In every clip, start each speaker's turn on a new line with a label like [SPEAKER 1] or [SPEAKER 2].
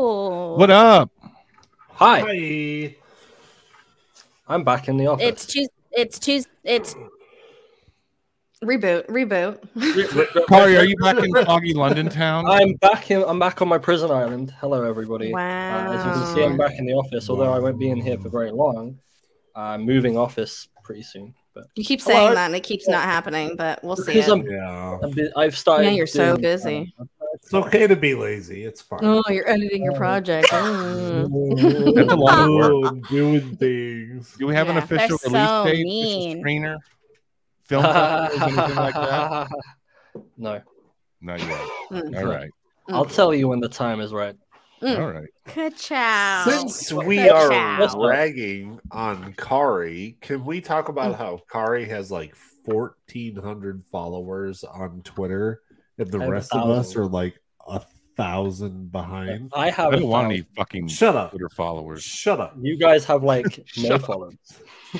[SPEAKER 1] What up?
[SPEAKER 2] Hi,
[SPEAKER 3] Hi.
[SPEAKER 2] I'm back in the office.
[SPEAKER 4] It's Tuesday. It's Tuesday. It's reboot. Reboot.
[SPEAKER 1] Corey, are you back in foggy London town?
[SPEAKER 4] Uh,
[SPEAKER 2] I'm back in. I'm back on my prison island. Hello, everybody. Uh, as you can see, I'm
[SPEAKER 4] Wow.
[SPEAKER 2] back in the office. Although I won't be in here for very long. I'm moving office pretty soon, but
[SPEAKER 4] You keep saying
[SPEAKER 2] Hello.
[SPEAKER 4] that, and it keeps not happening. But we'll see.
[SPEAKER 2] because
[SPEAKER 4] It.
[SPEAKER 2] I'm,
[SPEAKER 3] Yeah.
[SPEAKER 2] I'm bu- I've started.
[SPEAKER 4] You know, you're so
[SPEAKER 2] doing- uh,
[SPEAKER 4] busy.
[SPEAKER 3] It's okay to be lazy. It's fine.
[SPEAKER 4] Oh, you're editing your project. Mm.
[SPEAKER 1] That's a lot of work.
[SPEAKER 3] Oh, doing things.
[SPEAKER 1] Do we have an
[SPEAKER 4] Yeah, they're
[SPEAKER 1] official release
[SPEAKER 4] so
[SPEAKER 1] date?
[SPEAKER 4] mean.
[SPEAKER 1] Official screener? Film festivals, anything like that?
[SPEAKER 2] No,
[SPEAKER 1] Not yet.
[SPEAKER 4] Mm.
[SPEAKER 1] All right.
[SPEAKER 2] I'll tell you when the time is right.
[SPEAKER 4] Mm.
[SPEAKER 1] All right.
[SPEAKER 4] Ka-chow.
[SPEAKER 5] Since we
[SPEAKER 4] Good
[SPEAKER 5] are
[SPEAKER 4] job.
[SPEAKER 5] ragging on Kari, can we talk about how Kari has like 1,400 followers on Twitter and the
[SPEAKER 2] I have a
[SPEAKER 5] rest of us
[SPEAKER 2] thousand. Uh,
[SPEAKER 5] are like a thousand behind? Hmm.
[SPEAKER 2] I have.
[SPEAKER 1] I don't want
[SPEAKER 2] found-
[SPEAKER 1] any fucking
[SPEAKER 5] Shut up.
[SPEAKER 1] Twitter followers.
[SPEAKER 5] Shut up.
[SPEAKER 2] You guys have like
[SPEAKER 1] Shut
[SPEAKER 2] no
[SPEAKER 1] up.
[SPEAKER 2] followers.
[SPEAKER 4] I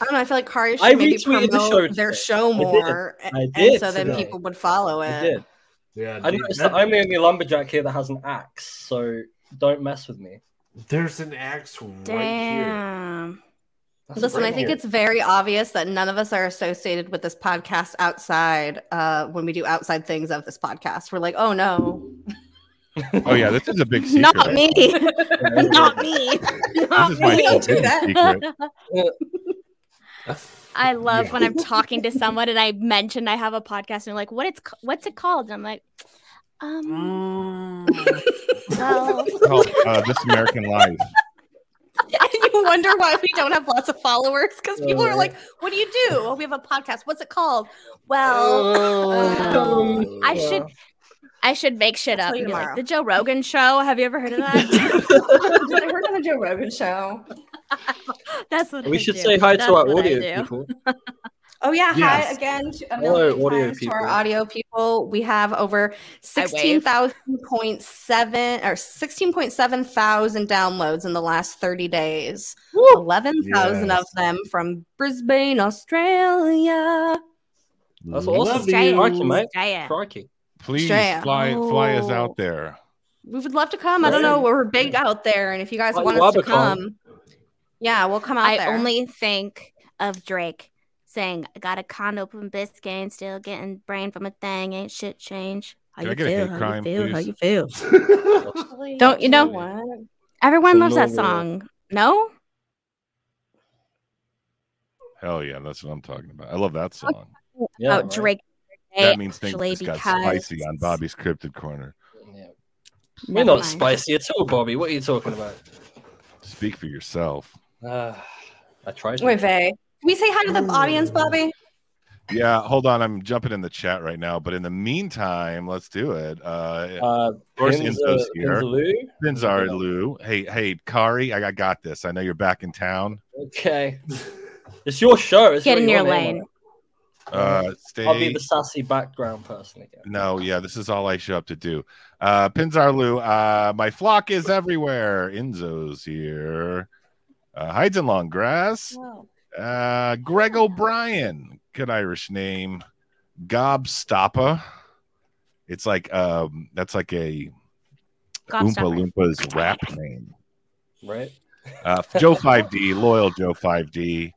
[SPEAKER 4] don't know. I feel like Kari should
[SPEAKER 2] I
[SPEAKER 4] maybe
[SPEAKER 2] retweeted
[SPEAKER 4] promote
[SPEAKER 2] the show
[SPEAKER 4] their
[SPEAKER 2] today.
[SPEAKER 4] show
[SPEAKER 2] I did.
[SPEAKER 4] more, a-
[SPEAKER 2] I
[SPEAKER 4] and
[SPEAKER 2] did
[SPEAKER 4] so then
[SPEAKER 2] today.
[SPEAKER 4] people would follow
[SPEAKER 2] I
[SPEAKER 4] it.
[SPEAKER 2] did.
[SPEAKER 5] Yeah,
[SPEAKER 2] I
[SPEAKER 5] dude,
[SPEAKER 2] noticed
[SPEAKER 5] that-
[SPEAKER 2] that I'm the only lumberjack here that has an axe, so don't mess with me.
[SPEAKER 5] there's an axe right here.
[SPEAKER 4] Damn.
[SPEAKER 2] That's
[SPEAKER 4] Listen, I
[SPEAKER 2] right
[SPEAKER 4] think
[SPEAKER 2] here.
[SPEAKER 4] it's very obvious that none of us are associated with this podcast outside uh, when we do outside things of this podcast. We're like, oh no,
[SPEAKER 1] Oh, yeah. This is a big secret.
[SPEAKER 4] not me, not me,
[SPEAKER 1] This
[SPEAKER 4] not
[SPEAKER 1] is
[SPEAKER 4] me.
[SPEAKER 1] my
[SPEAKER 4] Don't do
[SPEAKER 1] big
[SPEAKER 4] that.
[SPEAKER 1] secret.
[SPEAKER 6] I love when I'm talking to someone and I mention I have a podcast and they're like, "What it's c- what's it called?" And I'm like, um, well,
[SPEAKER 1] It's called, uh, this American Life.
[SPEAKER 4] And you wonder why we don't have lots of followers because people are
[SPEAKER 2] Yeah.
[SPEAKER 4] like, what do you do? Oh, we have a podcast. What's it called? Well,
[SPEAKER 2] Oh,
[SPEAKER 4] um,
[SPEAKER 6] I
[SPEAKER 1] Mm.
[SPEAKER 6] should- I should make shit
[SPEAKER 4] I'll
[SPEAKER 6] up.
[SPEAKER 4] tell you
[SPEAKER 6] and be like,
[SPEAKER 4] tomorrow.
[SPEAKER 6] the Joe Rogan Show. Have you ever heard of that?
[SPEAKER 4] Did I heard on the Joe Rogan show.
[SPEAKER 6] That's what
[SPEAKER 2] We
[SPEAKER 6] I
[SPEAKER 2] should
[SPEAKER 6] do.
[SPEAKER 2] say hi
[SPEAKER 6] That's
[SPEAKER 2] to our
[SPEAKER 6] what I
[SPEAKER 2] audio
[SPEAKER 6] do.
[SPEAKER 2] people.
[SPEAKER 4] Oh yeah, hi
[SPEAKER 5] Yes.
[SPEAKER 4] again to a
[SPEAKER 2] Hello,
[SPEAKER 4] million
[SPEAKER 2] audio
[SPEAKER 4] times to our
[SPEAKER 2] people.
[SPEAKER 4] audio people. We have over
[SPEAKER 6] I wave.
[SPEAKER 4] sixteen thousand point seven or sixteen point seven thousand downloads in the last thirty days. Eleven thousand of
[SPEAKER 5] Yes.
[SPEAKER 4] them from Brisbane, Australia.
[SPEAKER 2] That's
[SPEAKER 5] Love
[SPEAKER 2] awesome.
[SPEAKER 5] you.
[SPEAKER 6] Giant,
[SPEAKER 2] Crikey, mate.
[SPEAKER 6] giant.
[SPEAKER 2] Crikey.
[SPEAKER 1] Please
[SPEAKER 4] Shreya.
[SPEAKER 1] fly, fly us
[SPEAKER 4] Oh.
[SPEAKER 1] out there.
[SPEAKER 4] We would love to come. I don't know. We're big out there, and if you guys
[SPEAKER 2] Like
[SPEAKER 4] want us to
[SPEAKER 2] Wabacon.
[SPEAKER 4] come, yeah, we'll come out
[SPEAKER 6] I
[SPEAKER 4] there.
[SPEAKER 6] only think of Drake saying, "I got a condo from Biscayne, still getting brain from a thing. Ain't shit change." How
[SPEAKER 1] Can I
[SPEAKER 6] you
[SPEAKER 1] get a
[SPEAKER 6] feel?
[SPEAKER 1] hate
[SPEAKER 6] How
[SPEAKER 1] crime,
[SPEAKER 6] you feel? How
[SPEAKER 1] please?
[SPEAKER 6] you feel?
[SPEAKER 4] don't you know?
[SPEAKER 6] Everyone loves that
[SPEAKER 2] Phenomenal.
[SPEAKER 6] song. No,
[SPEAKER 1] Hell yeah. That's what I'm talking about. I love that song.
[SPEAKER 2] Yeah,
[SPEAKER 6] about
[SPEAKER 2] right.
[SPEAKER 6] Drake.
[SPEAKER 1] That means things
[SPEAKER 6] actually,
[SPEAKER 1] just got
[SPEAKER 6] because-
[SPEAKER 1] spicy on Bobby's Cryptid Corner.
[SPEAKER 2] Yeah. We're
[SPEAKER 6] Never
[SPEAKER 2] not
[SPEAKER 6] mind.
[SPEAKER 2] spicy at all, Bobby. What are you talking about?
[SPEAKER 1] Speak for yourself.
[SPEAKER 2] Uh,
[SPEAKER 6] Ah.
[SPEAKER 2] I tried. to.
[SPEAKER 4] Wait, Vay. Can we say hi to the audience, Bobby?
[SPEAKER 1] Yeah, hold on. I'm jumping in the chat right now, but in the meantime, let's do it. Uh,
[SPEAKER 2] Uh,
[SPEAKER 1] of course,
[SPEAKER 2] Inza-
[SPEAKER 1] Inzo's here.
[SPEAKER 2] Inza Lou?
[SPEAKER 1] Pinzar Lou. Hey, hey, Kari, I I got this. I know you're back in town.
[SPEAKER 2] Okay. It's your show. It's
[SPEAKER 6] Get
[SPEAKER 2] what
[SPEAKER 6] in
[SPEAKER 2] you
[SPEAKER 6] your
[SPEAKER 2] want to hear
[SPEAKER 6] lane.
[SPEAKER 2] about.
[SPEAKER 1] Uh,
[SPEAKER 2] I'll be
[SPEAKER 1] stay.
[SPEAKER 2] the sassy background person again.
[SPEAKER 1] No, yeah, this is all I show up to do. Uh, Pinzar Lou, uh, my flock is everywhere. Inzo's here. Uh, hides in long grass. Uh, Greg O'Brien, good Irish name. Gobstoppa. It's like um, that's like a
[SPEAKER 6] Gobstopper.
[SPEAKER 1] Oompa Loompa's rap name.
[SPEAKER 2] Right?
[SPEAKER 1] Uh, Joe 5D, loyal Joe 5D,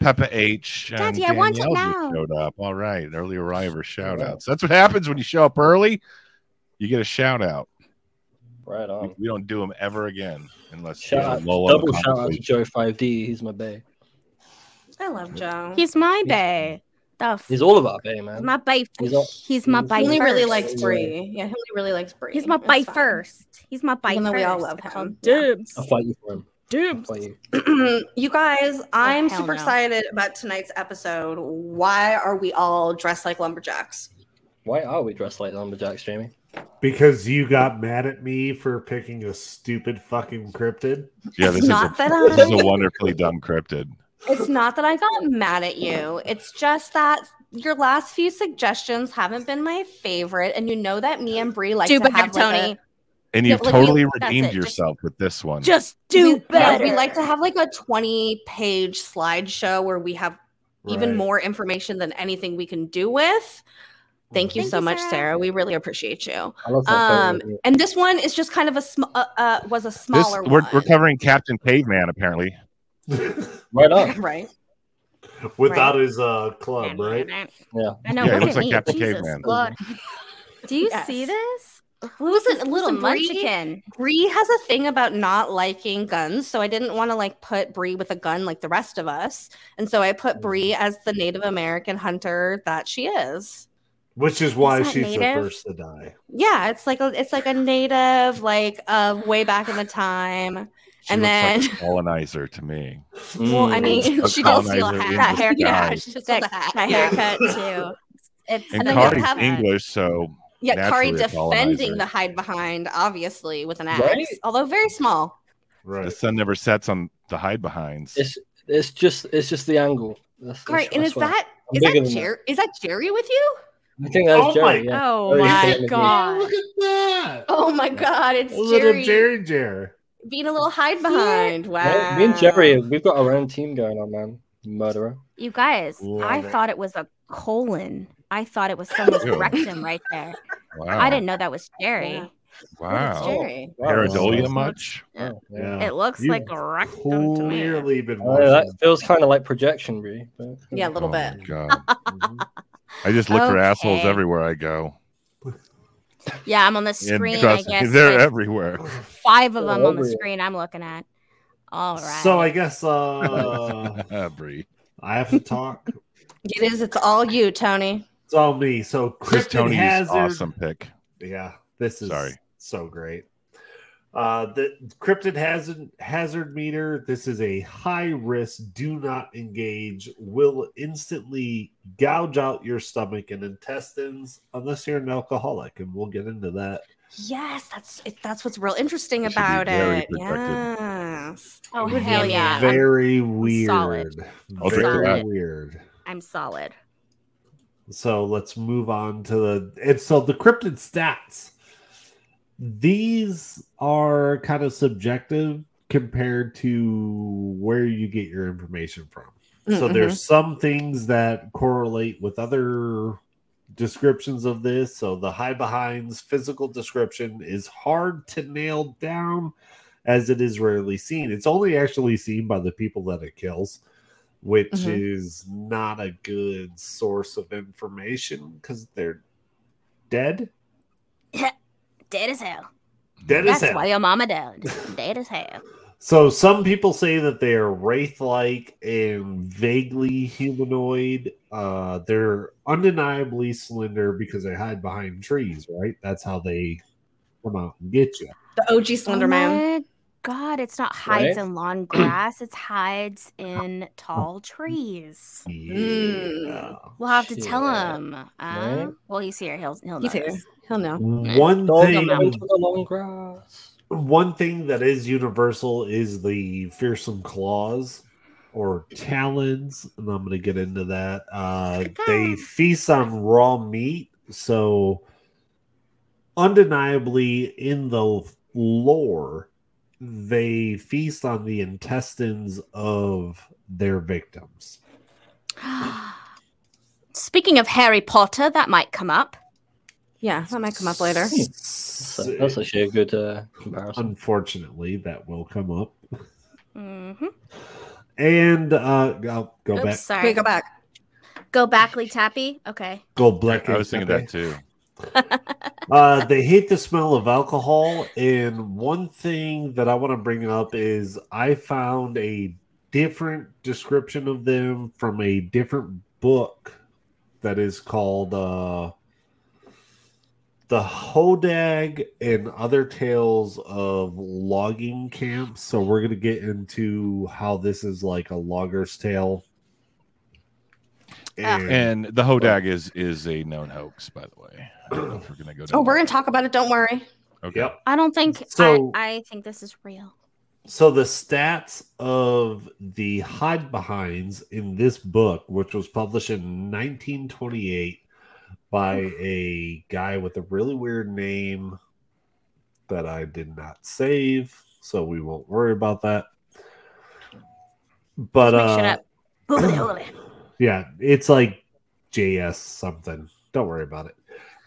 [SPEAKER 1] Peppa H, and
[SPEAKER 6] Daddy, I want it
[SPEAKER 1] Danielle just
[SPEAKER 6] now.
[SPEAKER 1] showed up. All right, early arriver shout
[SPEAKER 2] Right.
[SPEAKER 1] outs. That's what happens when you show up early. You get a shout out.
[SPEAKER 2] Right
[SPEAKER 1] We,
[SPEAKER 2] on.
[SPEAKER 1] we don't do them ever again unless
[SPEAKER 2] Shout
[SPEAKER 1] there's
[SPEAKER 2] out.
[SPEAKER 1] a lull in the
[SPEAKER 2] Double shout out to
[SPEAKER 1] conversation.
[SPEAKER 2] Joe 5D. He's my bae.
[SPEAKER 4] I love Joe.
[SPEAKER 6] He's my
[SPEAKER 2] He's-
[SPEAKER 6] bae. The f-
[SPEAKER 2] He's all about bae,
[SPEAKER 6] he's
[SPEAKER 2] man.
[SPEAKER 6] my bae.
[SPEAKER 2] he's all-
[SPEAKER 6] He's my
[SPEAKER 2] he's-
[SPEAKER 6] bae.
[SPEAKER 4] he only really
[SPEAKER 6] first.
[SPEAKER 4] likes Bree.
[SPEAKER 2] Anyway.
[SPEAKER 4] Yeah, he only really likes Bree.
[SPEAKER 6] He's my
[SPEAKER 4] It's
[SPEAKER 6] bae
[SPEAKER 4] fine.
[SPEAKER 6] first. He's my bae
[SPEAKER 4] Even though
[SPEAKER 6] first.
[SPEAKER 4] we all love
[SPEAKER 6] I call
[SPEAKER 4] him, yeah.
[SPEAKER 6] Dibs.
[SPEAKER 2] I'll fight you for him. I'll
[SPEAKER 6] Dibs.
[SPEAKER 2] fight you.
[SPEAKER 4] you guys, I'm
[SPEAKER 6] Oh, hell
[SPEAKER 4] super
[SPEAKER 6] no.
[SPEAKER 4] excited about tonight's episode. Why are we all dressed like lumberjacks?
[SPEAKER 2] Why are we dressed like lumberjacks, Jamie?
[SPEAKER 5] Because you got mad at me for picking a stupid fucking cryptid.
[SPEAKER 1] Yeah, this
[SPEAKER 4] it's
[SPEAKER 1] is,
[SPEAKER 4] not
[SPEAKER 1] a,
[SPEAKER 4] that
[SPEAKER 1] this is a
[SPEAKER 4] I.
[SPEAKER 1] wonderfully dumb cryptid.
[SPEAKER 4] It's not that I got mad at you. It's just that your last few suggestions haven't been my favorite, and you know that me and Bree like
[SPEAKER 6] do
[SPEAKER 4] to
[SPEAKER 6] better,
[SPEAKER 4] have like, a-
[SPEAKER 6] Tony.
[SPEAKER 1] And
[SPEAKER 6] Yeah,
[SPEAKER 1] you've
[SPEAKER 6] like, you-
[SPEAKER 1] totally
[SPEAKER 6] that's
[SPEAKER 1] redeemed
[SPEAKER 6] it, just-
[SPEAKER 1] yourself with this one.
[SPEAKER 6] Just do
[SPEAKER 4] we, yeah,
[SPEAKER 6] better.
[SPEAKER 4] we like to have like a 20 page slideshow where we have even
[SPEAKER 5] Right.
[SPEAKER 4] more information than anything we can do with. Thank you
[SPEAKER 6] Thank
[SPEAKER 4] so
[SPEAKER 6] you,
[SPEAKER 4] much,
[SPEAKER 6] Sarah.
[SPEAKER 4] Sarah. We really appreciate you.
[SPEAKER 2] I love that
[SPEAKER 4] Um,
[SPEAKER 2] photo.
[SPEAKER 4] and this one is just kind of a sm- uh, uh, was a
[SPEAKER 1] This
[SPEAKER 4] smaller
[SPEAKER 1] we're,
[SPEAKER 4] one.
[SPEAKER 1] we're covering Captain Caveman apparently.
[SPEAKER 2] Right up.
[SPEAKER 4] right.
[SPEAKER 3] Without his uh, club, right?
[SPEAKER 2] Yeah.
[SPEAKER 6] I know.
[SPEAKER 1] Yeah, it
[SPEAKER 6] look at
[SPEAKER 1] looks like
[SPEAKER 6] me.
[SPEAKER 1] Captain
[SPEAKER 6] Jesus
[SPEAKER 1] Caveman.
[SPEAKER 6] Lord. Do you
[SPEAKER 4] Yes.
[SPEAKER 6] see this?
[SPEAKER 4] Who's
[SPEAKER 6] Who's
[SPEAKER 4] this
[SPEAKER 6] a little
[SPEAKER 4] person, Bree?
[SPEAKER 6] munchkin?
[SPEAKER 4] Bree has a thing about not liking guns, so I didn't want to like put Bree with a gun like the rest of us, and so I put Bree as the Native American hunter that she is.
[SPEAKER 3] Which is why
[SPEAKER 6] It's not
[SPEAKER 3] she's the
[SPEAKER 6] native.
[SPEAKER 3] first to die.
[SPEAKER 4] Yeah, it's like a, it's like a native, like of way back in the time.
[SPEAKER 1] She
[SPEAKER 4] And
[SPEAKER 1] looks like a
[SPEAKER 4] then-
[SPEAKER 1] colonizer to me.
[SPEAKER 4] Well, I
[SPEAKER 2] Mm.
[SPEAKER 4] mean,
[SPEAKER 1] A
[SPEAKER 4] she does steal a
[SPEAKER 1] colonizer in
[SPEAKER 4] hat.
[SPEAKER 6] disguise.
[SPEAKER 4] Yeah, she just
[SPEAKER 6] That,
[SPEAKER 4] steals a hat.
[SPEAKER 6] that
[SPEAKER 4] Yeah.
[SPEAKER 6] haircut too. It's
[SPEAKER 1] And
[SPEAKER 4] then you
[SPEAKER 1] Kari's
[SPEAKER 4] have-
[SPEAKER 1] English, so
[SPEAKER 4] Yeah,
[SPEAKER 1] Naturally
[SPEAKER 4] Kari
[SPEAKER 1] a colonizer.
[SPEAKER 4] defending the hide behind, obviously with an axe,
[SPEAKER 2] Right?
[SPEAKER 4] although very small.
[SPEAKER 1] the
[SPEAKER 5] Right.
[SPEAKER 1] sun never sets on the hide behinds.
[SPEAKER 2] It's it's just it's just the angle. That's,
[SPEAKER 4] All right,
[SPEAKER 2] that's-
[SPEAKER 4] and
[SPEAKER 2] I
[SPEAKER 4] is
[SPEAKER 2] swear.
[SPEAKER 4] that
[SPEAKER 2] I'm
[SPEAKER 4] is
[SPEAKER 2] bigger
[SPEAKER 4] that
[SPEAKER 2] than that.
[SPEAKER 4] Jerry? Is that Jerry with you?
[SPEAKER 2] I think that's
[SPEAKER 3] Oh
[SPEAKER 2] Jerry.
[SPEAKER 3] my-
[SPEAKER 2] Yeah.
[SPEAKER 6] Oh
[SPEAKER 2] Very
[SPEAKER 6] my
[SPEAKER 2] famous.
[SPEAKER 6] god.
[SPEAKER 5] Look at that.
[SPEAKER 4] Oh my God, it's
[SPEAKER 5] Little
[SPEAKER 4] Jerry,
[SPEAKER 5] Jerry Jer.
[SPEAKER 4] being a little hide behind. Oh, Wow.
[SPEAKER 2] Me- Me and Jerry, we've got our own team going on, man. Murderer.
[SPEAKER 6] You guys,
[SPEAKER 5] Love
[SPEAKER 6] I
[SPEAKER 5] it.
[SPEAKER 6] thought it was a colon. I thought it was someone's
[SPEAKER 1] Ew. Uh-huh.
[SPEAKER 6] rectum right there.
[SPEAKER 1] Wow.
[SPEAKER 6] I didn't know that was Jerry.
[SPEAKER 4] Yeah.
[SPEAKER 1] Uh-huh.
[SPEAKER 4] It's
[SPEAKER 1] Wow.
[SPEAKER 4] Jerry.
[SPEAKER 1] Pareidolia much?
[SPEAKER 5] Yeah.
[SPEAKER 6] It looks
[SPEAKER 5] You've
[SPEAKER 6] like a rectum to me.
[SPEAKER 5] Clearly been
[SPEAKER 2] I know, that
[SPEAKER 5] watching.
[SPEAKER 2] feels kind of like projection, really. But, Mm-hmm.
[SPEAKER 4] Yeah, a little
[SPEAKER 1] Oh
[SPEAKER 4] bit.
[SPEAKER 1] my God.
[SPEAKER 5] Mhm.
[SPEAKER 1] I just look for assholes
[SPEAKER 6] Okay.
[SPEAKER 1] everywhere I go.
[SPEAKER 6] Yeah, I'm on the
[SPEAKER 1] And
[SPEAKER 6] screen. I
[SPEAKER 1] trust me,
[SPEAKER 6] guess
[SPEAKER 1] they're
[SPEAKER 6] there's
[SPEAKER 1] everywhere.
[SPEAKER 6] five of them on the
[SPEAKER 2] Everywhere.
[SPEAKER 6] screen I'm looking at. All right.
[SPEAKER 5] So I guess uh,
[SPEAKER 1] Bree.
[SPEAKER 5] I have to talk.
[SPEAKER 4] It is. It's all you, Tony.
[SPEAKER 5] It's all me. So
[SPEAKER 1] Chris
[SPEAKER 5] Krypton
[SPEAKER 1] Tony's
[SPEAKER 5] Hazard.
[SPEAKER 1] awesome pick.
[SPEAKER 5] Yeah, this is
[SPEAKER 1] Sorry.
[SPEAKER 5] so great. Uh, the Krypton Hazard Hazard Meter. This is a high risk. Do not engage. Will instantly gouge out your stomach and intestines unless you're an alcoholic, and we'll get into that.
[SPEAKER 4] Yes, that's it, that's what's real interesting
[SPEAKER 1] It should be
[SPEAKER 4] about
[SPEAKER 1] very
[SPEAKER 4] it.
[SPEAKER 1] protected.
[SPEAKER 4] Yes.
[SPEAKER 6] oh,
[SPEAKER 4] It would be
[SPEAKER 6] hell yeah. I'm,
[SPEAKER 5] Very weird.
[SPEAKER 6] solid.
[SPEAKER 1] I'll drink to
[SPEAKER 5] Very
[SPEAKER 1] that.
[SPEAKER 5] weird.
[SPEAKER 6] I'm solid.
[SPEAKER 5] So let's move on to the and so the cryptid stats. These are kind of subjective compared to where you get your information from. So
[SPEAKER 6] Mm,
[SPEAKER 4] Mhm.
[SPEAKER 5] there's
[SPEAKER 6] mm-hmm.
[SPEAKER 5] some things that correlate with other descriptions of this. So the high behind's physical description is hard to nail down as it is rarely seen. It's only actually seen by the people that it kills, which
[SPEAKER 6] Mm-hmm.
[SPEAKER 4] Mhm.
[SPEAKER 5] is not a good source of information because they're dead.
[SPEAKER 6] Dead as hell.
[SPEAKER 5] Dead as
[SPEAKER 6] That's
[SPEAKER 5] hell.
[SPEAKER 6] why your mama died. Dead as hell.
[SPEAKER 5] So some people say that they are wraith-like and vaguely humanoid. Uh, they're undeniably slender because they hide behind trees, right? That's how they come out and get you.
[SPEAKER 4] the OG Slender
[SPEAKER 6] oh
[SPEAKER 4] Man.
[SPEAKER 6] My God, it's not hides
[SPEAKER 2] Right?
[SPEAKER 6] in lawn grass. It's hides in tall trees.
[SPEAKER 5] Yeah.
[SPEAKER 6] We'll have to tell
[SPEAKER 2] Yeah.
[SPEAKER 6] him. Uh,
[SPEAKER 2] Right?
[SPEAKER 6] Well, he's here. He'll he'll
[SPEAKER 4] He's
[SPEAKER 6] notice.
[SPEAKER 4] here. He'll know.
[SPEAKER 5] One
[SPEAKER 2] Dog
[SPEAKER 5] thing,
[SPEAKER 2] go into the long grass.
[SPEAKER 5] one thing that is universal is the fearsome claws or talons, and I'm going to get into that. Uh, they feast on raw meat, so undeniably in the lore, they feast on the intestines of their victims.
[SPEAKER 6] Speaking of Harry Potter, that might come up.
[SPEAKER 4] Yeah, that might come up later.
[SPEAKER 2] So Hmm. that's actually a good uh, comparison.
[SPEAKER 5] Unfortunately, that will come up.
[SPEAKER 6] hmm
[SPEAKER 5] And uh, I'll go
[SPEAKER 6] Oops,
[SPEAKER 5] back.
[SPEAKER 6] sorry.
[SPEAKER 4] Okay, go back.
[SPEAKER 6] Go back, Lee Tappy. Okay.
[SPEAKER 5] Go black.
[SPEAKER 1] I was thinking that too.
[SPEAKER 5] Uh, they hate the smell of alcohol. And one thing that I want to bring up is I found a different description of them from a different book that is called uh, The Hodag and Other Tales of Logging Camps. So we're going to get into how this is like a logger's tale.
[SPEAKER 6] Ah.
[SPEAKER 1] And the Hodag is is a known hoax, by the way. I don't know if we're gonna go. Down
[SPEAKER 4] Oh, we're
[SPEAKER 1] that.
[SPEAKER 4] gonna talk about it. Don't worry.
[SPEAKER 1] Okay.
[SPEAKER 5] Yep.
[SPEAKER 6] I don't think
[SPEAKER 5] So-
[SPEAKER 6] I, I think this is real.
[SPEAKER 5] So the stats of the hide behinds in this book, which was published in 1928 by a guy with a really weird name that I did not save, so we won't worry about that. But
[SPEAKER 6] Make shit
[SPEAKER 5] uh,
[SPEAKER 6] up. Holy, holy.
[SPEAKER 5] yeah, it's like JS something. Don't worry about it.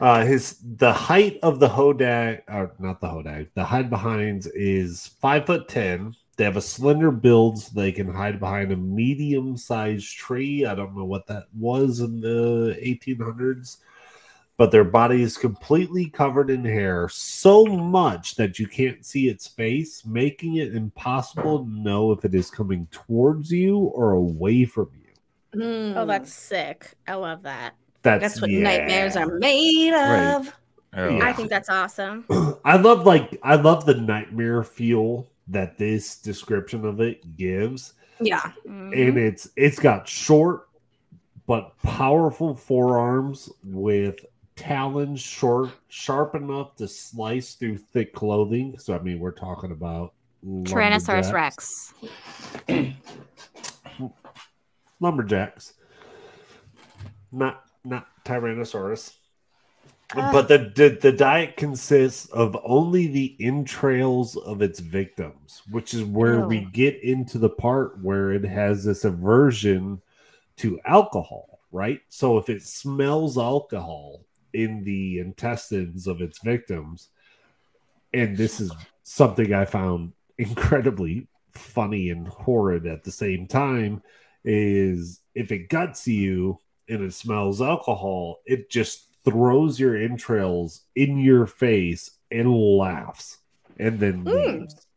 [SPEAKER 5] Uh, his the height of the hodag, or not the hodag, the hide behinds is five foot ten. They have a slender build, so they can hide behind a medium sized tree. I don't know what that was in the 1800s, but their body is completely covered in hair, so much that you can't see its face, making it impossible to know if it is coming towards you or away from you.
[SPEAKER 4] Mm.
[SPEAKER 6] Oh, that's sick. I love that.
[SPEAKER 5] That's,
[SPEAKER 4] that's what
[SPEAKER 5] yeah.
[SPEAKER 4] nightmares are made
[SPEAKER 5] Right.
[SPEAKER 4] of.
[SPEAKER 1] Oh,
[SPEAKER 5] Yeah.
[SPEAKER 6] I think that's awesome.
[SPEAKER 5] I love like I love the nightmare feel that this description of it gives.
[SPEAKER 4] Yeah.
[SPEAKER 6] Mm-hmm.
[SPEAKER 5] and it's it's got short but powerful forearms with talons short sharp enough to slice through thick clothing so i mean we're talking about
[SPEAKER 6] Tyrannosaurus
[SPEAKER 5] lumberjacks-
[SPEAKER 6] Rex.
[SPEAKER 5] lumberjacks not not tyrannosaurus
[SPEAKER 6] Ah.
[SPEAKER 5] but the, the the diet consists of only the entrails of its victims, which is where we
[SPEAKER 6] Ew.
[SPEAKER 5] get into the part where it has this aversion to alcohol, right? So if it smells alcohol in the intestines of its victims, and this is something I found incredibly funny and horrid at the same time, is if it guts you, and it smells alcohol, it just throws your entrails in your face and laughs and then
[SPEAKER 6] Hmm.
[SPEAKER 4] Mm.
[SPEAKER 5] leaves.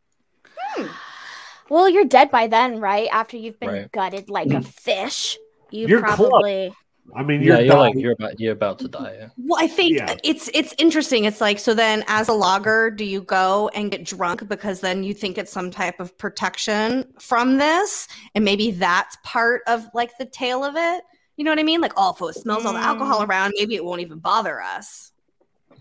[SPEAKER 6] Well, you're dead by then, right? After you've been
[SPEAKER 2] Right.
[SPEAKER 6] gutted like a fish. You
[SPEAKER 5] You're clubbed.
[SPEAKER 6] probably
[SPEAKER 5] I mean,
[SPEAKER 2] yeah,
[SPEAKER 5] you're,
[SPEAKER 2] you're like
[SPEAKER 5] dying.
[SPEAKER 2] you're about you're about to die. Yeah.
[SPEAKER 4] Well, I think
[SPEAKER 5] Yeah.
[SPEAKER 4] it's it's interesting. It's like so then as a logger, do you go and get drunk because then you think it's some type of protection from this? And maybe that's part of like the tail of it. You know what I mean? Like, oh, if it smells all the
[SPEAKER 6] Mm.
[SPEAKER 4] alcohol around, maybe it won't even bother us.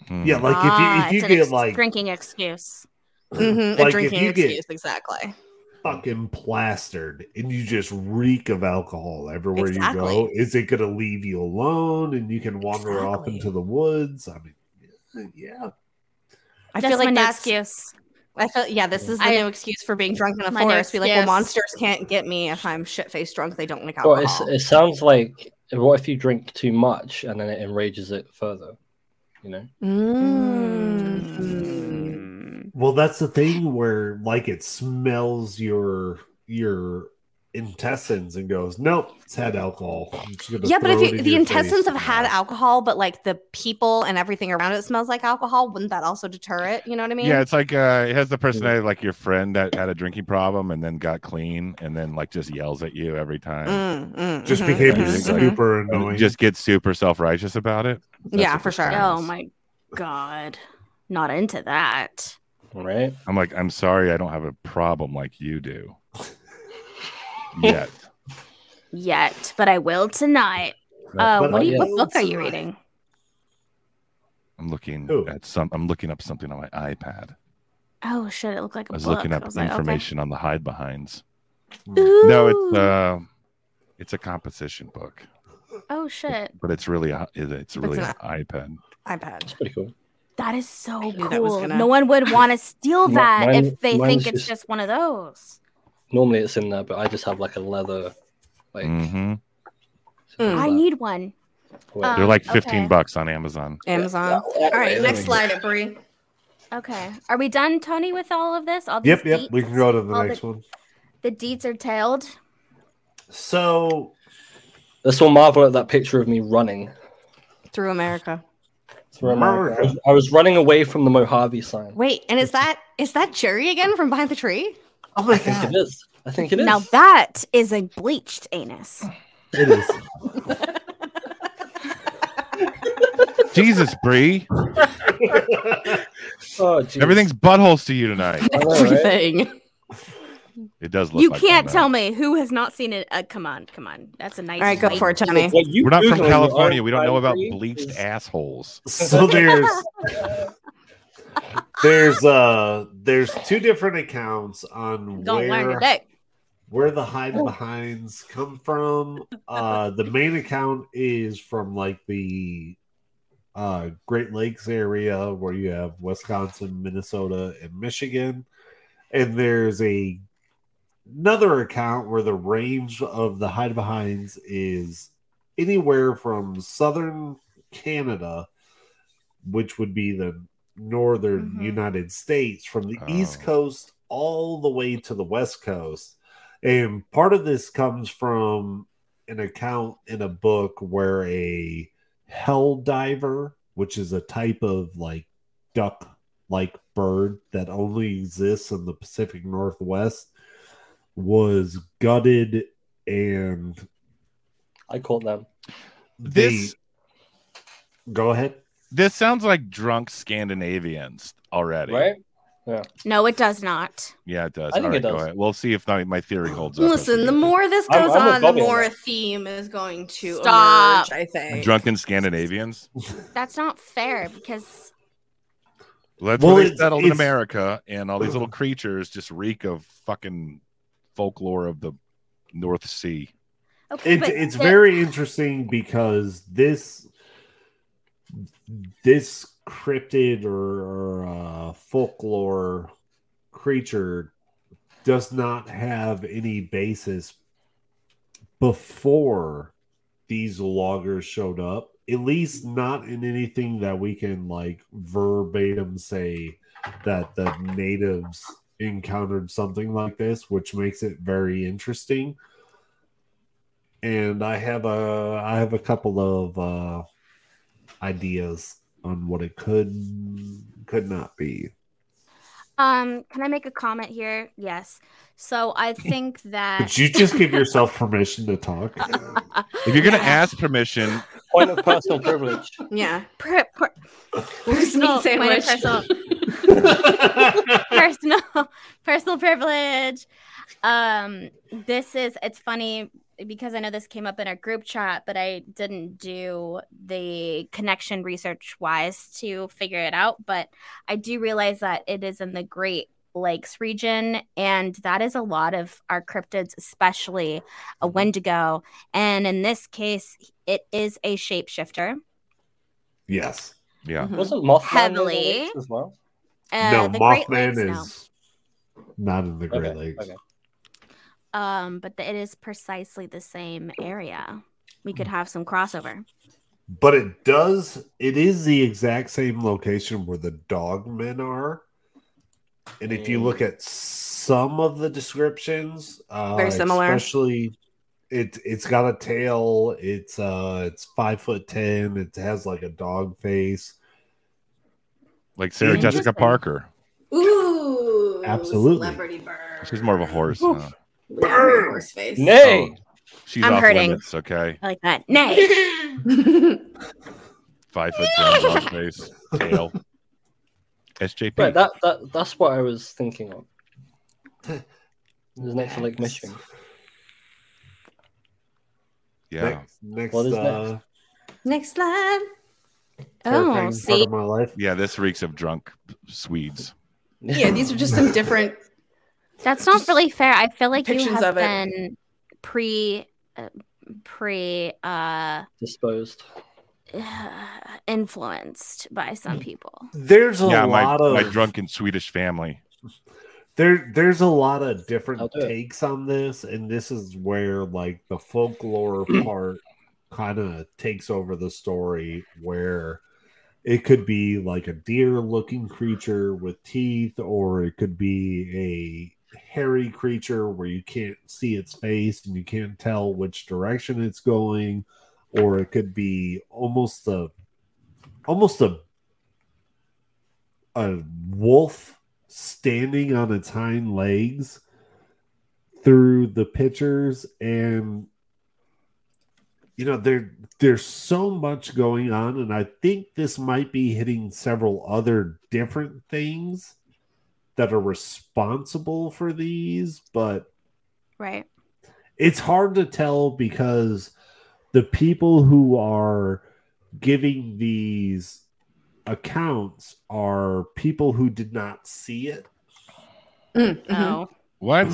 [SPEAKER 1] hmm.
[SPEAKER 5] yeah, like
[SPEAKER 6] Ah,
[SPEAKER 5] if you,
[SPEAKER 6] it's
[SPEAKER 5] if
[SPEAKER 6] an
[SPEAKER 5] you get
[SPEAKER 6] ex-
[SPEAKER 5] like
[SPEAKER 6] drinking excuse.
[SPEAKER 4] Mhm, a
[SPEAKER 5] Mm-hmm. Like, if
[SPEAKER 4] drinking
[SPEAKER 5] you get-
[SPEAKER 4] excuse, exactly.
[SPEAKER 5] fucking plastered and you just reek of alcohol everywhere
[SPEAKER 4] Exactly.
[SPEAKER 5] you go, is it going to leave you alone and you can wander off
[SPEAKER 4] Exactly.
[SPEAKER 5] into the woods? I mean, yeah.
[SPEAKER 4] I
[SPEAKER 6] that's
[SPEAKER 4] feel like
[SPEAKER 6] my new
[SPEAKER 4] that's.
[SPEAKER 6] excuse.
[SPEAKER 4] I feel yeah, this is the
[SPEAKER 6] I-
[SPEAKER 4] new excuse for being drunk in a
[SPEAKER 6] my new
[SPEAKER 4] forest. Be like, well,
[SPEAKER 6] excuse.
[SPEAKER 4] monsters can't get me if I'm shit faced drunk. They don't like
[SPEAKER 2] Well,
[SPEAKER 4] alcohol.
[SPEAKER 2] it's, it sounds like what if you drink too much and then it enrages it further? You know,
[SPEAKER 4] Mm.
[SPEAKER 5] Well, that's the thing where like it smells your your intestines and goes, nope, it's had alcohol. I'm just gonna
[SPEAKER 4] Yeah, but
[SPEAKER 5] throw
[SPEAKER 4] if
[SPEAKER 5] it
[SPEAKER 4] it,
[SPEAKER 5] in
[SPEAKER 4] the
[SPEAKER 5] your face."
[SPEAKER 4] intestines have had alcohol, but like the people and everything around it smells like alcohol, wouldn't that also deter it? You know what I mean?
[SPEAKER 1] Yeah, it's like uh, it has the personality of, like your friend that had a drinking problem and then got clean and then like just yells at you every time.
[SPEAKER 4] Mm, mm,
[SPEAKER 5] just
[SPEAKER 4] mhm,
[SPEAKER 5] became
[SPEAKER 4] mhm, mhm.
[SPEAKER 5] super
[SPEAKER 1] And
[SPEAKER 5] annoying.
[SPEAKER 1] Just gets super self righteous about it. That's
[SPEAKER 4] Yeah,
[SPEAKER 1] what
[SPEAKER 4] for
[SPEAKER 1] this
[SPEAKER 4] sure.
[SPEAKER 1] sounds.
[SPEAKER 6] Oh my god. Not into that.
[SPEAKER 2] right?
[SPEAKER 1] I'm like, I'm sorry, I don't have a problem like you do. Yet.
[SPEAKER 6] Yet, but I will tonight. Uh,
[SPEAKER 5] But
[SPEAKER 6] what, are
[SPEAKER 2] I
[SPEAKER 6] you, what
[SPEAKER 5] will
[SPEAKER 6] book are you
[SPEAKER 5] tonight.
[SPEAKER 6] reading?
[SPEAKER 1] I'm looking
[SPEAKER 5] Who?
[SPEAKER 1] at some. I'm looking up something on my iPad.
[SPEAKER 6] Oh shit, it looked like a
[SPEAKER 1] I was
[SPEAKER 6] book.
[SPEAKER 1] looking
[SPEAKER 6] I
[SPEAKER 1] up
[SPEAKER 6] was like, okay.
[SPEAKER 1] information on the hide behinds.
[SPEAKER 6] Ooh.
[SPEAKER 1] No, it's uh, it's a composition book,
[SPEAKER 6] Oh shit,
[SPEAKER 1] but it's really a, it- it's really
[SPEAKER 4] an
[SPEAKER 1] an iPad.
[SPEAKER 4] iPad.
[SPEAKER 2] It's pretty cool.
[SPEAKER 6] that is so
[SPEAKER 4] knew
[SPEAKER 6] cool.
[SPEAKER 4] that was gonna-
[SPEAKER 6] No one would want to steal
[SPEAKER 2] Mi-
[SPEAKER 6] that
[SPEAKER 2] mine-
[SPEAKER 6] if they think
[SPEAKER 2] mine's
[SPEAKER 6] it's
[SPEAKER 2] just-
[SPEAKER 6] just one of those.
[SPEAKER 2] Normally it's in there, but I just have like a leather, like
[SPEAKER 1] hmm
[SPEAKER 4] Mm.
[SPEAKER 6] I need one.
[SPEAKER 2] Wait,
[SPEAKER 6] um,
[SPEAKER 1] They're like 15
[SPEAKER 6] okay.
[SPEAKER 1] bucks on uh, Amazon.
[SPEAKER 4] Amazon. All right, next slide, it, Brie.
[SPEAKER 6] Okay, are we done, Tony, with all of this?
[SPEAKER 4] uh,
[SPEAKER 6] All
[SPEAKER 5] Yep,
[SPEAKER 6] these
[SPEAKER 5] yep. We
[SPEAKER 6] deets?
[SPEAKER 5] can go to the
[SPEAKER 6] All
[SPEAKER 5] next one.
[SPEAKER 6] The deets are tailed.
[SPEAKER 5] So
[SPEAKER 2] Let's all marvel at that picture of me running.
[SPEAKER 4] Through America.
[SPEAKER 2] through America. I,
[SPEAKER 5] America.
[SPEAKER 2] was, I was running away from the Mojave sign.
[SPEAKER 4] Wait, and is that is that Jerry again from behind the tree?
[SPEAKER 5] Oh my
[SPEAKER 2] I think it is. I think it is.
[SPEAKER 6] Now that is a bleached anus.
[SPEAKER 5] it is.
[SPEAKER 1] Jesus, Bree,
[SPEAKER 2] oh, jeez.
[SPEAKER 1] everything's buttholes to you tonight.
[SPEAKER 2] I know, right?
[SPEAKER 4] Everything.
[SPEAKER 1] It does look.
[SPEAKER 6] You
[SPEAKER 1] like
[SPEAKER 6] can't
[SPEAKER 1] one, though.
[SPEAKER 6] tell me who has not seen it. Uh, come on, come on. That's a nice.
[SPEAKER 4] All right, go
[SPEAKER 6] white-
[SPEAKER 4] for it, Tommy.
[SPEAKER 2] What you
[SPEAKER 1] We're not from
[SPEAKER 2] Googling
[SPEAKER 1] California.
[SPEAKER 2] are
[SPEAKER 1] We don't know about
[SPEAKER 2] angry
[SPEAKER 1] bleached
[SPEAKER 2] is-
[SPEAKER 1] assholes.
[SPEAKER 5] so there's there's uh there's two different accounts on
[SPEAKER 6] Gonna learn
[SPEAKER 5] where
[SPEAKER 6] today.
[SPEAKER 5] where the hide behinds come from. Uh, the main account is from like the uh, Great Lakes area where you have Wisconsin, Minnesota, and Michigan. And there's a another account where the range of the hide behinds is anywhere from southern Canada which would be the northern
[SPEAKER 4] Mhm.
[SPEAKER 5] United States from the East
[SPEAKER 1] Oh.
[SPEAKER 5] Coast all the way to the West Coast. And part of this comes from an account in a book where a hell diver, which is a type of like duck like bird that only exists in the Pacific Northwest, was gutted and
[SPEAKER 2] I caught them.
[SPEAKER 1] This-
[SPEAKER 5] they- go ahead.
[SPEAKER 1] This sounds like drunk Scandinavians already.
[SPEAKER 2] Right?
[SPEAKER 6] No, it does not.
[SPEAKER 1] Yeah, it does.
[SPEAKER 2] I think
[SPEAKER 1] All right,
[SPEAKER 2] it
[SPEAKER 1] Go
[SPEAKER 2] does.
[SPEAKER 1] ahead. We'll see if my, my theory holds up.
[SPEAKER 4] Listen, the more this
[SPEAKER 2] I'm-
[SPEAKER 4] goes
[SPEAKER 2] I'm with
[SPEAKER 4] on, the
[SPEAKER 2] Bobby on
[SPEAKER 4] more a
[SPEAKER 2] that.
[SPEAKER 4] theme is going to
[SPEAKER 6] Stop.
[SPEAKER 4] emerge. I think.
[SPEAKER 1] drunken Scandinavians.
[SPEAKER 6] That's not fair because
[SPEAKER 1] Well, That's
[SPEAKER 5] Well,
[SPEAKER 1] where they
[SPEAKER 5] it's-
[SPEAKER 1] settled in
[SPEAKER 5] it's-
[SPEAKER 1] America, and all these little creatures just reek of fucking folklore of the North Sea.
[SPEAKER 6] okay,
[SPEAKER 5] It's
[SPEAKER 6] but
[SPEAKER 5] it's
[SPEAKER 6] the-
[SPEAKER 5] very interesting because this this cryptid or, or uh, folklore creature does not have any basis before these loggers showed up. At least not in anything that we can like verbatim say that the natives encountered something like this, which makes it very interesting. And I have a I have a couple of uh, ideas on what it could could not be.
[SPEAKER 6] Um, can I make a comment here? Yes. So I think that
[SPEAKER 5] But you just give yourself permission to talk.
[SPEAKER 1] If you're gonna
[SPEAKER 6] Yeah.
[SPEAKER 1] ask permission,
[SPEAKER 2] Point of personal privilege.
[SPEAKER 4] Yeah.
[SPEAKER 6] per, per,
[SPEAKER 4] Meat
[SPEAKER 6] personal,
[SPEAKER 4] sandwich.
[SPEAKER 6] personal, Uh, personal personal privilege. Um, this is it's funny because I know this came up in our group chat, but I didn't do the connection research wise to figure it out. But I do realize that it is in the Great Lakes region, and that is a lot of our cryptids, especially a
[SPEAKER 5] Mm-hmm.
[SPEAKER 6] Wendigo. And in this case, it is a shapeshifter.
[SPEAKER 5] yes.
[SPEAKER 1] yeah,
[SPEAKER 4] Mhm.
[SPEAKER 2] Wasn't Mothman
[SPEAKER 6] Heavily.
[SPEAKER 2] in the Lakes as well?
[SPEAKER 6] Uh,
[SPEAKER 5] no,
[SPEAKER 6] the Great
[SPEAKER 5] Mothman
[SPEAKER 6] Lakes, no.
[SPEAKER 5] is not in the Great
[SPEAKER 2] Okay,
[SPEAKER 5] Lakes.
[SPEAKER 2] okay.
[SPEAKER 6] um but the, it is precisely the same area we could have some crossover
[SPEAKER 5] But it does. It is the exact same location where the dogmen are. And if you look at some of the descriptions, uh,
[SPEAKER 4] Very similar.
[SPEAKER 5] Especially, it it's got a tail. It's uh, it's five foot ten. It has like a dog face.
[SPEAKER 1] like Sarah Jessica
[SPEAKER 6] Interesting.
[SPEAKER 1] Parker.
[SPEAKER 4] Ooh.
[SPEAKER 5] Absolutely.
[SPEAKER 4] Celebrity bird.
[SPEAKER 1] She's more of a horse.
[SPEAKER 5] Oof.
[SPEAKER 1] huh?
[SPEAKER 4] Yeah, horse face.
[SPEAKER 1] Oh,
[SPEAKER 2] Nay!
[SPEAKER 1] She's
[SPEAKER 6] I'm
[SPEAKER 1] off
[SPEAKER 6] hurting.
[SPEAKER 1] limits. Okay,
[SPEAKER 6] I like that nay
[SPEAKER 1] five foot ten, long face, tail. SJP.
[SPEAKER 2] Right, that, that that's what I was thinking of. It was next to Lake Michigan.
[SPEAKER 1] yeah,
[SPEAKER 5] Next, next,
[SPEAKER 2] What is
[SPEAKER 5] uh,
[SPEAKER 4] Next slide.
[SPEAKER 5] terrifying
[SPEAKER 6] oh
[SPEAKER 5] part
[SPEAKER 6] see
[SPEAKER 5] of my life.
[SPEAKER 1] yeah. This reeks of drunk Swedes.
[SPEAKER 4] Yeah, these are just some different.
[SPEAKER 6] that's not really fair i feel like you
[SPEAKER 4] Depictions
[SPEAKER 6] have
[SPEAKER 4] of it.
[SPEAKER 6] been pre uh, pre uh
[SPEAKER 2] disposed.
[SPEAKER 6] influenced by some people
[SPEAKER 5] There's a
[SPEAKER 1] yeah, my,
[SPEAKER 5] lot of
[SPEAKER 1] my drunken Swedish family.
[SPEAKER 5] there there's a lot of different
[SPEAKER 2] I'll do it.
[SPEAKER 5] takes on this and this is where like the folklore part kind of takes over the story where it could be like a deer looking creature with teeth or it could be a hairy creature where you can't see its face and you can't tell which direction it's going or it could be almost a almost a a wolf standing on its hind legs through the pictures and you know there there's so much going on and i think this might be hitting several other different things that are responsible for these but
[SPEAKER 6] right
[SPEAKER 5] it's hard to tell because the people who are giving these accounts are people who did not see it.
[SPEAKER 4] Mm, mhm.
[SPEAKER 6] oh
[SPEAKER 1] What?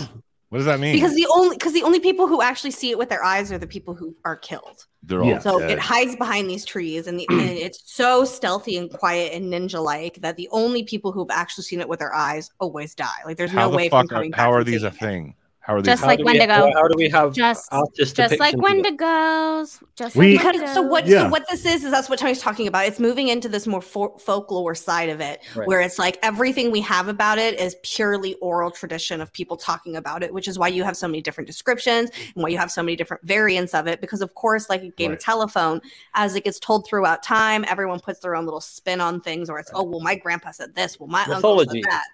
[SPEAKER 1] What does that mean?
[SPEAKER 4] Because the only because the only people who actually see it with their eyes are the people who are killed.
[SPEAKER 1] they're all
[SPEAKER 5] Yeah.
[SPEAKER 4] So
[SPEAKER 1] dead.
[SPEAKER 4] it hides behind these trees, and, the, and it's so stealthy and quiet and ninja like that the only people who've actually seen it with their eyes always die. Like there's
[SPEAKER 1] how
[SPEAKER 4] no way
[SPEAKER 1] the
[SPEAKER 4] from
[SPEAKER 1] fuck are,
[SPEAKER 4] coming.
[SPEAKER 1] how
[SPEAKER 4] back
[SPEAKER 1] are
[SPEAKER 4] and
[SPEAKER 1] these a
[SPEAKER 4] seeing it.
[SPEAKER 1] thing? How are they?
[SPEAKER 6] Just
[SPEAKER 2] How
[SPEAKER 6] like
[SPEAKER 2] do we-
[SPEAKER 6] Wendigo.
[SPEAKER 2] How do we have
[SPEAKER 6] Just-
[SPEAKER 2] artist
[SPEAKER 6] Just like
[SPEAKER 2] depictions of it?
[SPEAKER 6] Wendigos. Just
[SPEAKER 5] We-
[SPEAKER 6] like
[SPEAKER 4] Because
[SPEAKER 6] Wendigos.
[SPEAKER 4] so what
[SPEAKER 5] Yeah.
[SPEAKER 4] so what this is is that's what Tony's talking about. It's moving into this more fo- folklore side of it,
[SPEAKER 2] Right.
[SPEAKER 4] where it's like everything we have about it is purely oral tradition of people talking about it, which is why you have so many different descriptions and why you have so many different variants of it. Because of course, like a game
[SPEAKER 5] Right.
[SPEAKER 4] of telephone, as it gets told throughout time, everyone puts their own little spin on things, or it's oh well, my grandpa said this, well my
[SPEAKER 2] Mythology.
[SPEAKER 4] uncle said that.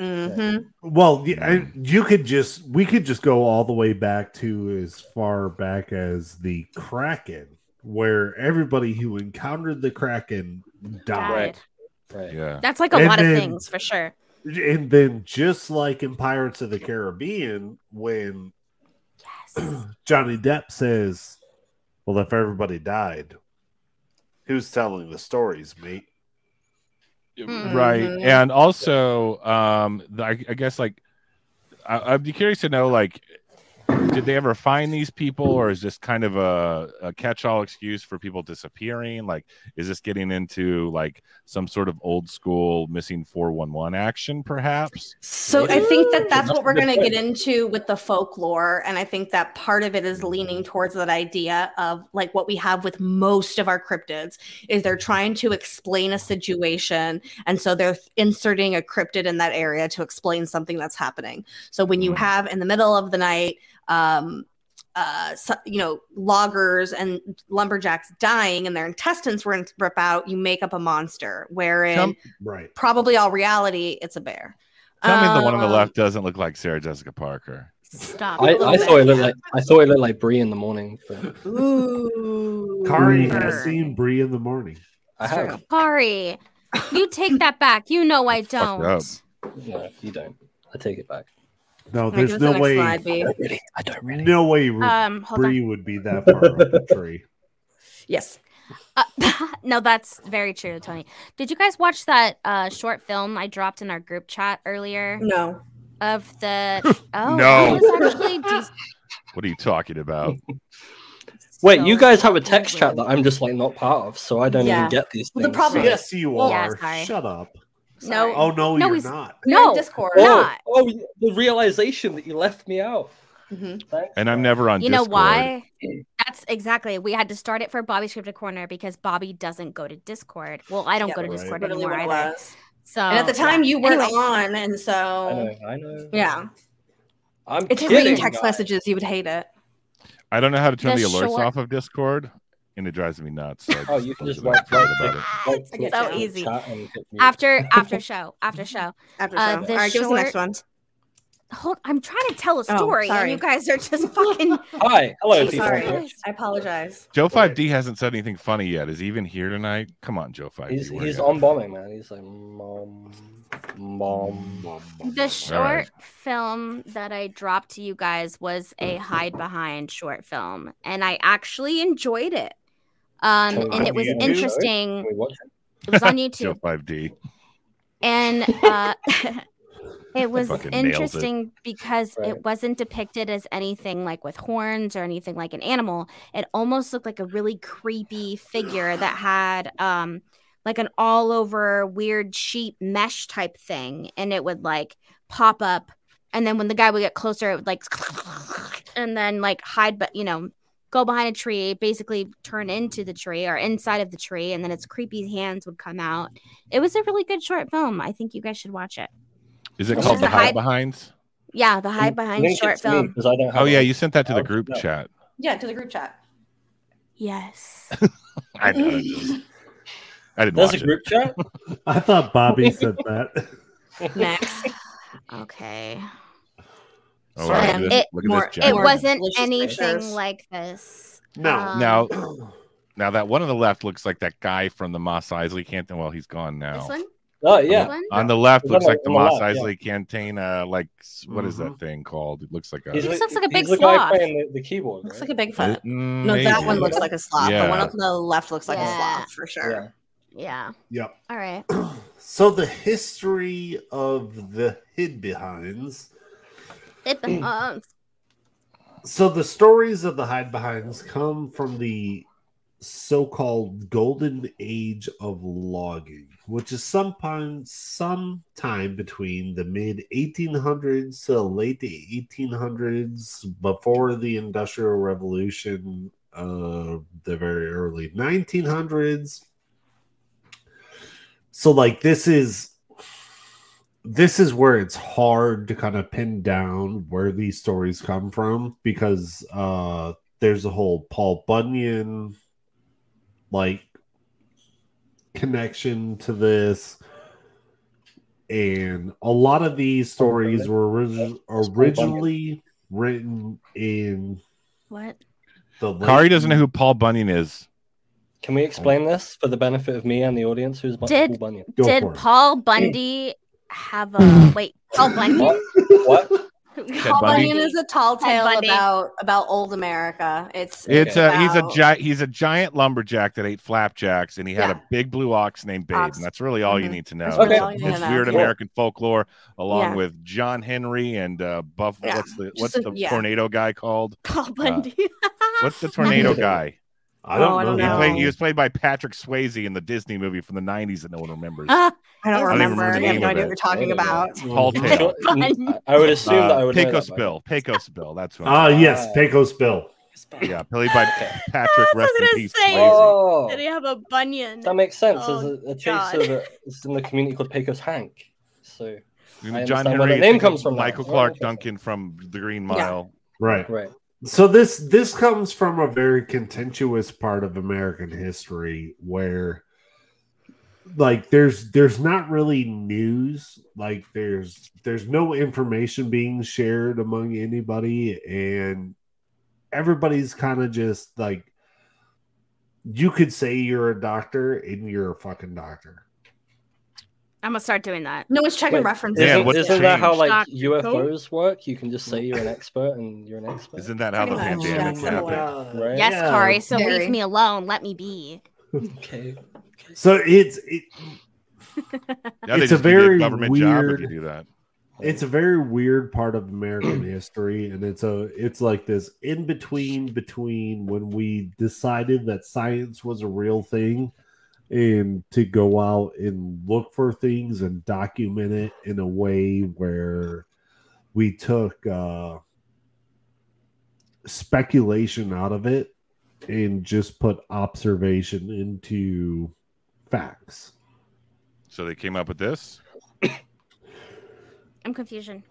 [SPEAKER 4] hmm
[SPEAKER 5] Well, y- I- you could just we could just go all the way back to as far back as the Kraken, where everybody who encountered the Kraken died.
[SPEAKER 6] Died.
[SPEAKER 2] Right. Right.
[SPEAKER 1] Yeah.
[SPEAKER 6] That's like a
[SPEAKER 5] And
[SPEAKER 6] lot
[SPEAKER 5] then-
[SPEAKER 6] of things for sure.
[SPEAKER 5] And then, just like in Pirates of the Caribbean, when
[SPEAKER 6] Yes.
[SPEAKER 5] Johnny Depp says, "Well, if everybody died, who's telling the stories, mate?"
[SPEAKER 6] Mm-hmm.
[SPEAKER 1] right
[SPEAKER 4] Mhm.
[SPEAKER 1] and also um the- I, I guess like I, i'd be curious to know like did they ever find these people or is this kind of a, a catch-all excuse for people disappearing like is this getting into like some sort of old school missing 411 action perhaps
[SPEAKER 4] So I
[SPEAKER 2] Yeah.
[SPEAKER 4] think that that's
[SPEAKER 2] That's
[SPEAKER 4] what we're
[SPEAKER 2] the
[SPEAKER 4] going to
[SPEAKER 2] point.
[SPEAKER 4] get into with the folklore. And I think that part of it is leaning towards that idea of like what we have with most of our cryptids is they're trying to explain a situation. And so they're inserting a cryptid in that area to explain something that's happening. So when you
[SPEAKER 1] Mm.
[SPEAKER 4] have in the middle of the night, um, uh, so, you know, loggers and lumberjacks dying and their intestines were rip out, you make up a monster. Wherein
[SPEAKER 1] Some-
[SPEAKER 5] Right.
[SPEAKER 4] probably all reality, it's a bear.
[SPEAKER 1] tell me the one on the
[SPEAKER 4] Um,
[SPEAKER 1] left doesn't look like sarah jessica parker
[SPEAKER 6] Stop.
[SPEAKER 2] I,
[SPEAKER 6] it.
[SPEAKER 2] I thought it looked like I thought it looked like Brie in the morning. But
[SPEAKER 4] Ooh.
[SPEAKER 5] Kari has seen Bree in the morning.
[SPEAKER 2] I
[SPEAKER 4] It's
[SPEAKER 2] have.
[SPEAKER 6] Sorry. You take that back. You know I
[SPEAKER 1] Fucked
[SPEAKER 6] don't.
[SPEAKER 1] up.
[SPEAKER 2] No, you don't. I take it back.
[SPEAKER 5] No,
[SPEAKER 4] I'm gonna
[SPEAKER 5] there's
[SPEAKER 4] give us the
[SPEAKER 5] no
[SPEAKER 4] next
[SPEAKER 5] way,
[SPEAKER 4] slide, B.
[SPEAKER 2] really. I don't
[SPEAKER 5] no way,
[SPEAKER 6] Um, hold on.
[SPEAKER 5] Bree would be that far up the tree.
[SPEAKER 4] Yes.
[SPEAKER 6] Uh, no, that's very true, Tony. Did you guys watch that uh, short film I dropped in our group chat earlier
[SPEAKER 4] No.
[SPEAKER 6] of the? Oh,
[SPEAKER 1] No.
[SPEAKER 6] it was actually de-
[SPEAKER 1] what are you talking about
[SPEAKER 2] Wait,
[SPEAKER 6] so
[SPEAKER 2] you guys have a text
[SPEAKER 6] fucking
[SPEAKER 2] chat that I'm just like not part of, so I don't
[SPEAKER 4] Yeah.
[SPEAKER 2] even get these
[SPEAKER 4] Well,
[SPEAKER 2] things.
[SPEAKER 4] the problem
[SPEAKER 2] so-
[SPEAKER 5] Yes, you
[SPEAKER 4] Well,
[SPEAKER 6] yeah,
[SPEAKER 5] are.
[SPEAKER 6] sorry.
[SPEAKER 5] Shut up.
[SPEAKER 6] No.
[SPEAKER 5] Oh no,
[SPEAKER 6] No,
[SPEAKER 5] you're
[SPEAKER 6] he's-
[SPEAKER 5] not.
[SPEAKER 4] We're in
[SPEAKER 6] No.
[SPEAKER 4] Discord.
[SPEAKER 6] No.
[SPEAKER 2] oh,
[SPEAKER 6] not.
[SPEAKER 2] oh, the realization that you left me out.
[SPEAKER 4] Mhm.
[SPEAKER 2] Thanks.
[SPEAKER 1] and i'm never on
[SPEAKER 6] You know
[SPEAKER 1] Discord.
[SPEAKER 6] why? That's exactly. We had to start it for Bobby's Cryptic Corner because Bobby doesn't go to Discord. Well, I don't
[SPEAKER 4] Yeah,
[SPEAKER 6] go to
[SPEAKER 5] right.
[SPEAKER 6] Discord
[SPEAKER 4] Literally
[SPEAKER 6] anymore
[SPEAKER 4] what it
[SPEAKER 6] either.
[SPEAKER 4] was. Oh,
[SPEAKER 6] So
[SPEAKER 4] and at the time,
[SPEAKER 6] yeah.
[SPEAKER 4] you weren't
[SPEAKER 6] Anyway,
[SPEAKER 4] on, and
[SPEAKER 2] I
[SPEAKER 4] so
[SPEAKER 2] know. I know.
[SPEAKER 4] yeah.
[SPEAKER 2] I'm
[SPEAKER 4] If you're
[SPEAKER 2] kidding.
[SPEAKER 4] reading text
[SPEAKER 2] guys.
[SPEAKER 4] messages, you would hate it.
[SPEAKER 1] i don't know how to turn
[SPEAKER 6] The
[SPEAKER 1] the, alerts
[SPEAKER 6] short-
[SPEAKER 1] off of discord and it drives me nuts so I
[SPEAKER 2] Oh, you can just
[SPEAKER 1] about
[SPEAKER 2] wipe- wipe
[SPEAKER 1] it.
[SPEAKER 2] Like,
[SPEAKER 6] It's
[SPEAKER 2] click
[SPEAKER 6] so
[SPEAKER 2] the
[SPEAKER 6] easy.
[SPEAKER 2] chat and hit mute.
[SPEAKER 6] After after show after show.
[SPEAKER 4] After
[SPEAKER 6] Uh,
[SPEAKER 4] so.
[SPEAKER 6] the
[SPEAKER 4] All right, give us the next
[SPEAKER 6] short-
[SPEAKER 4] one.
[SPEAKER 6] Hold, I'm trying to tell a
[SPEAKER 4] Oh,
[SPEAKER 6] story, and
[SPEAKER 4] sorry.
[SPEAKER 6] you guys are just fucking.
[SPEAKER 2] Hi, hello,
[SPEAKER 4] I'm
[SPEAKER 2] people.
[SPEAKER 4] sorry. I apologize.
[SPEAKER 1] Joe Five D hasn't said anything funny yet. Is he even here tonight? Come on, Joe Five D.
[SPEAKER 2] He's he's on bombing, man. He's like mom, mom.
[SPEAKER 6] The short
[SPEAKER 1] right.
[SPEAKER 6] film that I dropped to you guys was a hide behind short film, and I actually enjoyed it. Um,
[SPEAKER 2] Oh,
[SPEAKER 6] and it was
[SPEAKER 2] yeah. Can
[SPEAKER 6] interesting.
[SPEAKER 2] we watch it?
[SPEAKER 6] It was on
[SPEAKER 1] Joe
[SPEAKER 6] YouTube,
[SPEAKER 1] Five D.
[SPEAKER 6] and uh, it was
[SPEAKER 1] Fucking nails it.
[SPEAKER 6] interesting because
[SPEAKER 2] Right.
[SPEAKER 6] it wasn't depicted as anything like with horns or anything like an animal. It almost looked like a really creepy figure that had um, like an all over weird sheep mesh type thing, and it would like pop up and then when the guy would get closer it would like and then like hide but you know go behind a tree basically turn into the tree or inside of the tree and then its creepy hands would come out it was a really good short film i think you guys should watch it
[SPEAKER 1] Is it
[SPEAKER 2] It's
[SPEAKER 1] called
[SPEAKER 2] just
[SPEAKER 1] the
[SPEAKER 2] a
[SPEAKER 1] Hide
[SPEAKER 6] hide-
[SPEAKER 1] Behinds?
[SPEAKER 6] yeah the hide
[SPEAKER 2] Link- link
[SPEAKER 6] behind
[SPEAKER 2] it
[SPEAKER 6] short
[SPEAKER 2] to me,
[SPEAKER 6] film
[SPEAKER 2] 'cause I don't have
[SPEAKER 1] Oh yeah,
[SPEAKER 2] it.
[SPEAKER 1] you sent that to the
[SPEAKER 2] Oh,
[SPEAKER 1] group
[SPEAKER 2] yeah.
[SPEAKER 1] chat.
[SPEAKER 4] Yeah, to the group chat.
[SPEAKER 6] yes
[SPEAKER 1] I, know, I just- I didn't
[SPEAKER 2] There's
[SPEAKER 1] watch
[SPEAKER 2] a group chat.
[SPEAKER 5] I thought Bobby said that.
[SPEAKER 4] Next.
[SPEAKER 6] okay
[SPEAKER 1] it. Oh, wow,
[SPEAKER 4] Sorry,
[SPEAKER 1] look at this,
[SPEAKER 6] it-
[SPEAKER 1] look at
[SPEAKER 4] more-
[SPEAKER 1] this
[SPEAKER 6] it
[SPEAKER 1] chat.
[SPEAKER 4] More
[SPEAKER 6] wasn't
[SPEAKER 4] delicious
[SPEAKER 6] anything
[SPEAKER 4] pictures.
[SPEAKER 6] like this
[SPEAKER 5] No.
[SPEAKER 6] Um,
[SPEAKER 1] now, now that one on the left looks like that guy from the Moss Isley Canton. Well, he's gone now.
[SPEAKER 6] this one
[SPEAKER 2] Oh
[SPEAKER 6] This
[SPEAKER 2] yeah,
[SPEAKER 6] one?
[SPEAKER 1] On the left
[SPEAKER 2] The
[SPEAKER 1] looks
[SPEAKER 2] one
[SPEAKER 1] like the
[SPEAKER 2] on the
[SPEAKER 1] Moss
[SPEAKER 2] left, yeah.
[SPEAKER 1] Isley Canteen. Uh, like s- what is that
[SPEAKER 5] Mhm.
[SPEAKER 1] thing called? It looks like a.
[SPEAKER 2] He's
[SPEAKER 6] This
[SPEAKER 2] like-
[SPEAKER 6] looks like a big
[SPEAKER 2] he's the guy
[SPEAKER 6] sloth.
[SPEAKER 2] playing the, the keyboard.
[SPEAKER 4] Looks
[SPEAKER 2] right?
[SPEAKER 4] like a Bigfoot.
[SPEAKER 1] Mm,
[SPEAKER 4] No, that
[SPEAKER 1] maybe.
[SPEAKER 4] one looks like a sloth. The one
[SPEAKER 1] Yeah.
[SPEAKER 4] on the left looks like a
[SPEAKER 6] Yeah.
[SPEAKER 4] sloth for sure.
[SPEAKER 2] Yeah.
[SPEAKER 6] yeah
[SPEAKER 5] Yep.
[SPEAKER 6] all right
[SPEAKER 5] So the history of the hid behinds.
[SPEAKER 6] it, um,
[SPEAKER 5] So the stories of the hide behinds come from the so-called golden age of logging, which is sometime sometime between the mid 1800s to late 1800s, before the Industrial Revolution, uh, the very early 1900s. So, like, this is this is where it's hard to kind of pin down where these stories come from because uh, there's a whole Paul Bunyan like connection to this and a lot of these stories were orig- originally written in
[SPEAKER 6] What?
[SPEAKER 5] the late-
[SPEAKER 1] Kari doesn't know who Paul Bunyan is.
[SPEAKER 2] Can we explain this for the benefit of me and the audience? Who's Bu-
[SPEAKER 6] Did-
[SPEAKER 2] Paul Bunyan?
[SPEAKER 5] Go for
[SPEAKER 6] Did
[SPEAKER 5] it.
[SPEAKER 6] Paul Bundy have a wait? Paul Bundy?
[SPEAKER 2] What?
[SPEAKER 6] Paul
[SPEAKER 1] Bundy? Uh,
[SPEAKER 6] Bundy
[SPEAKER 4] Bunyan is a tall tale
[SPEAKER 6] Bundy.
[SPEAKER 4] about about old America. It's
[SPEAKER 1] It's a he's a
[SPEAKER 4] about-
[SPEAKER 1] gi- he's a giant lumberjack that ate flapjacks, and he had
[SPEAKER 4] Yeah.
[SPEAKER 1] a big blue ox named Babe,
[SPEAKER 4] Ox.
[SPEAKER 1] and that's really all you
[SPEAKER 4] Mhm.
[SPEAKER 1] need to know.
[SPEAKER 4] That's
[SPEAKER 2] really
[SPEAKER 1] It's-
[SPEAKER 2] all
[SPEAKER 4] you
[SPEAKER 1] It's,
[SPEAKER 4] need to know.
[SPEAKER 1] weird
[SPEAKER 2] Cool.
[SPEAKER 1] American folklore, along
[SPEAKER 4] Yeah.
[SPEAKER 1] with John Henry and uh, Buff.
[SPEAKER 4] Yeah.
[SPEAKER 1] What's the
[SPEAKER 4] Just
[SPEAKER 1] what's
[SPEAKER 4] a-
[SPEAKER 1] the
[SPEAKER 4] yeah.
[SPEAKER 1] tornado guy called?
[SPEAKER 6] Paul Bundy.
[SPEAKER 1] What's the tornado guy?
[SPEAKER 3] I don't
[SPEAKER 4] Oh, I
[SPEAKER 3] know.
[SPEAKER 4] don't
[SPEAKER 1] He,
[SPEAKER 4] No.
[SPEAKER 1] played, he was played by Patrick Swayze in the Disney movie from the '90s that no one remembers.
[SPEAKER 6] Ah,
[SPEAKER 4] I don't
[SPEAKER 6] I don't even
[SPEAKER 4] remember.
[SPEAKER 1] remember the
[SPEAKER 4] I have no
[SPEAKER 1] name
[SPEAKER 4] idea
[SPEAKER 1] of
[SPEAKER 4] what you're
[SPEAKER 1] it. Oh,
[SPEAKER 4] talking about.
[SPEAKER 1] Paul
[SPEAKER 2] I'm
[SPEAKER 1] Taylor.
[SPEAKER 2] sure- I- I would assume that I
[SPEAKER 1] Uh,
[SPEAKER 2] would know that
[SPEAKER 1] Pecos
[SPEAKER 2] by
[SPEAKER 1] Bill. Pecos Bill. That's what.
[SPEAKER 3] Ah, yes, Pecos Bill.
[SPEAKER 1] yeah, played by
[SPEAKER 2] Okay.
[SPEAKER 1] Patrick.
[SPEAKER 6] That's what I was
[SPEAKER 1] Rest in
[SPEAKER 6] gonna
[SPEAKER 1] peace.
[SPEAKER 6] say.
[SPEAKER 1] Swayze.
[SPEAKER 2] Oh,
[SPEAKER 6] Did he have a bunion?
[SPEAKER 2] that makes sense.
[SPEAKER 6] Oh,
[SPEAKER 2] There's a, a
[SPEAKER 6] God.
[SPEAKER 2] chaser that is in the community called Pecos Hank. So I
[SPEAKER 1] John
[SPEAKER 2] understand where
[SPEAKER 1] Henry.
[SPEAKER 2] the name comes from now.
[SPEAKER 1] Michael
[SPEAKER 2] Oh,
[SPEAKER 1] Clark
[SPEAKER 2] interesting.
[SPEAKER 1] Duncan from The Green Mile.
[SPEAKER 5] right
[SPEAKER 2] right,
[SPEAKER 5] so this this comes from a very contentious part of american history where like there's there's not really news like there's there's no information being shared among anybody and everybody's kind of just like you could say you're a doctor and you're a fucking doctor
[SPEAKER 6] I'm gonna start doing that.
[SPEAKER 4] No one's checking
[SPEAKER 2] Wait,
[SPEAKER 4] references.
[SPEAKER 1] Yeah,
[SPEAKER 2] isn't,
[SPEAKER 1] what's
[SPEAKER 2] isn't that how like
[SPEAKER 6] changed?
[SPEAKER 2] UFOs work? You can just say you're an expert, and you're an expert.
[SPEAKER 1] Isn't that how the
[SPEAKER 4] Pretty much, yeah,
[SPEAKER 1] pandemic
[SPEAKER 4] similar.
[SPEAKER 1] happened?
[SPEAKER 2] Right.
[SPEAKER 6] Yes, Corey. So
[SPEAKER 4] Very.
[SPEAKER 6] leave me alone. Let me be.
[SPEAKER 2] okay.
[SPEAKER 5] so it's it,
[SPEAKER 1] Yeah, they
[SPEAKER 5] It's a
[SPEAKER 1] just give you
[SPEAKER 5] very
[SPEAKER 1] government job if
[SPEAKER 5] weird-
[SPEAKER 1] you do that.
[SPEAKER 5] it's a very weird part of american history and it's a it's like this in between between when we decided that science was a real thing and to go out and look for things and document it in a way where we took uh speculation out of it and just put observation into facts
[SPEAKER 1] So they came up with this.
[SPEAKER 6] I'm confusion.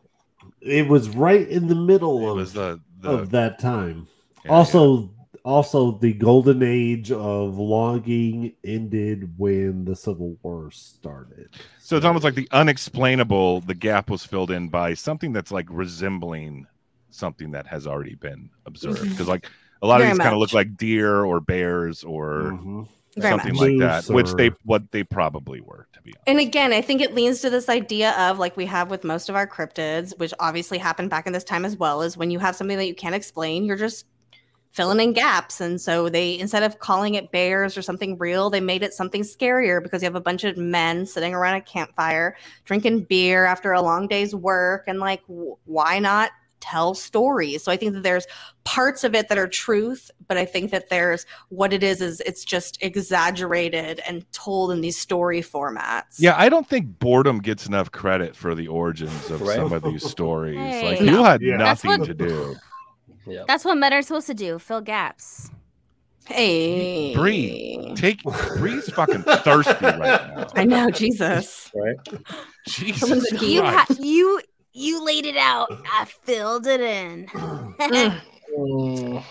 [SPEAKER 5] it was right in the
[SPEAKER 1] It
[SPEAKER 5] middle
[SPEAKER 1] was
[SPEAKER 5] of,
[SPEAKER 1] the, the
[SPEAKER 5] of that time
[SPEAKER 1] yeah,
[SPEAKER 5] also also the golden age of logging ended when the civil war started
[SPEAKER 1] yeah. So it's almost like the unexplainable. The gap was filled in by something that's like resembling something that has already been observed. Because like a lot
[SPEAKER 4] Mm-hmm. Very
[SPEAKER 1] of these kind
[SPEAKER 4] much.
[SPEAKER 1] of look like deer or bears or
[SPEAKER 5] Mhm.
[SPEAKER 4] Very
[SPEAKER 1] something
[SPEAKER 5] much.
[SPEAKER 1] like that,
[SPEAKER 5] Moose
[SPEAKER 1] which they
[SPEAKER 5] or-
[SPEAKER 1] what they probably were to be honest.
[SPEAKER 4] And again, I think it leans to this idea of like we have with most of our cryptids, which obviously happened back in this time as well, is when you have something that you can't explain, you're just filling in gaps. And so they, instead of calling it bears or something real, they made it something scarier because you have a bunch of men sitting around a campfire drinking beer after a long day's work. And like, w- why not tell stories? So I think that there's parts of it that are truth, but I think that there's what it is is it's just exaggerated and told in these story formats.
[SPEAKER 1] Yeah, I don't think boredom gets enough credit for the origins of
[SPEAKER 2] Right.
[SPEAKER 1] some of these stories. Like
[SPEAKER 6] Hey.
[SPEAKER 1] you had
[SPEAKER 3] Yeah.
[SPEAKER 6] That's
[SPEAKER 1] nothing
[SPEAKER 6] what-
[SPEAKER 1] to do.
[SPEAKER 2] Yeah.
[SPEAKER 6] That's what men are supposed to do. Fill gaps.
[SPEAKER 4] Hey.
[SPEAKER 1] Bree. Take Bree's fucking thirsty right now.
[SPEAKER 4] I know, Jesus.
[SPEAKER 2] Right.
[SPEAKER 4] Someone
[SPEAKER 1] Jesus
[SPEAKER 4] said
[SPEAKER 6] You
[SPEAKER 1] Christ.
[SPEAKER 6] ha- you you laid it out. I filled it in.
[SPEAKER 4] Mm,
[SPEAKER 2] Mm,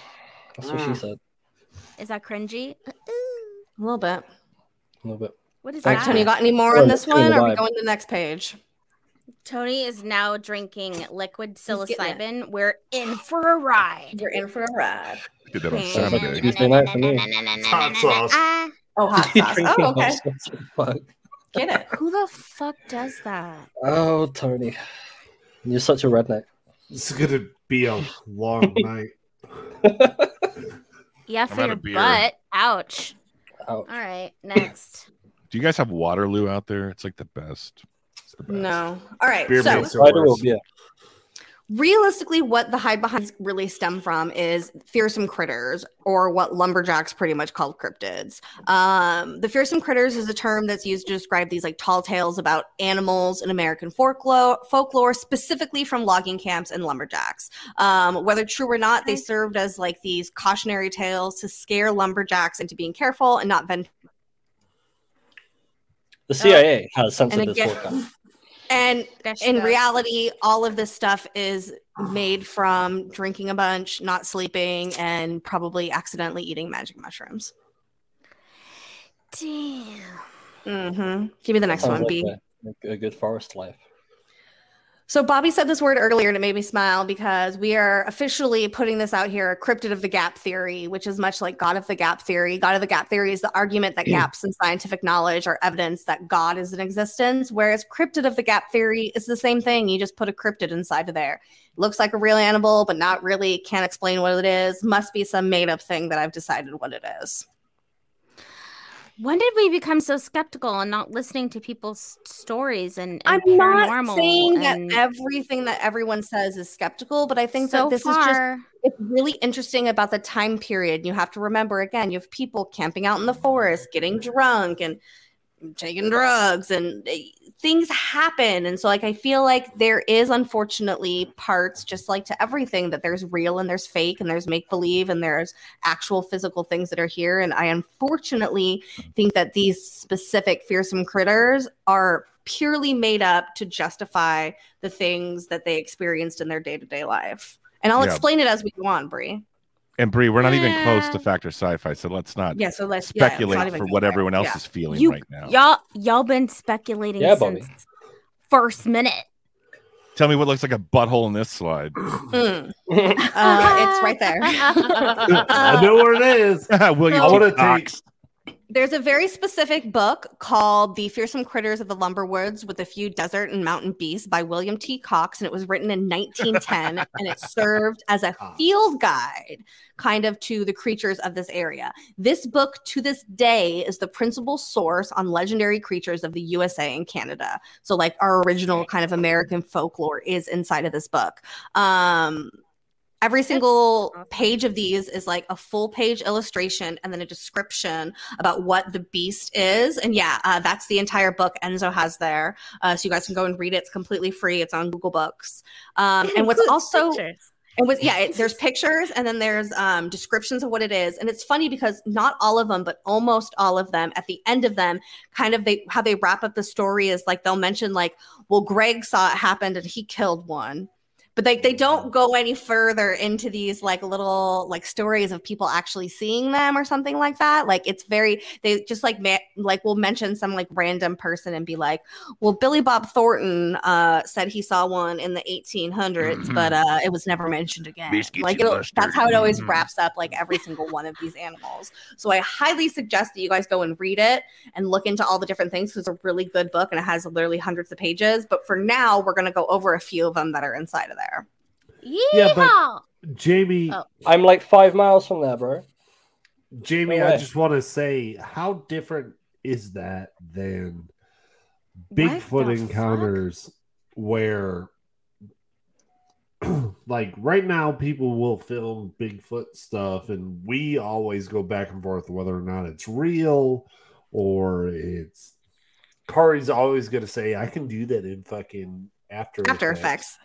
[SPEAKER 2] that's
[SPEAKER 4] Ah.
[SPEAKER 2] what she
[SPEAKER 3] Mm.
[SPEAKER 2] said.
[SPEAKER 6] Is that cringy?
[SPEAKER 4] a little bit.
[SPEAKER 2] A little bit.
[SPEAKER 6] What is
[SPEAKER 4] All
[SPEAKER 6] that?
[SPEAKER 4] right, Tony, you got any more
[SPEAKER 2] Oh,
[SPEAKER 4] on this
[SPEAKER 2] it's going
[SPEAKER 4] one? Or are we
[SPEAKER 2] live.
[SPEAKER 4] going to the next page?
[SPEAKER 6] Tony is now drinking liquid
[SPEAKER 4] getting it.
[SPEAKER 6] psilocybin. We're in for a ride.
[SPEAKER 4] You're in for a ride.
[SPEAKER 1] Did that on
[SPEAKER 2] Sounds like
[SPEAKER 1] Saturday.
[SPEAKER 2] Tuesday night for me.
[SPEAKER 3] Hot sauce.
[SPEAKER 6] Ah,
[SPEAKER 4] Oh, hot sauce.
[SPEAKER 2] Drinking
[SPEAKER 4] Oh, okay.
[SPEAKER 2] hot sauce. Fuck.
[SPEAKER 4] Get it.
[SPEAKER 6] Who the fuck does that?
[SPEAKER 2] Oh, Tony, you're such a redneck.
[SPEAKER 5] this is gonna be a long night
[SPEAKER 6] Yeah,
[SPEAKER 1] out
[SPEAKER 6] for your
[SPEAKER 1] of beer.
[SPEAKER 6] butt. Ouch.
[SPEAKER 2] Ouch.
[SPEAKER 6] All right, next.
[SPEAKER 1] Do you guys have Waterloo out there? It's like the best. It's the best.
[SPEAKER 4] No. All right.
[SPEAKER 5] Beer
[SPEAKER 4] so
[SPEAKER 5] makes it
[SPEAKER 2] Cider or
[SPEAKER 5] worse.
[SPEAKER 2] beer?
[SPEAKER 4] realistically, what the hide behinds really stem from is fearsome critters, or what lumberjacks pretty much call cryptids. Um, the fearsome critters is a term that's used to describe these like tall tales about animals in American folklore, folklore specifically from logging camps and lumberjacks. Um, whether true or not, they served as like these cautionary tales to scare lumberjacks into being careful and not venturing.
[SPEAKER 2] The CIA has censored
[SPEAKER 4] Oh. And
[SPEAKER 2] this
[SPEAKER 4] again-
[SPEAKER 2] podcast.
[SPEAKER 4] And
[SPEAKER 6] That's
[SPEAKER 4] in
[SPEAKER 6] the-
[SPEAKER 4] reality, all of this stuff is made from drinking a bunch, not sleeping, and probably accidentally eating magic mushrooms.
[SPEAKER 6] Damn.
[SPEAKER 4] hmm Give me the next
[SPEAKER 2] Sounds
[SPEAKER 4] one,
[SPEAKER 2] like
[SPEAKER 4] B.
[SPEAKER 2] a, a good forest life.
[SPEAKER 4] So Bobby said this word earlier and it made me smile because we are officially putting this out here, cryptid of the gap theory, which is much like God of the gap theory. God of the gap theory is the argument that gaps in scientific knowledge are evidence that God is in existence, whereas cryptid of the gap theory is the same thing. You just put a cryptid inside of there. Looks like a real animal, but not really, can't explain what it is. Must be some made up thing that I've decided what it is.
[SPEAKER 6] When did we become so skeptical and not listening to people's stories and,
[SPEAKER 4] I'm
[SPEAKER 6] and
[SPEAKER 4] not
[SPEAKER 6] paranormal
[SPEAKER 4] saying that
[SPEAKER 6] and
[SPEAKER 4] everything that everyone says is skeptical, but I think
[SPEAKER 6] so
[SPEAKER 4] that this is just
[SPEAKER 6] far,
[SPEAKER 4] it's really interesting about the time period. You have to remember again, you have people camping out in the forest, getting drunk and taking drugs and eh, things happen. And so like I feel like there is unfortunately parts just like to everything that there's real and there's fake and there's make believe and there's actual physical things that are here and I unfortunately think that these specific fearsome critters are purely made up to justify the things that they experienced in their day-to-day life. And I'll
[SPEAKER 1] Yeah.
[SPEAKER 4] explain it as we go on, Brie.
[SPEAKER 1] And Bree, we're not even close
[SPEAKER 6] Yeah.
[SPEAKER 1] to Factor Sci-Fi, so let's not
[SPEAKER 4] Yeah, so let's yeah, it's
[SPEAKER 1] speculate
[SPEAKER 4] not even
[SPEAKER 1] for
[SPEAKER 4] going
[SPEAKER 1] what
[SPEAKER 4] there.
[SPEAKER 1] everyone else
[SPEAKER 4] Yeah.
[SPEAKER 1] is feeling
[SPEAKER 6] You-
[SPEAKER 1] right now.
[SPEAKER 6] y'all y'all been speculating
[SPEAKER 2] Yeah, Bobby.
[SPEAKER 6] since first minute.
[SPEAKER 1] Tell me what looks like a butthole in this slide.
[SPEAKER 4] Mm. Uh, it's right there.
[SPEAKER 5] I know where it is.
[SPEAKER 1] Will you
[SPEAKER 5] I want to
[SPEAKER 1] take Cox?
[SPEAKER 5] take.
[SPEAKER 4] There's a very specific book called The Fearsome Critters of the Lumber Woods with a Few Desert and Mountain Beasts by William T. Cox. And it was written in 1910 and it served as a field guide kind of to the creatures of this area. This book to this day is the principal source on legendary creatures of the USA and Canada. So, like, our original kind of American folklore is inside of this book. Um, Every single
[SPEAKER 6] awesome.
[SPEAKER 4] page of these is like a full page illustration and then a description about what the beast is. And yeah, uh, that's the entire book Enzo has there. Uh, so you guys can go and read it. It's completely free. It's on Google Books. Um, and what's
[SPEAKER 6] Includes
[SPEAKER 4] also
[SPEAKER 6] pictures.
[SPEAKER 4] and was yeah, it, there's pictures and then there's um, descriptions of what it is, and it's funny because not all of them, but almost all of them, at the end of them, kind of they how they wrap up the story is like they'll mention like, well, Greg saw it happened and he killed one, but like they don't go any further into these like little like stories of people actually seeing them or something like that. Like it's very they just like ma- like will mention some like random person and be like, well, Billy Bob Thornton uh, said he saw one in the 1800s, but uh, it was never mentioned again.
[SPEAKER 1] Biscuits
[SPEAKER 4] like
[SPEAKER 1] and
[SPEAKER 4] it'll-
[SPEAKER 1] mustard.
[SPEAKER 4] that's how it always
[SPEAKER 1] Mhm.
[SPEAKER 4] wraps up, like every single one of these animals. So I highly suggest that you guys go and read it and look into all the different things because it's a really good book and it has literally hundreds of pages. But for now, we're going to go over a few of them that are inside of there.
[SPEAKER 5] Yeah, but-
[SPEAKER 6] Yeehaw!
[SPEAKER 5] Jamie,
[SPEAKER 6] Oh.
[SPEAKER 2] I'm like five miles from there, bro.
[SPEAKER 5] Jamie,
[SPEAKER 2] No
[SPEAKER 5] I
[SPEAKER 2] way.
[SPEAKER 5] just want to say, how different is that than
[SPEAKER 6] What the
[SPEAKER 5] Bigfoot
[SPEAKER 6] fuck?
[SPEAKER 5] encounters where, like, right now people will film Bigfoot stuff, and we always go back and forth whether or not it's real or it's. Kari's always going to say, I can do that in fucking After,
[SPEAKER 4] After Effects.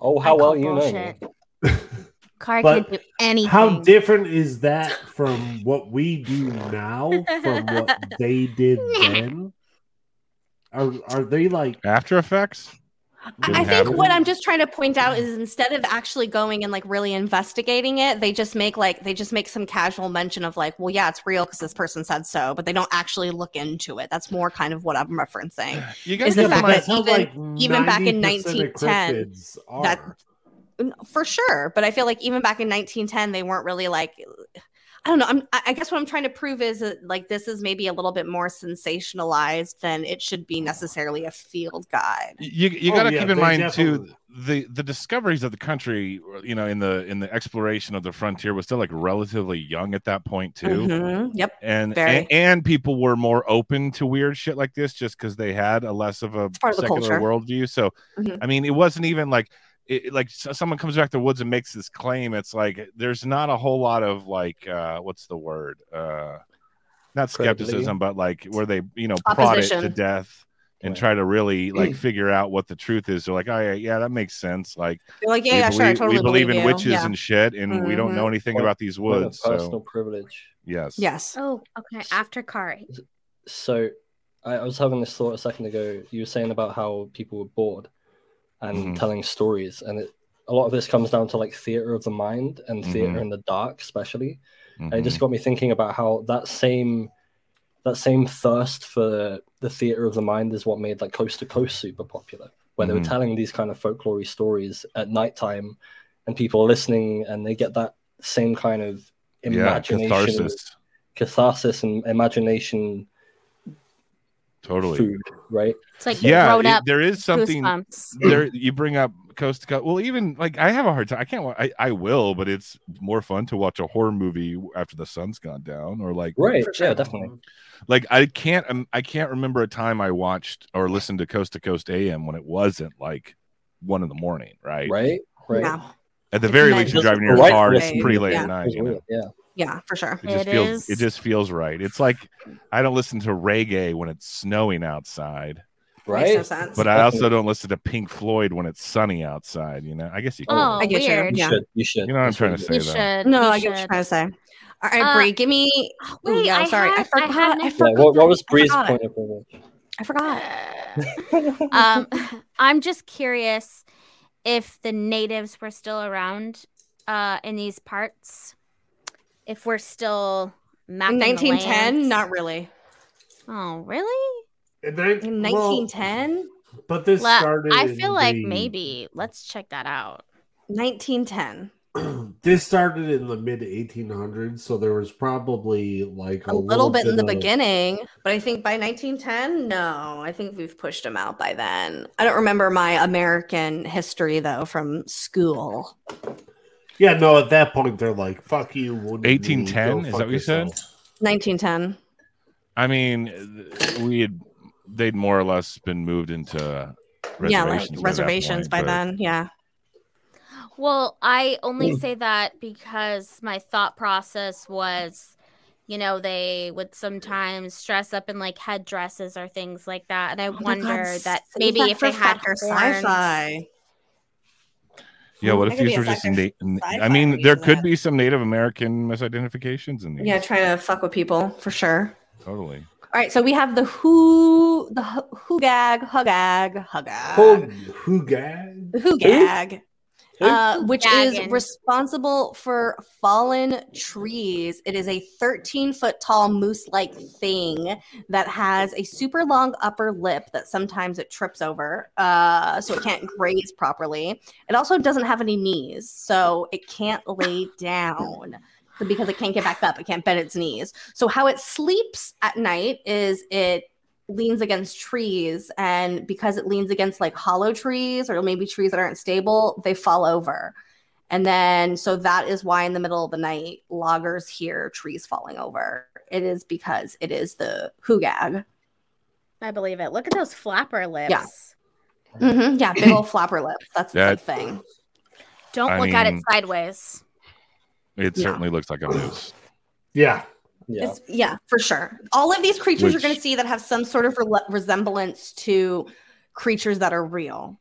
[SPEAKER 2] Oh,
[SPEAKER 6] I
[SPEAKER 2] how well
[SPEAKER 6] call
[SPEAKER 2] you know me.
[SPEAKER 6] bullshit. Car
[SPEAKER 5] But
[SPEAKER 6] can do anything.
[SPEAKER 5] How different is that from what we do now from what they did then? Are are they like
[SPEAKER 1] After Effects?
[SPEAKER 4] I I think what I'm just trying to point out is instead of actually going and like really investigating it, they just make like they just make some casual mention of like, well, yeah, it's real because this person said so, but they don't actually look into it. That's more kind of what I'm referencing.
[SPEAKER 1] You guys
[SPEAKER 4] Is the
[SPEAKER 1] get
[SPEAKER 4] fact
[SPEAKER 1] my
[SPEAKER 4] that even- even back in
[SPEAKER 5] 90% of
[SPEAKER 4] 1910,
[SPEAKER 5] cryptids are.
[SPEAKER 4] that- For sure, but I feel like even back in 1910, they weren't really like. I don't know. I'm, I I guess what I'm trying to prove is that like this is maybe a little bit more sensationalized than it should be necessarily a field guide.
[SPEAKER 1] you you
[SPEAKER 5] Oh,
[SPEAKER 1] got to
[SPEAKER 5] yeah,
[SPEAKER 1] keep in
[SPEAKER 5] they
[SPEAKER 1] mind
[SPEAKER 5] definitely-
[SPEAKER 1] too the the discoveries of the country you know in the in the exploration of the frontier was still like relatively young at that point too
[SPEAKER 4] Mhm. Yep.
[SPEAKER 1] and,
[SPEAKER 4] Very.
[SPEAKER 1] and and people were more open to weird shit like this just because they had a less of a
[SPEAKER 4] part of the
[SPEAKER 1] secular
[SPEAKER 4] culture.
[SPEAKER 1] worldview. So,
[SPEAKER 4] Mhm.
[SPEAKER 1] I mean, it wasn't even like it, like so- someone comes back to the woods and makes this claim. It's like there's not a whole lot of like uh, what's the word? Uh, not
[SPEAKER 2] Credibility?
[SPEAKER 1] skepticism, but like where they you know prod it to
[SPEAKER 4] Opposition.
[SPEAKER 1] death and
[SPEAKER 2] Right.
[SPEAKER 1] try to really like figure out what the truth is. They're like, oh yeah, yeah that makes sense. Like
[SPEAKER 4] They're like, yeah,
[SPEAKER 1] we
[SPEAKER 4] yeah,
[SPEAKER 1] believe,
[SPEAKER 4] sure, I totally
[SPEAKER 1] we believe, in
[SPEAKER 4] you.
[SPEAKER 1] witches
[SPEAKER 4] Yeah. Mm-hmm.
[SPEAKER 1] and shit, and we don't know anything
[SPEAKER 2] Point-
[SPEAKER 1] about these
[SPEAKER 2] Point of
[SPEAKER 1] woods.
[SPEAKER 2] personal
[SPEAKER 1] So
[SPEAKER 2] privilege.
[SPEAKER 1] yes,
[SPEAKER 4] yes.
[SPEAKER 6] Oh, okay. After Kari.
[SPEAKER 2] So I, I was having this thought a second ago. You were saying about how people were bored and
[SPEAKER 1] Mhm.
[SPEAKER 2] telling stories, and it, a lot of this comes down to like theater of the mind and
[SPEAKER 1] Mm-hmm.
[SPEAKER 2] theater in the dark, especially. And it just got me thinking about how that same that same thirst for the theater of the mind is what made like coast to coast super popular, where they
[SPEAKER 1] Mhm.
[SPEAKER 2] were telling these kind of folklory stories at nighttime, and people are listening, and they get that same kind of
[SPEAKER 1] yeah,
[SPEAKER 2] imagination
[SPEAKER 1] catharsis.
[SPEAKER 2] catharsis and imagination
[SPEAKER 1] Totally.
[SPEAKER 2] food, right?
[SPEAKER 6] It's like
[SPEAKER 1] Yeah,
[SPEAKER 6] grown
[SPEAKER 1] it-
[SPEAKER 6] up
[SPEAKER 1] there is something
[SPEAKER 6] goosebumps.
[SPEAKER 1] there. You bring up coast to coast. Well, even like I have a hard time. I can't. wa- I I will, but it's more fun to watch a horror movie after the sun's gone down, or like
[SPEAKER 2] Right. Yeah, definitely.
[SPEAKER 1] like I can't. Um, I can't remember a time I watched or listened to Coast to Coast AM when it wasn't like one in the morning. Right.
[SPEAKER 2] Right. Right.
[SPEAKER 4] Yeah.
[SPEAKER 1] At the
[SPEAKER 4] It's
[SPEAKER 1] very
[SPEAKER 4] nice.
[SPEAKER 1] least, you're
[SPEAKER 2] Just
[SPEAKER 1] driving in your
[SPEAKER 2] right
[SPEAKER 1] car.
[SPEAKER 2] way.
[SPEAKER 1] It's pretty late
[SPEAKER 4] Yeah.
[SPEAKER 1] at night.
[SPEAKER 2] It's
[SPEAKER 1] You know?
[SPEAKER 2] weird, Yeah.
[SPEAKER 4] Yeah, for sure.
[SPEAKER 1] It just
[SPEAKER 6] It
[SPEAKER 1] feels. It
[SPEAKER 6] is.
[SPEAKER 1] just feels right. It's like I don't listen to reggae when it's snowing outside.
[SPEAKER 2] Right.
[SPEAKER 4] Makes no sense.
[SPEAKER 1] But I also
[SPEAKER 2] Definitely.
[SPEAKER 1] don't listen to Pink Floyd when it's sunny outside. You know, I guess you can.
[SPEAKER 6] Oh,
[SPEAKER 4] I get you.
[SPEAKER 6] weird.
[SPEAKER 2] You
[SPEAKER 4] Yeah.
[SPEAKER 2] should. You should.
[SPEAKER 1] You know what I'm
[SPEAKER 2] That's
[SPEAKER 1] trying to
[SPEAKER 2] good.
[SPEAKER 1] say.
[SPEAKER 6] You
[SPEAKER 1] though.
[SPEAKER 6] should.
[SPEAKER 4] no,
[SPEAKER 6] you
[SPEAKER 4] I get what you're
[SPEAKER 6] should.
[SPEAKER 4] trying to say. All right,
[SPEAKER 6] Uh,
[SPEAKER 4] Bree, give me. Oh,
[SPEAKER 6] wait,
[SPEAKER 4] no,
[SPEAKER 6] I
[SPEAKER 4] sorry, I
[SPEAKER 6] had- I had
[SPEAKER 4] forgot. I,
[SPEAKER 6] an-
[SPEAKER 2] Yeah,
[SPEAKER 4] forgot.
[SPEAKER 2] what, what was
[SPEAKER 4] I
[SPEAKER 2] Bree's
[SPEAKER 4] forgot.
[SPEAKER 2] point of privilege?
[SPEAKER 4] I forgot. Uh,
[SPEAKER 6] um, I'm just curious if the natives were still around uh, in these parts. If we're still mapping
[SPEAKER 4] In
[SPEAKER 6] the
[SPEAKER 4] 1910,
[SPEAKER 6] lands.
[SPEAKER 4] not really.
[SPEAKER 6] Oh, really?
[SPEAKER 5] In nine-
[SPEAKER 4] In
[SPEAKER 5] well,
[SPEAKER 4] 1910,
[SPEAKER 5] but this
[SPEAKER 6] La-
[SPEAKER 5] started.
[SPEAKER 6] I
[SPEAKER 5] in
[SPEAKER 6] feel like
[SPEAKER 5] the-
[SPEAKER 6] maybe let's check that out.
[SPEAKER 4] 1910.
[SPEAKER 5] this started in the mid 1800s, so there was probably like
[SPEAKER 4] A, little, bit in the
[SPEAKER 5] of-
[SPEAKER 4] beginning, but I think by 1910, no, I think we've pushed them out by then. I don't remember my American history though from school.
[SPEAKER 5] Yeah, no, at that point they're like, "Fuck you." we'll need you,
[SPEAKER 1] 1810?
[SPEAKER 5] go
[SPEAKER 1] Is
[SPEAKER 5] fuck
[SPEAKER 1] that what you said?
[SPEAKER 5] yourself.
[SPEAKER 4] 1910.
[SPEAKER 1] I mean, th- we had they'd more or less been moved into reservations
[SPEAKER 4] Yeah, like
[SPEAKER 1] by that
[SPEAKER 4] reservations
[SPEAKER 1] point,
[SPEAKER 4] by
[SPEAKER 1] but-
[SPEAKER 4] then. Yeah.
[SPEAKER 6] Well, I
[SPEAKER 5] Hmm.
[SPEAKER 6] only say that because my thought process was, you know, they would sometimes dress up in like headdresses or things like that, and I
[SPEAKER 4] Oh my God,
[SPEAKER 6] wonder
[SPEAKER 4] save
[SPEAKER 6] that maybe if
[SPEAKER 4] for
[SPEAKER 6] they had
[SPEAKER 4] fucker
[SPEAKER 6] horns.
[SPEAKER 4] sci-fi.
[SPEAKER 1] Yeah, what
[SPEAKER 4] That
[SPEAKER 1] if
[SPEAKER 4] could
[SPEAKER 1] these
[SPEAKER 4] be a
[SPEAKER 1] were just? Na-
[SPEAKER 4] sci-fi-
[SPEAKER 1] n- I
[SPEAKER 4] sci-fi
[SPEAKER 1] mean,
[SPEAKER 4] movie,
[SPEAKER 1] there
[SPEAKER 4] isn't
[SPEAKER 1] could
[SPEAKER 4] it?
[SPEAKER 1] be some Native American misidentifications in these.
[SPEAKER 4] Yeah, trying to fuck with people for sure.
[SPEAKER 1] totally.
[SPEAKER 4] All right, so we have the who, the who who gag, hugag, hugag,
[SPEAKER 5] Hold- who gag?
[SPEAKER 4] the who gag, uh, which is
[SPEAKER 6] Gagging.
[SPEAKER 4] responsible for fallen trees. It is a 13 foot tall moose like thing that has a super long upper lip that sometimes it trips over, uh, so it can't graze properly. It also doesn't have any knees, so it can't lay down because it can't get back up. It can't bend its knees. So how it sleeps at night is it leans against trees and because it leans against like hollow trees or maybe trees that aren't stable, they fall over. And then so that is why in the middle of the night loggers hear trees falling over. It is because it is the hoogag.
[SPEAKER 6] I believe it. Look at those flapper lips.
[SPEAKER 4] Mhm, Yeah, big old flapper lips. That's the
[SPEAKER 1] That-
[SPEAKER 4] thing.
[SPEAKER 6] Don't
[SPEAKER 1] I
[SPEAKER 6] look at it
[SPEAKER 1] mean-
[SPEAKER 6] sideways.
[SPEAKER 1] It
[SPEAKER 4] Yeah.
[SPEAKER 1] certainly looks like a moose.
[SPEAKER 5] Yeah,
[SPEAKER 2] Yeah.
[SPEAKER 4] It's- Yeah. for sure. All of these creatures
[SPEAKER 1] Which-
[SPEAKER 4] you're going to see that have some sort of rele resemblance to creatures that are real.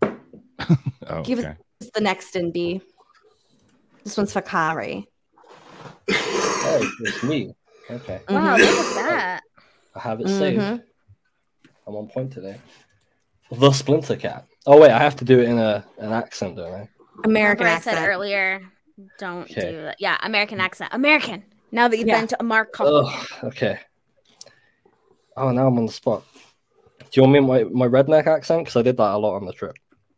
[SPEAKER 1] Oh,
[SPEAKER 4] Give it-
[SPEAKER 1] okay.
[SPEAKER 4] It's the next in B. This one's Fakari.
[SPEAKER 2] Oh, it's me. Okay.
[SPEAKER 4] Mm-hmm.
[SPEAKER 6] Wow, look at that.
[SPEAKER 2] I have it
[SPEAKER 4] Mhm.
[SPEAKER 2] saved. I'm on point today. The Splinter Cat. Oh wait, I have to do it in a an accent, don't I?
[SPEAKER 4] American
[SPEAKER 6] Remember I said
[SPEAKER 4] accent.
[SPEAKER 6] earlier, don't
[SPEAKER 2] Okay.
[SPEAKER 6] do that. Yeah, American accent. American. Now that you've
[SPEAKER 4] Yeah.
[SPEAKER 6] been to America.
[SPEAKER 2] Oh, okay. Oh, now I'm on the spot. Do you want me in my, my redneck accent? Because I did that a lot on the trip.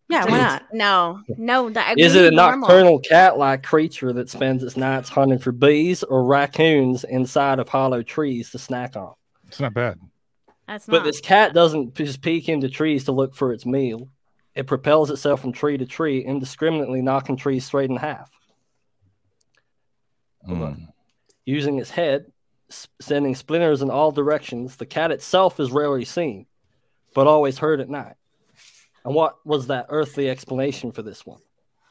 [SPEAKER 4] Yeah, why not?
[SPEAKER 6] No, no. that-
[SPEAKER 2] Is
[SPEAKER 6] we
[SPEAKER 2] it a
[SPEAKER 6] need normal.
[SPEAKER 2] nocturnal cat-like creature that spends its nights hunting for bees or raccoons inside of hollow trees to snack on?
[SPEAKER 1] It's not bad.
[SPEAKER 6] That's not.
[SPEAKER 2] But this cat doesn't just peek into trees to look for its meal. It propels itself from tree to tree, indiscriminately knocking trees straight in half, Hold on. using its head, s- sending splinters in all directions. The cat itself is rarely seen, but always heard at night. And what was that earthly explanation for this one?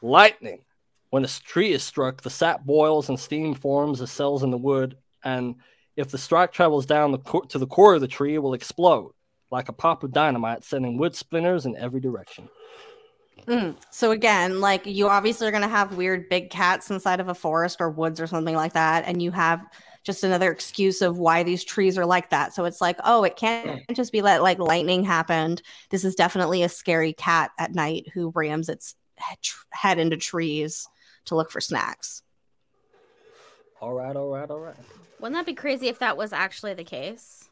[SPEAKER 2] Lightning. When a s- tree is struck, the sap boils and steam forms as cells in the wood, and if the strike travels down the cor- to the core of the tree, it will explode like a pop of dynamite, sending wood splinters in every direction.
[SPEAKER 4] Mm. So again, like you obviously are going to have weird big cats inside of a forest or woods or something like that, and you have just another excuse of why these trees are like that. So it's like, oh, it can't just be that like lightning happened. This is definitely a scary cat at night who rams its he- tr- head into trees to look for snacks.
[SPEAKER 2] All right, all right, all right.
[SPEAKER 6] Wouldn't that be crazy if that was actually the case?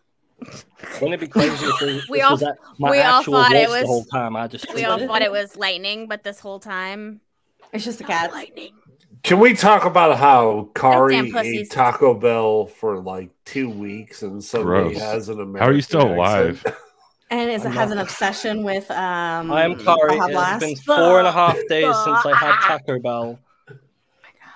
[SPEAKER 2] Wouldn't it be crazy if it,
[SPEAKER 6] We
[SPEAKER 2] this
[SPEAKER 6] all-
[SPEAKER 2] was act- my
[SPEAKER 6] we all
[SPEAKER 2] actual
[SPEAKER 6] thought it
[SPEAKER 2] voice
[SPEAKER 6] was-
[SPEAKER 2] the whole time? I just
[SPEAKER 6] We all thought it was lightning, but this whole time,
[SPEAKER 4] It's just the
[SPEAKER 6] not
[SPEAKER 4] cats.
[SPEAKER 6] lightning.
[SPEAKER 5] Can we talk about how Kari
[SPEAKER 6] Goddamn pussies.
[SPEAKER 5] ate Taco Bell for like two weeks and suddenly
[SPEAKER 1] Gross.
[SPEAKER 5] has an American
[SPEAKER 1] How are you still alive?
[SPEAKER 5] accent?
[SPEAKER 4] And it
[SPEAKER 2] I'm
[SPEAKER 4] has
[SPEAKER 2] not-
[SPEAKER 4] an obsession with um.
[SPEAKER 2] I am sorry.
[SPEAKER 4] Baja
[SPEAKER 2] It's been
[SPEAKER 4] Blast.
[SPEAKER 2] four and a half days since I had Taco Bell.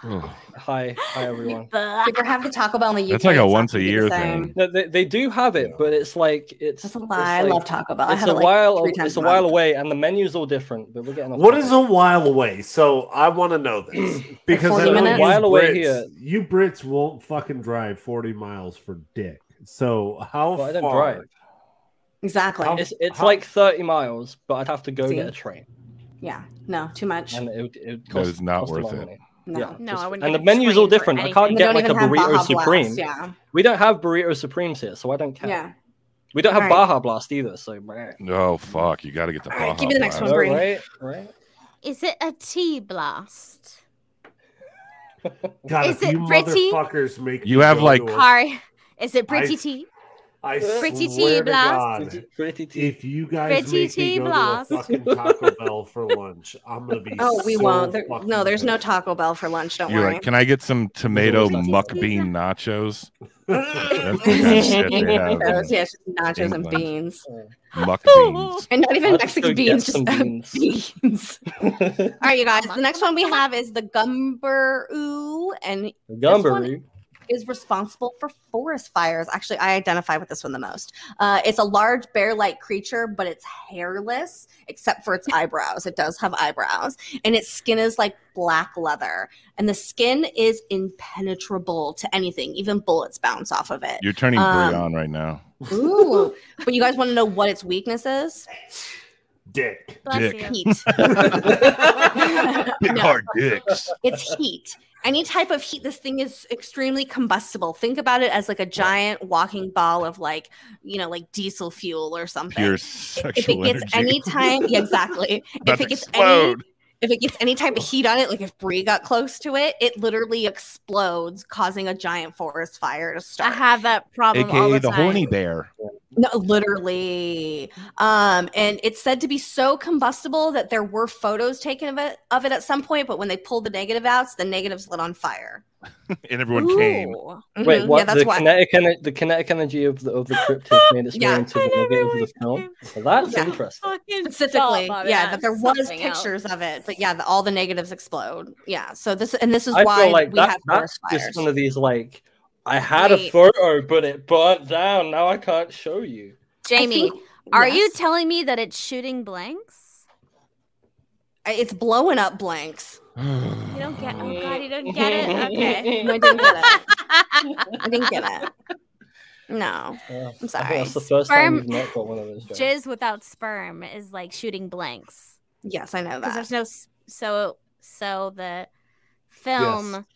[SPEAKER 1] Mm. Ugh.
[SPEAKER 2] Hi, hi everyone.
[SPEAKER 6] But
[SPEAKER 4] Do you ever have the Taco Bell in the UK?
[SPEAKER 1] That's like a
[SPEAKER 4] It's not
[SPEAKER 1] once a
[SPEAKER 4] gonna be the
[SPEAKER 1] year
[SPEAKER 4] same.
[SPEAKER 1] thing.
[SPEAKER 2] No, they, they do have it, but it's like it's.
[SPEAKER 4] That's a
[SPEAKER 2] it's
[SPEAKER 4] lie. I
[SPEAKER 2] like-
[SPEAKER 4] love Taco Bell. I
[SPEAKER 2] It's
[SPEAKER 4] had
[SPEAKER 2] a
[SPEAKER 4] it like
[SPEAKER 2] while.
[SPEAKER 4] three times
[SPEAKER 2] It's a
[SPEAKER 4] month.
[SPEAKER 2] while away, and the menu's all different. But we're getting. off
[SPEAKER 5] What is a
[SPEAKER 2] topic.
[SPEAKER 5] while away? So I want to know this because I
[SPEAKER 4] 40
[SPEAKER 5] know
[SPEAKER 4] minutes?
[SPEAKER 5] you
[SPEAKER 2] While away
[SPEAKER 5] Brits-
[SPEAKER 2] here.
[SPEAKER 5] You Brits won't fucking drive forty miles for dick. So how
[SPEAKER 2] Well, I don't
[SPEAKER 5] far?
[SPEAKER 2] drive.
[SPEAKER 4] Exactly.
[SPEAKER 5] How-
[SPEAKER 2] It's it's
[SPEAKER 5] How-
[SPEAKER 2] like thirty miles, but I'd have to go
[SPEAKER 4] See?
[SPEAKER 2] get a train,
[SPEAKER 4] Yeah. No, too much.
[SPEAKER 2] and it would, it would
[SPEAKER 1] That
[SPEAKER 2] cost.
[SPEAKER 1] is not
[SPEAKER 2] cost a
[SPEAKER 1] worth
[SPEAKER 2] lot of
[SPEAKER 1] it.
[SPEAKER 2] money.
[SPEAKER 4] No.
[SPEAKER 2] Yeah,
[SPEAKER 6] No,
[SPEAKER 2] just-
[SPEAKER 6] I wouldn't
[SPEAKER 2] And
[SPEAKER 6] get
[SPEAKER 2] the
[SPEAKER 6] a
[SPEAKER 2] menu's
[SPEAKER 6] train
[SPEAKER 2] all
[SPEAKER 6] for
[SPEAKER 2] different. I
[SPEAKER 6] anything.
[SPEAKER 2] can't
[SPEAKER 4] They
[SPEAKER 2] get
[SPEAKER 4] don't
[SPEAKER 2] like a
[SPEAKER 4] even have
[SPEAKER 2] burrito
[SPEAKER 4] Baja
[SPEAKER 2] supreme.
[SPEAKER 4] Blast. Yeah.
[SPEAKER 2] We don't have burrito supremes here, so I don't care.
[SPEAKER 4] Yeah.
[SPEAKER 2] We don't have
[SPEAKER 4] All right.
[SPEAKER 2] Baja Blast either, so meh.
[SPEAKER 1] Oh fuck! You got to get the.
[SPEAKER 4] All right,
[SPEAKER 1] Baja
[SPEAKER 4] give me the next
[SPEAKER 1] Blast.
[SPEAKER 4] one,
[SPEAKER 2] All
[SPEAKER 4] Brie.
[SPEAKER 2] right, right.
[SPEAKER 6] is it a tea blast?
[SPEAKER 5] God,
[SPEAKER 6] Is
[SPEAKER 5] if
[SPEAKER 6] it
[SPEAKER 5] you
[SPEAKER 6] pretty?
[SPEAKER 5] motherfuckers make
[SPEAKER 1] You
[SPEAKER 5] me
[SPEAKER 1] have,
[SPEAKER 5] go
[SPEAKER 1] like-
[SPEAKER 5] to a-
[SPEAKER 6] Car, is it pretty
[SPEAKER 5] I-
[SPEAKER 6] tea?
[SPEAKER 5] I
[SPEAKER 6] Pretty tea
[SPEAKER 5] swear to
[SPEAKER 6] blast.
[SPEAKER 5] God,
[SPEAKER 2] Pretty- pretty tea.
[SPEAKER 5] If you guys
[SPEAKER 6] Pretty
[SPEAKER 5] make me
[SPEAKER 6] tea
[SPEAKER 5] go
[SPEAKER 6] blast.
[SPEAKER 5] to a fucking Taco Bell for lunch, I'm gonna be.
[SPEAKER 4] Oh, we
[SPEAKER 5] so
[SPEAKER 4] won't. There-
[SPEAKER 5] fucking
[SPEAKER 4] no, there's no
[SPEAKER 5] pissed.
[SPEAKER 4] Taco Bell for lunch. Don't
[SPEAKER 1] You're
[SPEAKER 4] worry.
[SPEAKER 1] like, can I get some tomato
[SPEAKER 2] Pretty
[SPEAKER 1] muck
[SPEAKER 6] tea.
[SPEAKER 1] bean nachos? That's the kind of shit they have
[SPEAKER 4] Nachos,
[SPEAKER 1] in
[SPEAKER 4] yeah, it's just nachos and
[SPEAKER 1] England.
[SPEAKER 4] beans,
[SPEAKER 1] Muck beans.
[SPEAKER 4] and not even
[SPEAKER 2] I'll just
[SPEAKER 4] Mexican
[SPEAKER 2] go get
[SPEAKER 4] beans, just
[SPEAKER 2] some
[SPEAKER 4] beans. beans. All right, you guys. The next one we have is the gumber oo, and
[SPEAKER 2] Gumbaroo.
[SPEAKER 4] is responsible for forest fires. Actually, I identify with this one the most. Uh, it's a large bear like creature, but it's hairless except for its eyebrows. It does have eyebrows, and its skin is like black leather. And the skin is impenetrable to anything, even bullets bounce off of it.
[SPEAKER 1] You're turning
[SPEAKER 4] Um,
[SPEAKER 1] Brie on right now.
[SPEAKER 4] Ooh. but you guys want to know what its weakness is?
[SPEAKER 5] dick.
[SPEAKER 6] Bless
[SPEAKER 1] Dick.
[SPEAKER 6] you.
[SPEAKER 4] Heat.
[SPEAKER 1] Big hard dicks.
[SPEAKER 4] it's heat. Any type of heat, this thing is extremely combustible. Think about it as like a giant walking ball of like, you know, like diesel fuel or something.
[SPEAKER 1] Pure
[SPEAKER 4] if it
[SPEAKER 1] sexual
[SPEAKER 4] gets
[SPEAKER 1] energy.
[SPEAKER 4] any time yeah, exactly
[SPEAKER 1] About
[SPEAKER 4] if
[SPEAKER 1] to
[SPEAKER 4] it gets any
[SPEAKER 1] explode.
[SPEAKER 4] if it gets any type of heat on it like if brie got close to it it literally explodes causing a giant forest fire to
[SPEAKER 6] I
[SPEAKER 4] start
[SPEAKER 6] have that problem all the, time.
[SPEAKER 1] bear.
[SPEAKER 4] no literally um and it's said to be so combustible that there were photos taken of it of it at some point but when they pulled the negative outs the negatives lit on fire
[SPEAKER 1] And everyone came.
[SPEAKER 4] Ooh. Mhm.
[SPEAKER 2] Wait, what?
[SPEAKER 4] yeah that's
[SPEAKER 2] the,
[SPEAKER 4] why
[SPEAKER 2] kinetic, ener- the kinetic energy of the, of the cryptid made its
[SPEAKER 4] Yeah,
[SPEAKER 2] way into
[SPEAKER 6] I
[SPEAKER 2] the
[SPEAKER 6] never
[SPEAKER 2] negative of
[SPEAKER 6] watched
[SPEAKER 2] the
[SPEAKER 6] that
[SPEAKER 2] film.
[SPEAKER 6] game.
[SPEAKER 2] Well, that's
[SPEAKER 4] Yeah.
[SPEAKER 2] interesting.
[SPEAKER 6] Fucking
[SPEAKER 4] specifically
[SPEAKER 6] stop, Bobby,
[SPEAKER 4] yeah that
[SPEAKER 6] that's
[SPEAKER 4] there was
[SPEAKER 6] Oh, something else.
[SPEAKER 4] pictures of it but yeah the, all the negatives explode yeah so this and this is
[SPEAKER 2] I
[SPEAKER 4] why
[SPEAKER 2] feel like
[SPEAKER 4] we
[SPEAKER 2] that,
[SPEAKER 4] have
[SPEAKER 2] that's
[SPEAKER 4] forest fires
[SPEAKER 2] just one of these like I had a
[SPEAKER 4] Wait.
[SPEAKER 2] photo, but it burnt down. Now I can't show you.
[SPEAKER 6] Jamie, are you
[SPEAKER 4] Yes.
[SPEAKER 6] telling me that it's shooting blanks?
[SPEAKER 4] It's blowing up blanks.
[SPEAKER 6] You don't get. Oh God, you don't get it. Okay.
[SPEAKER 4] No, I didn't get it. I didn't get it. No.
[SPEAKER 2] Uh,
[SPEAKER 4] I'm
[SPEAKER 2] I think that's the
[SPEAKER 4] sorry.
[SPEAKER 6] Sperm-
[SPEAKER 2] first time you've not got one of those. Jack.
[SPEAKER 6] Jizz without sperm is like shooting blanks
[SPEAKER 4] Yes, I know
[SPEAKER 6] because
[SPEAKER 4] that.
[SPEAKER 6] there's no s- so so the film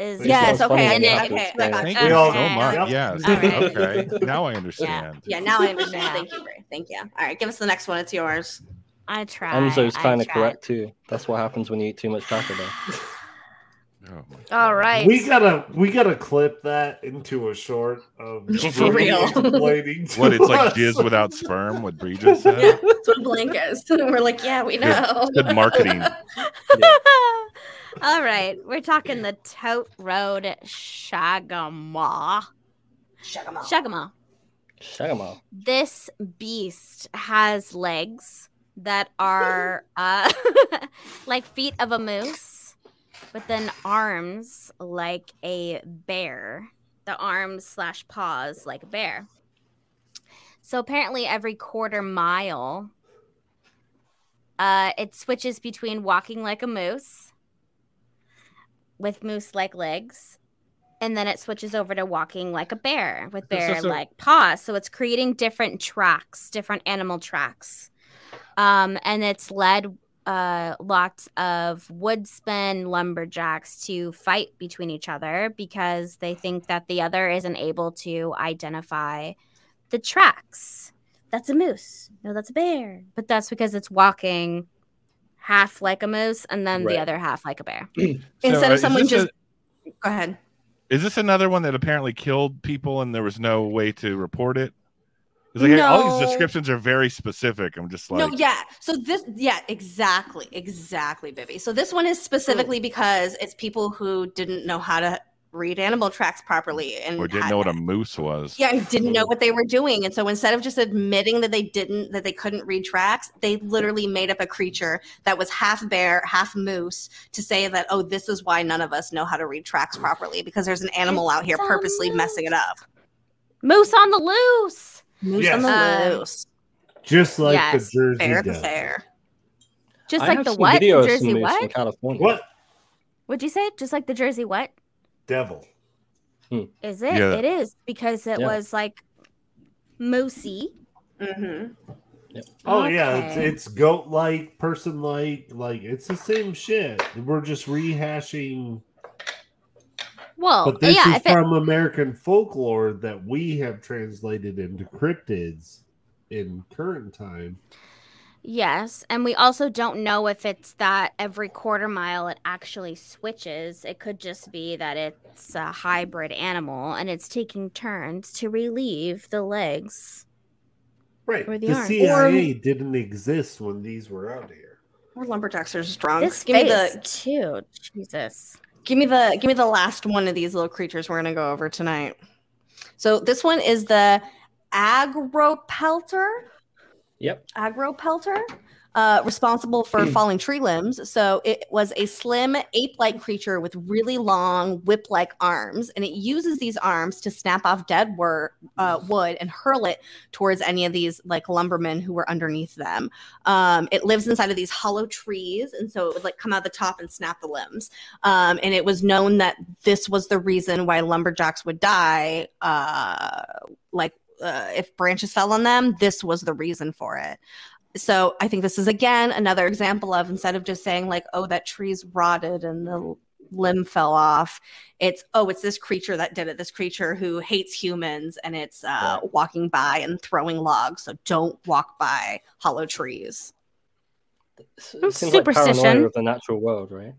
[SPEAKER 6] is
[SPEAKER 4] Yes,
[SPEAKER 2] so funny
[SPEAKER 4] okay. I
[SPEAKER 2] when
[SPEAKER 4] did.
[SPEAKER 2] you have
[SPEAKER 4] Okay.
[SPEAKER 2] to
[SPEAKER 4] I
[SPEAKER 2] explain
[SPEAKER 4] got
[SPEAKER 1] Thank
[SPEAKER 4] that.
[SPEAKER 1] you
[SPEAKER 5] We all-
[SPEAKER 1] so much.
[SPEAKER 5] Yep.
[SPEAKER 1] Yes.
[SPEAKER 6] All right.
[SPEAKER 1] Okay. Now I understand.
[SPEAKER 4] Yeah, now I understand.
[SPEAKER 6] Yeah.
[SPEAKER 4] Thank you, Brie. Thank you. All right, give us the next one. It's yours.
[SPEAKER 6] I tried.
[SPEAKER 2] Enzo's
[SPEAKER 6] I
[SPEAKER 2] kind of
[SPEAKER 6] tried.
[SPEAKER 2] correct too. That's what happens when you eat too much Taco Bell.
[SPEAKER 1] Oh,
[SPEAKER 6] All right.
[SPEAKER 5] We gotta we gotta clip that into a short of
[SPEAKER 4] For real.
[SPEAKER 5] explaining to
[SPEAKER 1] What it's like
[SPEAKER 5] us.
[SPEAKER 1] jizz without sperm? What Bree just said?
[SPEAKER 4] That's what blank is. We're like, yeah, we know.
[SPEAKER 1] Good, good marketing.
[SPEAKER 6] All right, we're talking the Tote Road Shagamaw.
[SPEAKER 4] Shut 'em up.
[SPEAKER 6] Shagamaw.
[SPEAKER 2] Shagamo.
[SPEAKER 6] This beast has legs that are uh, like feet of a moose, but then arms like a bear. The arms slash paws like a bear. So apparently, every quarter mile, uh, it switches between walking like a moose with moose like legs, and then it switches over to walking like a bear with
[SPEAKER 1] So- so-
[SPEAKER 6] bear
[SPEAKER 1] so-
[SPEAKER 6] like paws. So it's creating different tracks, different animal tracks. Um, and it's led uh, lots of woodsmen lumberjacks to fight between each other because they think that the other isn't able to identify the tracks. That's a moose. No, that's a bear. But that's because it's walking half like a moose and then
[SPEAKER 2] Right.
[SPEAKER 6] the other half like a bear.
[SPEAKER 1] So,
[SPEAKER 4] Instead
[SPEAKER 1] uh,
[SPEAKER 4] of
[SPEAKER 1] is
[SPEAKER 4] someone
[SPEAKER 1] this
[SPEAKER 4] just
[SPEAKER 1] a-
[SPEAKER 4] go ahead.
[SPEAKER 1] is this another one that apparently killed people and there was no way to report it? It's like hey, all
[SPEAKER 4] No.
[SPEAKER 1] these descriptions are very specific. I'm just like,
[SPEAKER 4] no, yeah. So this, yeah, exactly, exactly, Vivi. So this one is specifically because it's people who didn't know how to read animal tracks properly and
[SPEAKER 1] or didn't
[SPEAKER 4] had-
[SPEAKER 1] know what a moose was.
[SPEAKER 4] yeah, and didn't know what they were doing. And so instead of just admitting that they didn't, that they couldn't read tracks, they literally made up a creature that was half bear, half moose to say that, oh, this is why none of us know how to read tracks properly because there's an animal out here
[SPEAKER 6] It's a
[SPEAKER 4] purposely messing it up.
[SPEAKER 6] Moose on the loose.
[SPEAKER 4] Moose
[SPEAKER 5] Yes.
[SPEAKER 4] on the
[SPEAKER 6] Um,
[SPEAKER 4] loose,
[SPEAKER 5] Just like
[SPEAKER 6] Yes,
[SPEAKER 5] the Jersey
[SPEAKER 4] Um, bear the
[SPEAKER 5] Devil.
[SPEAKER 4] fair.
[SPEAKER 6] Just
[SPEAKER 2] I
[SPEAKER 6] like
[SPEAKER 2] have
[SPEAKER 6] the
[SPEAKER 2] some
[SPEAKER 6] what?
[SPEAKER 2] videos
[SPEAKER 6] The
[SPEAKER 2] of
[SPEAKER 6] Jersey
[SPEAKER 2] moose in
[SPEAKER 6] what?
[SPEAKER 2] California.
[SPEAKER 5] What
[SPEAKER 6] Would you say? Just like the Jersey what?
[SPEAKER 5] devil?
[SPEAKER 6] Is it?
[SPEAKER 1] Yeah.
[SPEAKER 6] It is because it
[SPEAKER 2] Yeah.
[SPEAKER 6] was like moosey.
[SPEAKER 4] Mm-hmm.
[SPEAKER 5] Oh yeah, it's,
[SPEAKER 6] Okay.
[SPEAKER 5] it's goat like, person like, like it's the same shit. We're just rehashing.
[SPEAKER 6] Well,
[SPEAKER 5] But this
[SPEAKER 6] Oh, yeah.
[SPEAKER 5] is
[SPEAKER 6] If it,
[SPEAKER 5] from American folklore that we have translated into cryptids in current time.
[SPEAKER 6] yes, and we also don't know if it's that every quarter mile it actually switches. It could just be that it's a hybrid animal and it's taking turns to relieve the legs.
[SPEAKER 5] Right.
[SPEAKER 6] Or the
[SPEAKER 5] the
[SPEAKER 6] arms.
[SPEAKER 5] CIA didn't exist when these were out here.
[SPEAKER 4] Or lumberjacks are strong.
[SPEAKER 6] This
[SPEAKER 4] give me
[SPEAKER 6] face
[SPEAKER 4] the
[SPEAKER 6] too. Jesus.
[SPEAKER 4] Give me the give me the last one of these little creatures we're gonna go over tonight. So this one is the agropelter.
[SPEAKER 2] Yep.
[SPEAKER 4] Agropelter, uh, responsible for falling tree limbs. So it was a slim ape-like creature with really long whip-like arms, and it uses these arms to snap off dead wor- uh, wood and hurl it towards any of these like lumbermen who were underneath them. Um, it lives inside of these hollow trees, and so it would like come out the top and snap the limbs um, and it was known that this was the reason why lumberjacks would die. Uh, like uh, if branches fell on them, this was the reason for it. So I think this is again another example of instead of just saying like, "Oh, that tree's rotted and the limb fell off," it's "Oh, it's this creature that did it. This creature who hates humans and it's uh, walking by and throwing logs. So don't walk by hollow trees."
[SPEAKER 2] S- It seems like
[SPEAKER 6] Superstition.
[SPEAKER 2] paranoia of the natural world, right?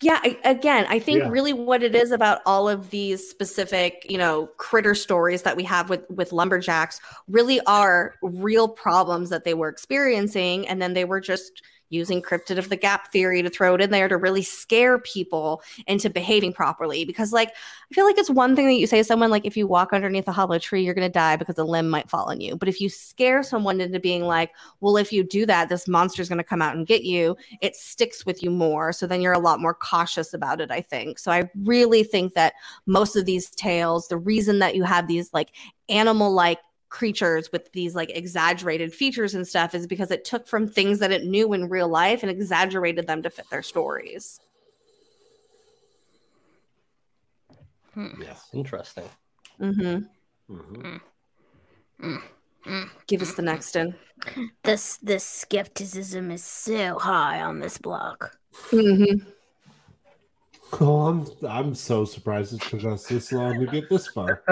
[SPEAKER 4] Yeah, I, again, I think
[SPEAKER 5] Yeah.
[SPEAKER 4] really what it is about all of these specific, you know, critter stories that we have with with lumberjacks really are real problems that they were experiencing and then they were just using cryptid of the gap theory to throw it in there to really scare people into behaving properly because like I feel like it's one thing that you say to someone like if you walk underneath a hollow tree you're going to die because a limb might fall on you, but if you scare someone into being like, well if you do that this monster's going to come out and get you, it sticks with you more. So then you're a lot more cautious about it, I think. So I really think that most of these tales, the reason that you have these like animal like creatures with these like exaggerated features and stuff is because it took from things that it knew in real life and exaggerated them to fit their stories.
[SPEAKER 5] Yes.
[SPEAKER 2] Interesting.
[SPEAKER 4] Mm-hmm.
[SPEAKER 5] Mhm.
[SPEAKER 4] Give us the next in.
[SPEAKER 6] Mm, This this skepticism is so high on this block.
[SPEAKER 4] Mm-hmm.
[SPEAKER 5] Oh, I'm I'm so surprised it took us this long to get this far.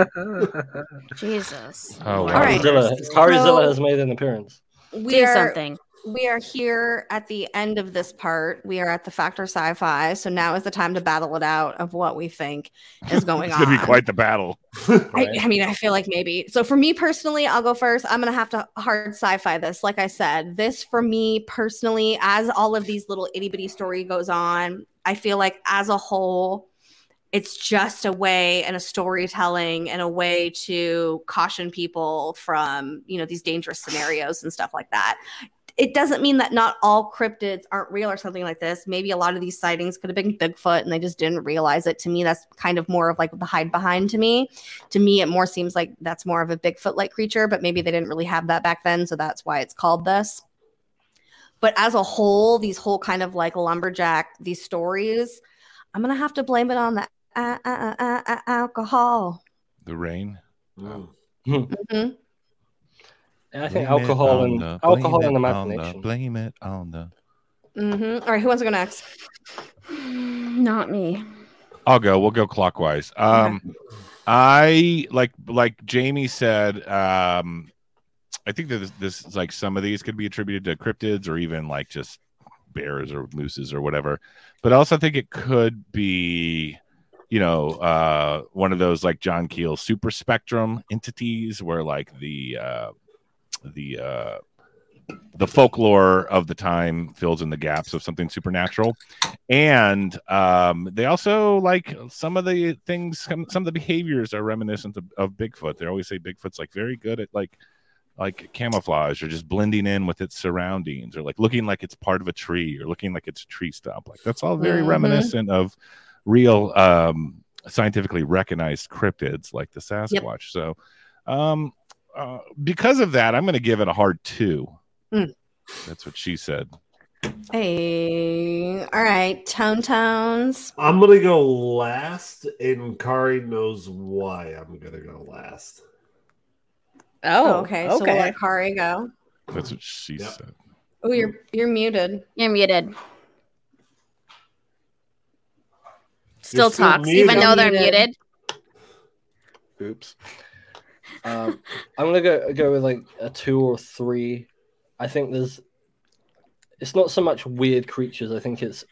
[SPEAKER 6] Jesus.
[SPEAKER 1] Oh, wow.
[SPEAKER 4] All right.
[SPEAKER 2] Zilla, Tarizilla has made an appearance.
[SPEAKER 4] We
[SPEAKER 6] Do
[SPEAKER 4] are
[SPEAKER 6] something.
[SPEAKER 4] we are here at the end of this part. We are at the Factor Sci-Fi, so now is the time to battle it out of what we think is going
[SPEAKER 1] it's
[SPEAKER 4] on.
[SPEAKER 1] gonna be quite the battle.
[SPEAKER 4] I, I mean, I feel like maybe. So for me personally, I'll go first. I'm gonna have to hard sci-fi this. Like I said, this for me personally, as all of these little itty bitty story goes on, I feel like as a whole, it's just a way and a storytelling and a way to caution people from you know these dangerous scenarios and stuff like that. It doesn't mean that not all cryptids aren't real or something like this. Maybe a lot of these sightings could have been Bigfoot and they just didn't realize it. To me, that's kind of more of like the hide behind to me to me it more seems like that's more of a bigfoot like creature but maybe they didn't really have that back then so that's why it's called this but as a whole these whole kind of like lumberjack these stories i'm gonna have to blame it on the uh, uh, uh, uh, alcohol
[SPEAKER 1] The rain.
[SPEAKER 5] Mm.
[SPEAKER 4] Mhm.
[SPEAKER 2] And I think
[SPEAKER 1] Blame it
[SPEAKER 2] alcohol
[SPEAKER 1] on
[SPEAKER 2] and
[SPEAKER 1] the- blame
[SPEAKER 2] alcohol
[SPEAKER 1] it
[SPEAKER 2] and
[SPEAKER 1] on the-
[SPEAKER 2] imagination.
[SPEAKER 1] Blame it on the.
[SPEAKER 4] Mhm. All right who wants to go next
[SPEAKER 6] Not me.
[SPEAKER 1] I'll go. We'll go clockwise. Um, I like like Jamie said. Um, I think that this, this is like some of these could be attributed to cryptids or even like just bears or mooses or whatever. But I also think it could be, you know, uh, one of those like John Keel super spectrum entities where like the uh, the uh, the folklore of the time fills in the gaps of something supernatural and um, they also like some of the things some, some of the behaviors are reminiscent of, of bigfoot they always say bigfoot's like very good at like like camouflage or just blending in with its surroundings or like looking like it's part of a tree or looking like it's a tree stump like that's all very
[SPEAKER 4] Mhm.
[SPEAKER 1] reminiscent of real um scientifically recognized cryptids like the sasquatch so um uh, because of that i'm going to give it a hard two
[SPEAKER 4] Mm.
[SPEAKER 1] that's what she said
[SPEAKER 4] hey all right tone tones
[SPEAKER 5] I'm gonna go last, and Kari knows why I'm gonna go last.
[SPEAKER 7] Oh, okay.
[SPEAKER 4] okay, so we'll
[SPEAKER 7] Okay.
[SPEAKER 4] let Kari go
[SPEAKER 1] that's what she
[SPEAKER 5] Yep.
[SPEAKER 1] said
[SPEAKER 4] oh you're you're muted
[SPEAKER 6] You're muted. Still
[SPEAKER 5] still
[SPEAKER 6] talks,
[SPEAKER 5] muted.
[SPEAKER 6] even though they're
[SPEAKER 4] Muted.
[SPEAKER 6] muted.
[SPEAKER 2] Oops. Um, I'm gonna go go with like a two or three. I think there's. It's not so much weird creatures. I think it's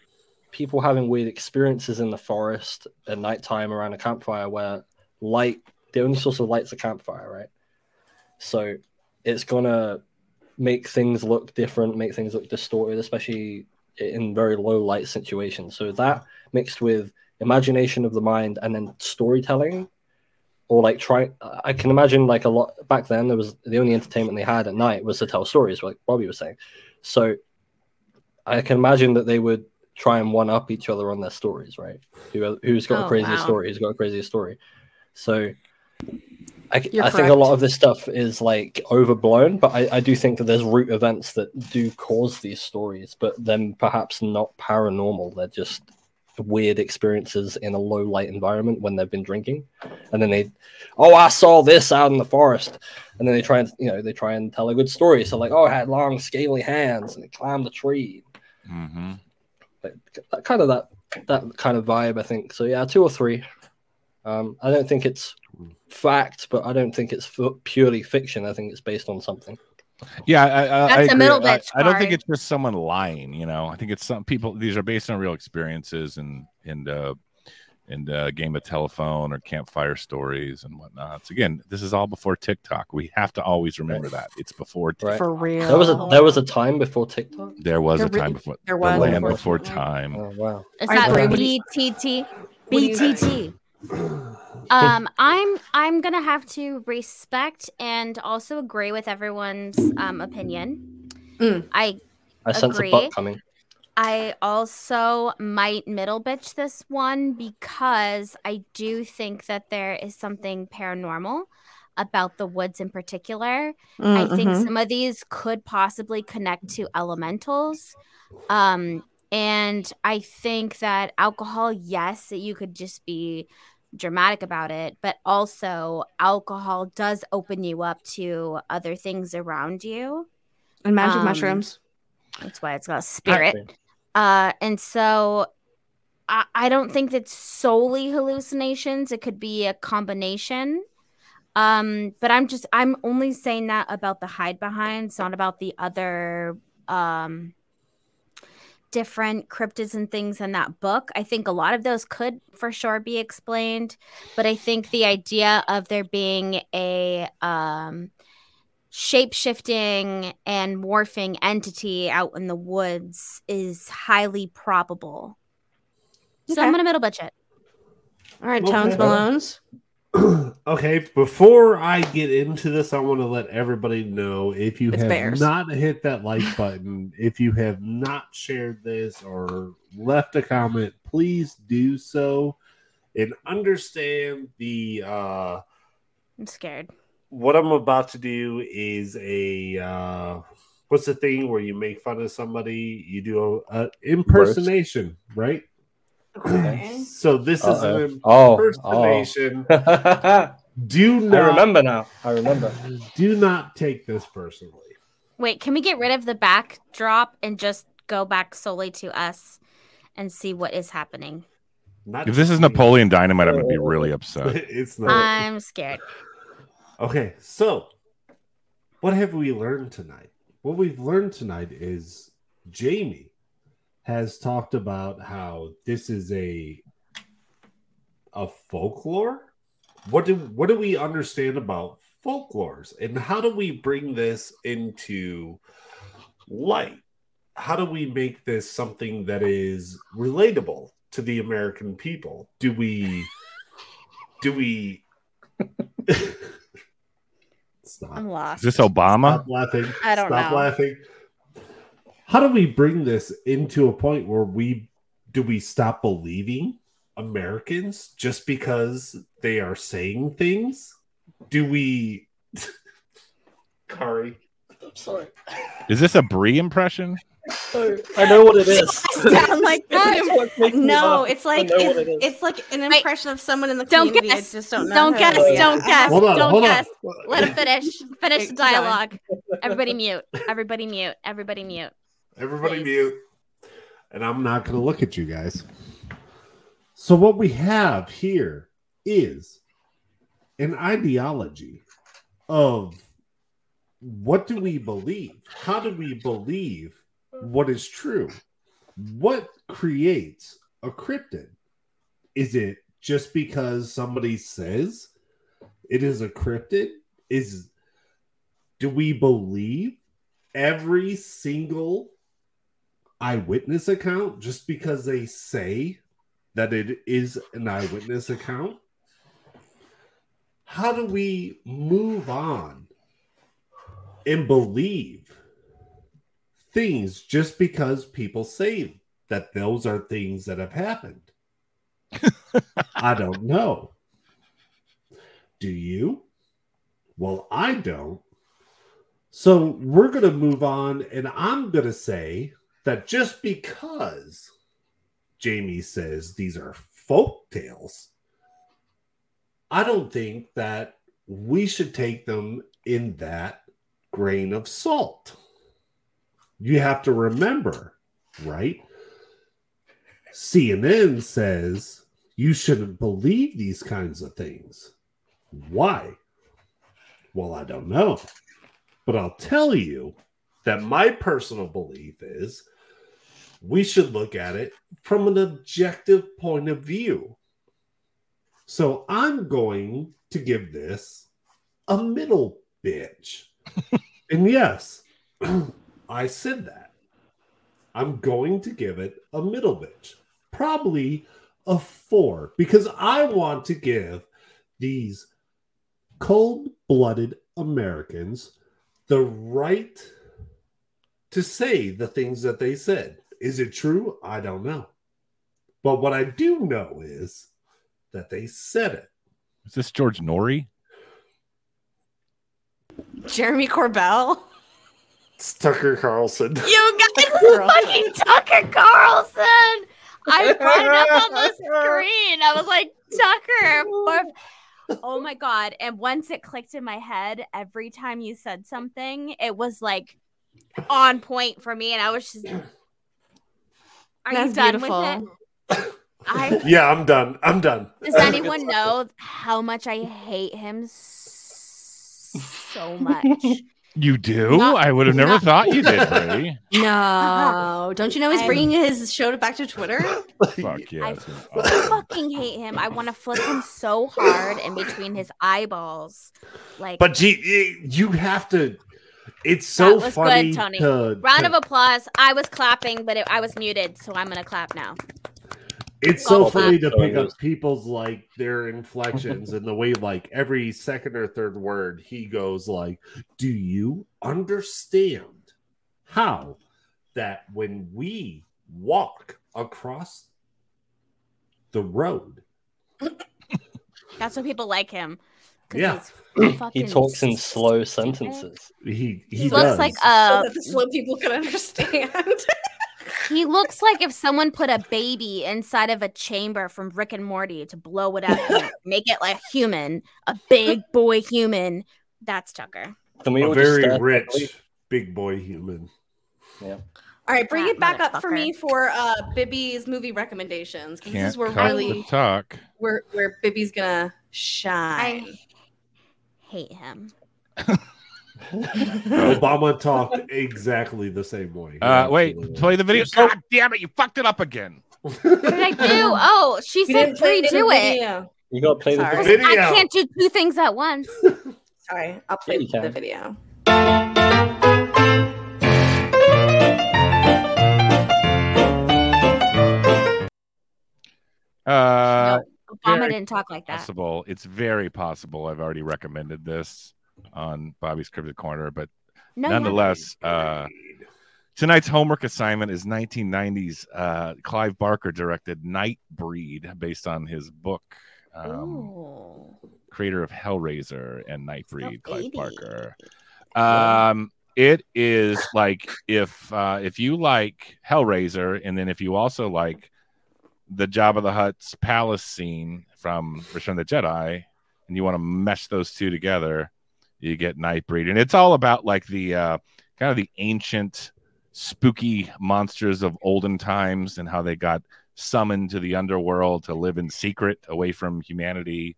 [SPEAKER 2] people having weird experiences in the forest at nighttime around a campfire where light the only source of light's a campfire, right? So it's gonna make things look different, make things look distorted, especially in very low light situations. So that mixed with imagination of the mind and then storytelling or like try I can imagine like a lot back then there was the only entertainment they had at night was to tell stories, like Bobby was saying. So I can imagine that they would try and one up each other on their stories, right? Who, who's got
[SPEAKER 4] Oh,
[SPEAKER 2] a crazier
[SPEAKER 4] wow.
[SPEAKER 2] story? Who's got a crazier story? So I, I
[SPEAKER 4] You're
[SPEAKER 2] think a
[SPEAKER 4] correct.
[SPEAKER 2] lot of this stuff is like overblown, but I, I do think that there's root events that do cause these stories, but then perhaps not paranormal. They're just weird experiences in a low light environment when they've been drinking. And then they, oh, I saw this out in the forest. And then they try and, you know, they try and tell a good story. So, like, oh, I had long, scaly hands and it climbed a tree.
[SPEAKER 1] mm-hmm.
[SPEAKER 2] Like, that- kind of that, that kind of vibe, I think. So, yeah, two or three. Um, I don't think it's fact, but I don't think it's f- purely fiction. I think it's based on something.
[SPEAKER 1] Yeah, I, I, I
[SPEAKER 6] That's a
[SPEAKER 1] agree.
[SPEAKER 6] middle
[SPEAKER 1] I,
[SPEAKER 6] bitch
[SPEAKER 1] I don't think
[SPEAKER 6] card.
[SPEAKER 1] it's just someone lying. You know, I think it's some people. These are based on real experiences and and uh, and uh, game of telephone or campfire stories and whatnot. So again, this is all before TikTok. We have to always remember that it's before. Tik-
[SPEAKER 2] Right.
[SPEAKER 4] for real
[SPEAKER 2] There was a there was a time before
[SPEAKER 4] Oh.
[SPEAKER 2] TikTok.
[SPEAKER 1] There was a
[SPEAKER 4] There
[SPEAKER 1] time
[SPEAKER 4] really-
[SPEAKER 1] before
[SPEAKER 4] there
[SPEAKER 1] the
[SPEAKER 4] was.
[SPEAKER 1] land
[SPEAKER 2] Before
[SPEAKER 1] before
[SPEAKER 4] TikTok.
[SPEAKER 1] time.
[SPEAKER 2] Oh wow.
[SPEAKER 6] Is
[SPEAKER 4] Are you
[SPEAKER 6] that
[SPEAKER 4] ready?
[SPEAKER 6] BTT?
[SPEAKER 4] What do you think?
[SPEAKER 6] BTT. Um, I'm I'm gonna have to respect and also agree with everyone's um, opinion.
[SPEAKER 4] Mm.
[SPEAKER 6] I
[SPEAKER 2] I sense a
[SPEAKER 6] Agree.
[SPEAKER 2] butt coming.
[SPEAKER 6] I also might middle bitch this one because I do think that there is something paranormal about the woods in particular. I think
[SPEAKER 4] Mhm.
[SPEAKER 6] some of these could possibly connect to elementals. Um, and I think that alcohol, yes, you could just be dramatic about it, but also alcohol does open you up to other things around you.
[SPEAKER 4] and magic
[SPEAKER 6] um,
[SPEAKER 4] mushrooms
[SPEAKER 6] That's why it's got spirit. Uh, and so I, I don't think that's solely hallucinations. It could be a combination. Um, but I'm just I'm only saying that about the hide behinds, not about the other um, different cryptids and things in that book. I think a lot of those could for sure be explained, but I think the idea of there being a um, shape shifting and morphing entity out in the woods is highly probable. So I'm
[SPEAKER 4] Okay.
[SPEAKER 6] gonna middle budget.
[SPEAKER 4] All right,
[SPEAKER 5] Okay.
[SPEAKER 4] Tones Malones.
[SPEAKER 5] okay, before I get into this, I want to let everybody know if you
[SPEAKER 4] It's
[SPEAKER 5] have
[SPEAKER 4] bears.
[SPEAKER 5] not hit that like button, if you have not shared this or left a comment, please do so and understand the uh
[SPEAKER 6] I'm scared.
[SPEAKER 5] what I'm about to do is a uh what's the thing where you make fun of somebody, you do a, a impersonation, right? So this is an
[SPEAKER 2] Uh-oh. Oh,
[SPEAKER 5] impersonation.
[SPEAKER 2] oh.
[SPEAKER 5] Do
[SPEAKER 2] I
[SPEAKER 5] not
[SPEAKER 2] remember now. I remember.
[SPEAKER 5] Do not take this personally.
[SPEAKER 6] Wait, can we get rid of the backdrop and just go back solely to us and see what is happening?
[SPEAKER 5] Not
[SPEAKER 1] If this is Napoleon Dynamite, I'm going to be really upset.
[SPEAKER 5] it's not.
[SPEAKER 6] I'm scared.
[SPEAKER 5] okay, so what have we learned tonight? What we've learned tonight is Jamie has talked about how this is a a folklore. What do what do we understand about folklores and how do we bring this into light? How do we make this something that is relatable to the American people? Do we do we stop?
[SPEAKER 7] I'm
[SPEAKER 1] Is
[SPEAKER 7] lost.
[SPEAKER 1] this Obama?
[SPEAKER 5] Stop laughing.
[SPEAKER 7] I don't
[SPEAKER 5] Stop
[SPEAKER 7] know.
[SPEAKER 5] laughing. How do we bring this into a point where we do we stop believing Americans just because they are saying things? Do we Kari.
[SPEAKER 2] I'm sorry.
[SPEAKER 1] Is this a Brie impression?
[SPEAKER 2] I know what it is.
[SPEAKER 4] Sound like that? No, it's like
[SPEAKER 2] I know what
[SPEAKER 4] it's,
[SPEAKER 2] it is.
[SPEAKER 4] it's like an impression of someone in the
[SPEAKER 6] Don't
[SPEAKER 4] community.
[SPEAKER 6] guess.
[SPEAKER 4] I just don't know.
[SPEAKER 6] Don't
[SPEAKER 4] who.
[SPEAKER 6] guess.
[SPEAKER 2] Yeah.
[SPEAKER 6] Don't guess.
[SPEAKER 5] Hold on,
[SPEAKER 6] don't
[SPEAKER 5] hold
[SPEAKER 6] guess.
[SPEAKER 5] on.
[SPEAKER 6] Let him finish. Finish the
[SPEAKER 4] Keep going.
[SPEAKER 6] dialogue. Everybody mute. Everybody mute. Everybody mute.
[SPEAKER 5] Everybody
[SPEAKER 6] Please.
[SPEAKER 5] mute. And I'm not going to look at you guys. So, what we have here is an ideology of what do we believe? How do we believe what is true? What creates a cryptid? Is it just because somebody says it is a cryptid? Is do we believe every single eyewitness account just because they say that it is an eyewitness account? How do we move on and believe things just because people say that those are things that have happened? I don't know. Do you? Well, I don't. So we're going to move on, and I'm going to say that just because Jamie says these are folk tales, I don't think that we should take them in that grain of salt. You have to remember, right? CNN says you shouldn't believe these kinds of things. Why? Well, I don't know. But I'll tell you that my personal belief is we should look at it from an objective point of view. So I'm going to give this a middle bitch. and yes, I said that. I'm going to give it a middle bitch, probably a four, because I want to give these cold blooded Americans the right to say the things that they said. Is it true? I don't know. But what I do know is that they said it.
[SPEAKER 1] Is this George Norrie?
[SPEAKER 4] Jeremy Corbell.
[SPEAKER 5] It's Tucker Carlson.
[SPEAKER 6] You guys, fucking Tucker Carlson. I brought it up on the screen. I was like, Tucker. for- Oh my god! And once it clicked in my head, every time you said something, it was like on point for me, and I was just. Are
[SPEAKER 4] That's
[SPEAKER 6] you done with
[SPEAKER 4] beautiful.
[SPEAKER 6] it? I
[SPEAKER 5] yeah, I'm done. I'm done.
[SPEAKER 6] Does anyone know how much I hate him so much?
[SPEAKER 1] You do?
[SPEAKER 4] Not-
[SPEAKER 1] I would have never
[SPEAKER 4] not-
[SPEAKER 1] thought you did, Brady.
[SPEAKER 4] No, don't you know he's
[SPEAKER 6] I-
[SPEAKER 4] bringing his show back to Twitter?
[SPEAKER 1] Fuck yeah. Oh,
[SPEAKER 6] I-
[SPEAKER 1] that's gonna-
[SPEAKER 6] I
[SPEAKER 1] awesome.
[SPEAKER 6] fucking hate him. I want to flip him so hard in between his eyeballs. Like
[SPEAKER 5] But gee, y- you have to. It's so
[SPEAKER 6] That was
[SPEAKER 5] funny.
[SPEAKER 6] good, Tony.
[SPEAKER 5] to-
[SPEAKER 6] round
[SPEAKER 5] to-
[SPEAKER 6] of applause. I was clapping, but it, I was muted, so I'm gonna clap now.
[SPEAKER 5] it's so
[SPEAKER 6] applause.
[SPEAKER 5] funny to
[SPEAKER 2] So
[SPEAKER 5] pick
[SPEAKER 2] it
[SPEAKER 5] up
[SPEAKER 2] was-
[SPEAKER 5] people's like their inflections and the way like every second or third word he goes like, "Do you understand how that when we walk across the road,
[SPEAKER 6] That's why people like him. 'cause
[SPEAKER 5] Yeah.
[SPEAKER 6] he's
[SPEAKER 2] He
[SPEAKER 6] fucking
[SPEAKER 2] talks in slow sentences.
[SPEAKER 5] he he,
[SPEAKER 6] He looks
[SPEAKER 5] does.
[SPEAKER 6] like a.
[SPEAKER 4] so that the slow people can understand.
[SPEAKER 6] He looks like if someone put a baby inside of a chamber from Rick and Morty to blow it up, and make it like a human, a big boy human. That's Tucker.
[SPEAKER 2] Then we
[SPEAKER 5] a
[SPEAKER 2] all just
[SPEAKER 5] very
[SPEAKER 2] stare-
[SPEAKER 5] rich big boy human.
[SPEAKER 4] All right, bring
[SPEAKER 6] That
[SPEAKER 4] it back up for
[SPEAKER 6] motherfucker.
[SPEAKER 4] me for uh, Bibby's movie recommendations. 'cause This
[SPEAKER 1] Can't
[SPEAKER 4] is where
[SPEAKER 1] cut
[SPEAKER 4] really
[SPEAKER 1] the talk.
[SPEAKER 4] where where Bibby's gonna
[SPEAKER 6] I
[SPEAKER 4] shine.
[SPEAKER 6] hate him.
[SPEAKER 5] Obama talked exactly the same way.
[SPEAKER 1] Uh, wait,
[SPEAKER 5] Absolutely.
[SPEAKER 1] play the video.
[SPEAKER 2] So-
[SPEAKER 1] God damn it, you fucked it up again.
[SPEAKER 6] What did I do? Oh, she
[SPEAKER 4] We
[SPEAKER 6] said
[SPEAKER 4] play the
[SPEAKER 6] redo it.
[SPEAKER 4] video.
[SPEAKER 2] You gotta play
[SPEAKER 4] Sorry.
[SPEAKER 2] the
[SPEAKER 5] Video.
[SPEAKER 6] I can't do two things at once.
[SPEAKER 4] Sorry, I'll play
[SPEAKER 2] Yeah, you
[SPEAKER 4] the
[SPEAKER 2] can.
[SPEAKER 4] video.
[SPEAKER 1] Uh,
[SPEAKER 6] Obama
[SPEAKER 1] Very
[SPEAKER 6] didn't talk like that.
[SPEAKER 1] possible. It's very possible. I've already recommended this on Bobby's Cryptid Corner, but
[SPEAKER 6] No,
[SPEAKER 1] nonetheless, uh, tonight's homework assignment is 1990s. Uh, Clive Barker directed Nightbreed, based on his book,
[SPEAKER 6] yeah.
[SPEAKER 1] um,
[SPEAKER 6] Ooh.
[SPEAKER 1] creator of Hellraiser and Nightbreed, Clive
[SPEAKER 6] 80.
[SPEAKER 1] Barker. Um, it is like if uh, if you like Hellraiser, and then if you also like the Jabba the Hutt's palace scene from Return of the Jedi, and you want to mesh those two together, you get Nightbreed, and it's all about like the uh, kind of the ancient spooky monsters of olden times and how they got summoned to the underworld to live in secret away from humanity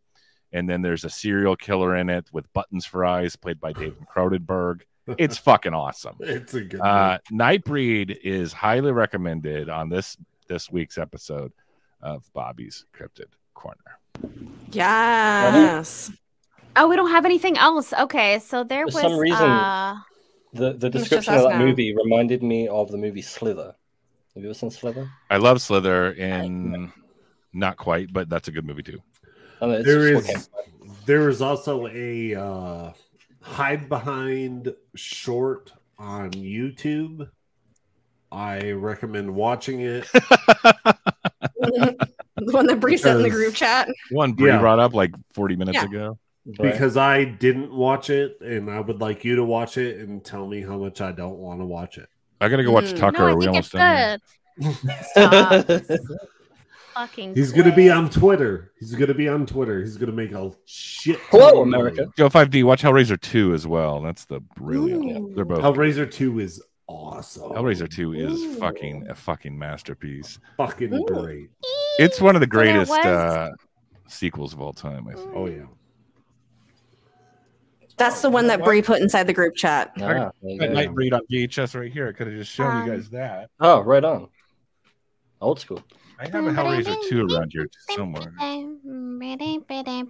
[SPEAKER 1] and then there's a serial killer in it with buttons for eyes played by david cronenberg it's fucking awesome
[SPEAKER 5] it's a good.
[SPEAKER 1] uh, Nightbreed is highly recommended on this this week's episode of Bobby's Cryptid Corner.
[SPEAKER 4] Yes.
[SPEAKER 6] Oh, we don't have anything else. Okay, so there
[SPEAKER 2] For
[SPEAKER 6] was
[SPEAKER 2] some reason-
[SPEAKER 6] uh,
[SPEAKER 2] The, the
[SPEAKER 4] It's just
[SPEAKER 2] description of
[SPEAKER 4] us
[SPEAKER 2] that
[SPEAKER 4] now.
[SPEAKER 2] movie reminded me of the movie Slither. Have you ever seen Slither?
[SPEAKER 1] I love Slither and not quite, but that's a good movie too.
[SPEAKER 2] I don't know, it's
[SPEAKER 5] there
[SPEAKER 2] just what
[SPEAKER 5] is there is also a uh, hide behind short on YouTube. I recommend watching it.
[SPEAKER 4] the one that Bree said in the
[SPEAKER 5] Because-
[SPEAKER 4] group chat.
[SPEAKER 1] One Bree
[SPEAKER 5] Yeah.
[SPEAKER 1] brought up like 40 minutes
[SPEAKER 6] Yeah.
[SPEAKER 1] ago.
[SPEAKER 2] came up, right?
[SPEAKER 5] because I didn't watch it, and I would like you to watch it and tell me how much I don't want to watch it.
[SPEAKER 1] I gotta go watch
[SPEAKER 4] Mm.
[SPEAKER 1] Tucker.
[SPEAKER 6] Mm-hmm. no, I
[SPEAKER 1] we
[SPEAKER 6] think
[SPEAKER 1] almost
[SPEAKER 6] it's
[SPEAKER 1] done. here.
[SPEAKER 6] good. Stop. Fucking.
[SPEAKER 5] He's gonna be
[SPEAKER 6] quit.
[SPEAKER 5] on Twitter. He's gonna be on Twitter. He's gonna make a shit.
[SPEAKER 2] Hello,
[SPEAKER 5] ton of money.
[SPEAKER 2] America.
[SPEAKER 1] Joe 5D, watch Hellraiser 2 as well. That's the brilliant.
[SPEAKER 4] Ooh.
[SPEAKER 1] They're both
[SPEAKER 5] Hellraiser Two is awesome.
[SPEAKER 1] Hellraiser 2 is
[SPEAKER 4] Ooh.
[SPEAKER 1] fucking a fucking masterpiece.
[SPEAKER 5] fucking
[SPEAKER 4] Ooh.
[SPEAKER 5] great.
[SPEAKER 1] It's one of the
[SPEAKER 6] So there
[SPEAKER 1] greatest
[SPEAKER 6] was-
[SPEAKER 1] uh, sequels of all time, I think.
[SPEAKER 5] Oh yeah.
[SPEAKER 4] That's the one that Bree put inside the group chat.
[SPEAKER 2] Ah, there you
[SPEAKER 1] I
[SPEAKER 2] go.
[SPEAKER 1] might read on VHS right here. I could have just shown
[SPEAKER 6] Um,
[SPEAKER 1] you guys that.
[SPEAKER 2] Oh, right on. Old school.
[SPEAKER 1] I have a Hellraiser 2 around here somewhere.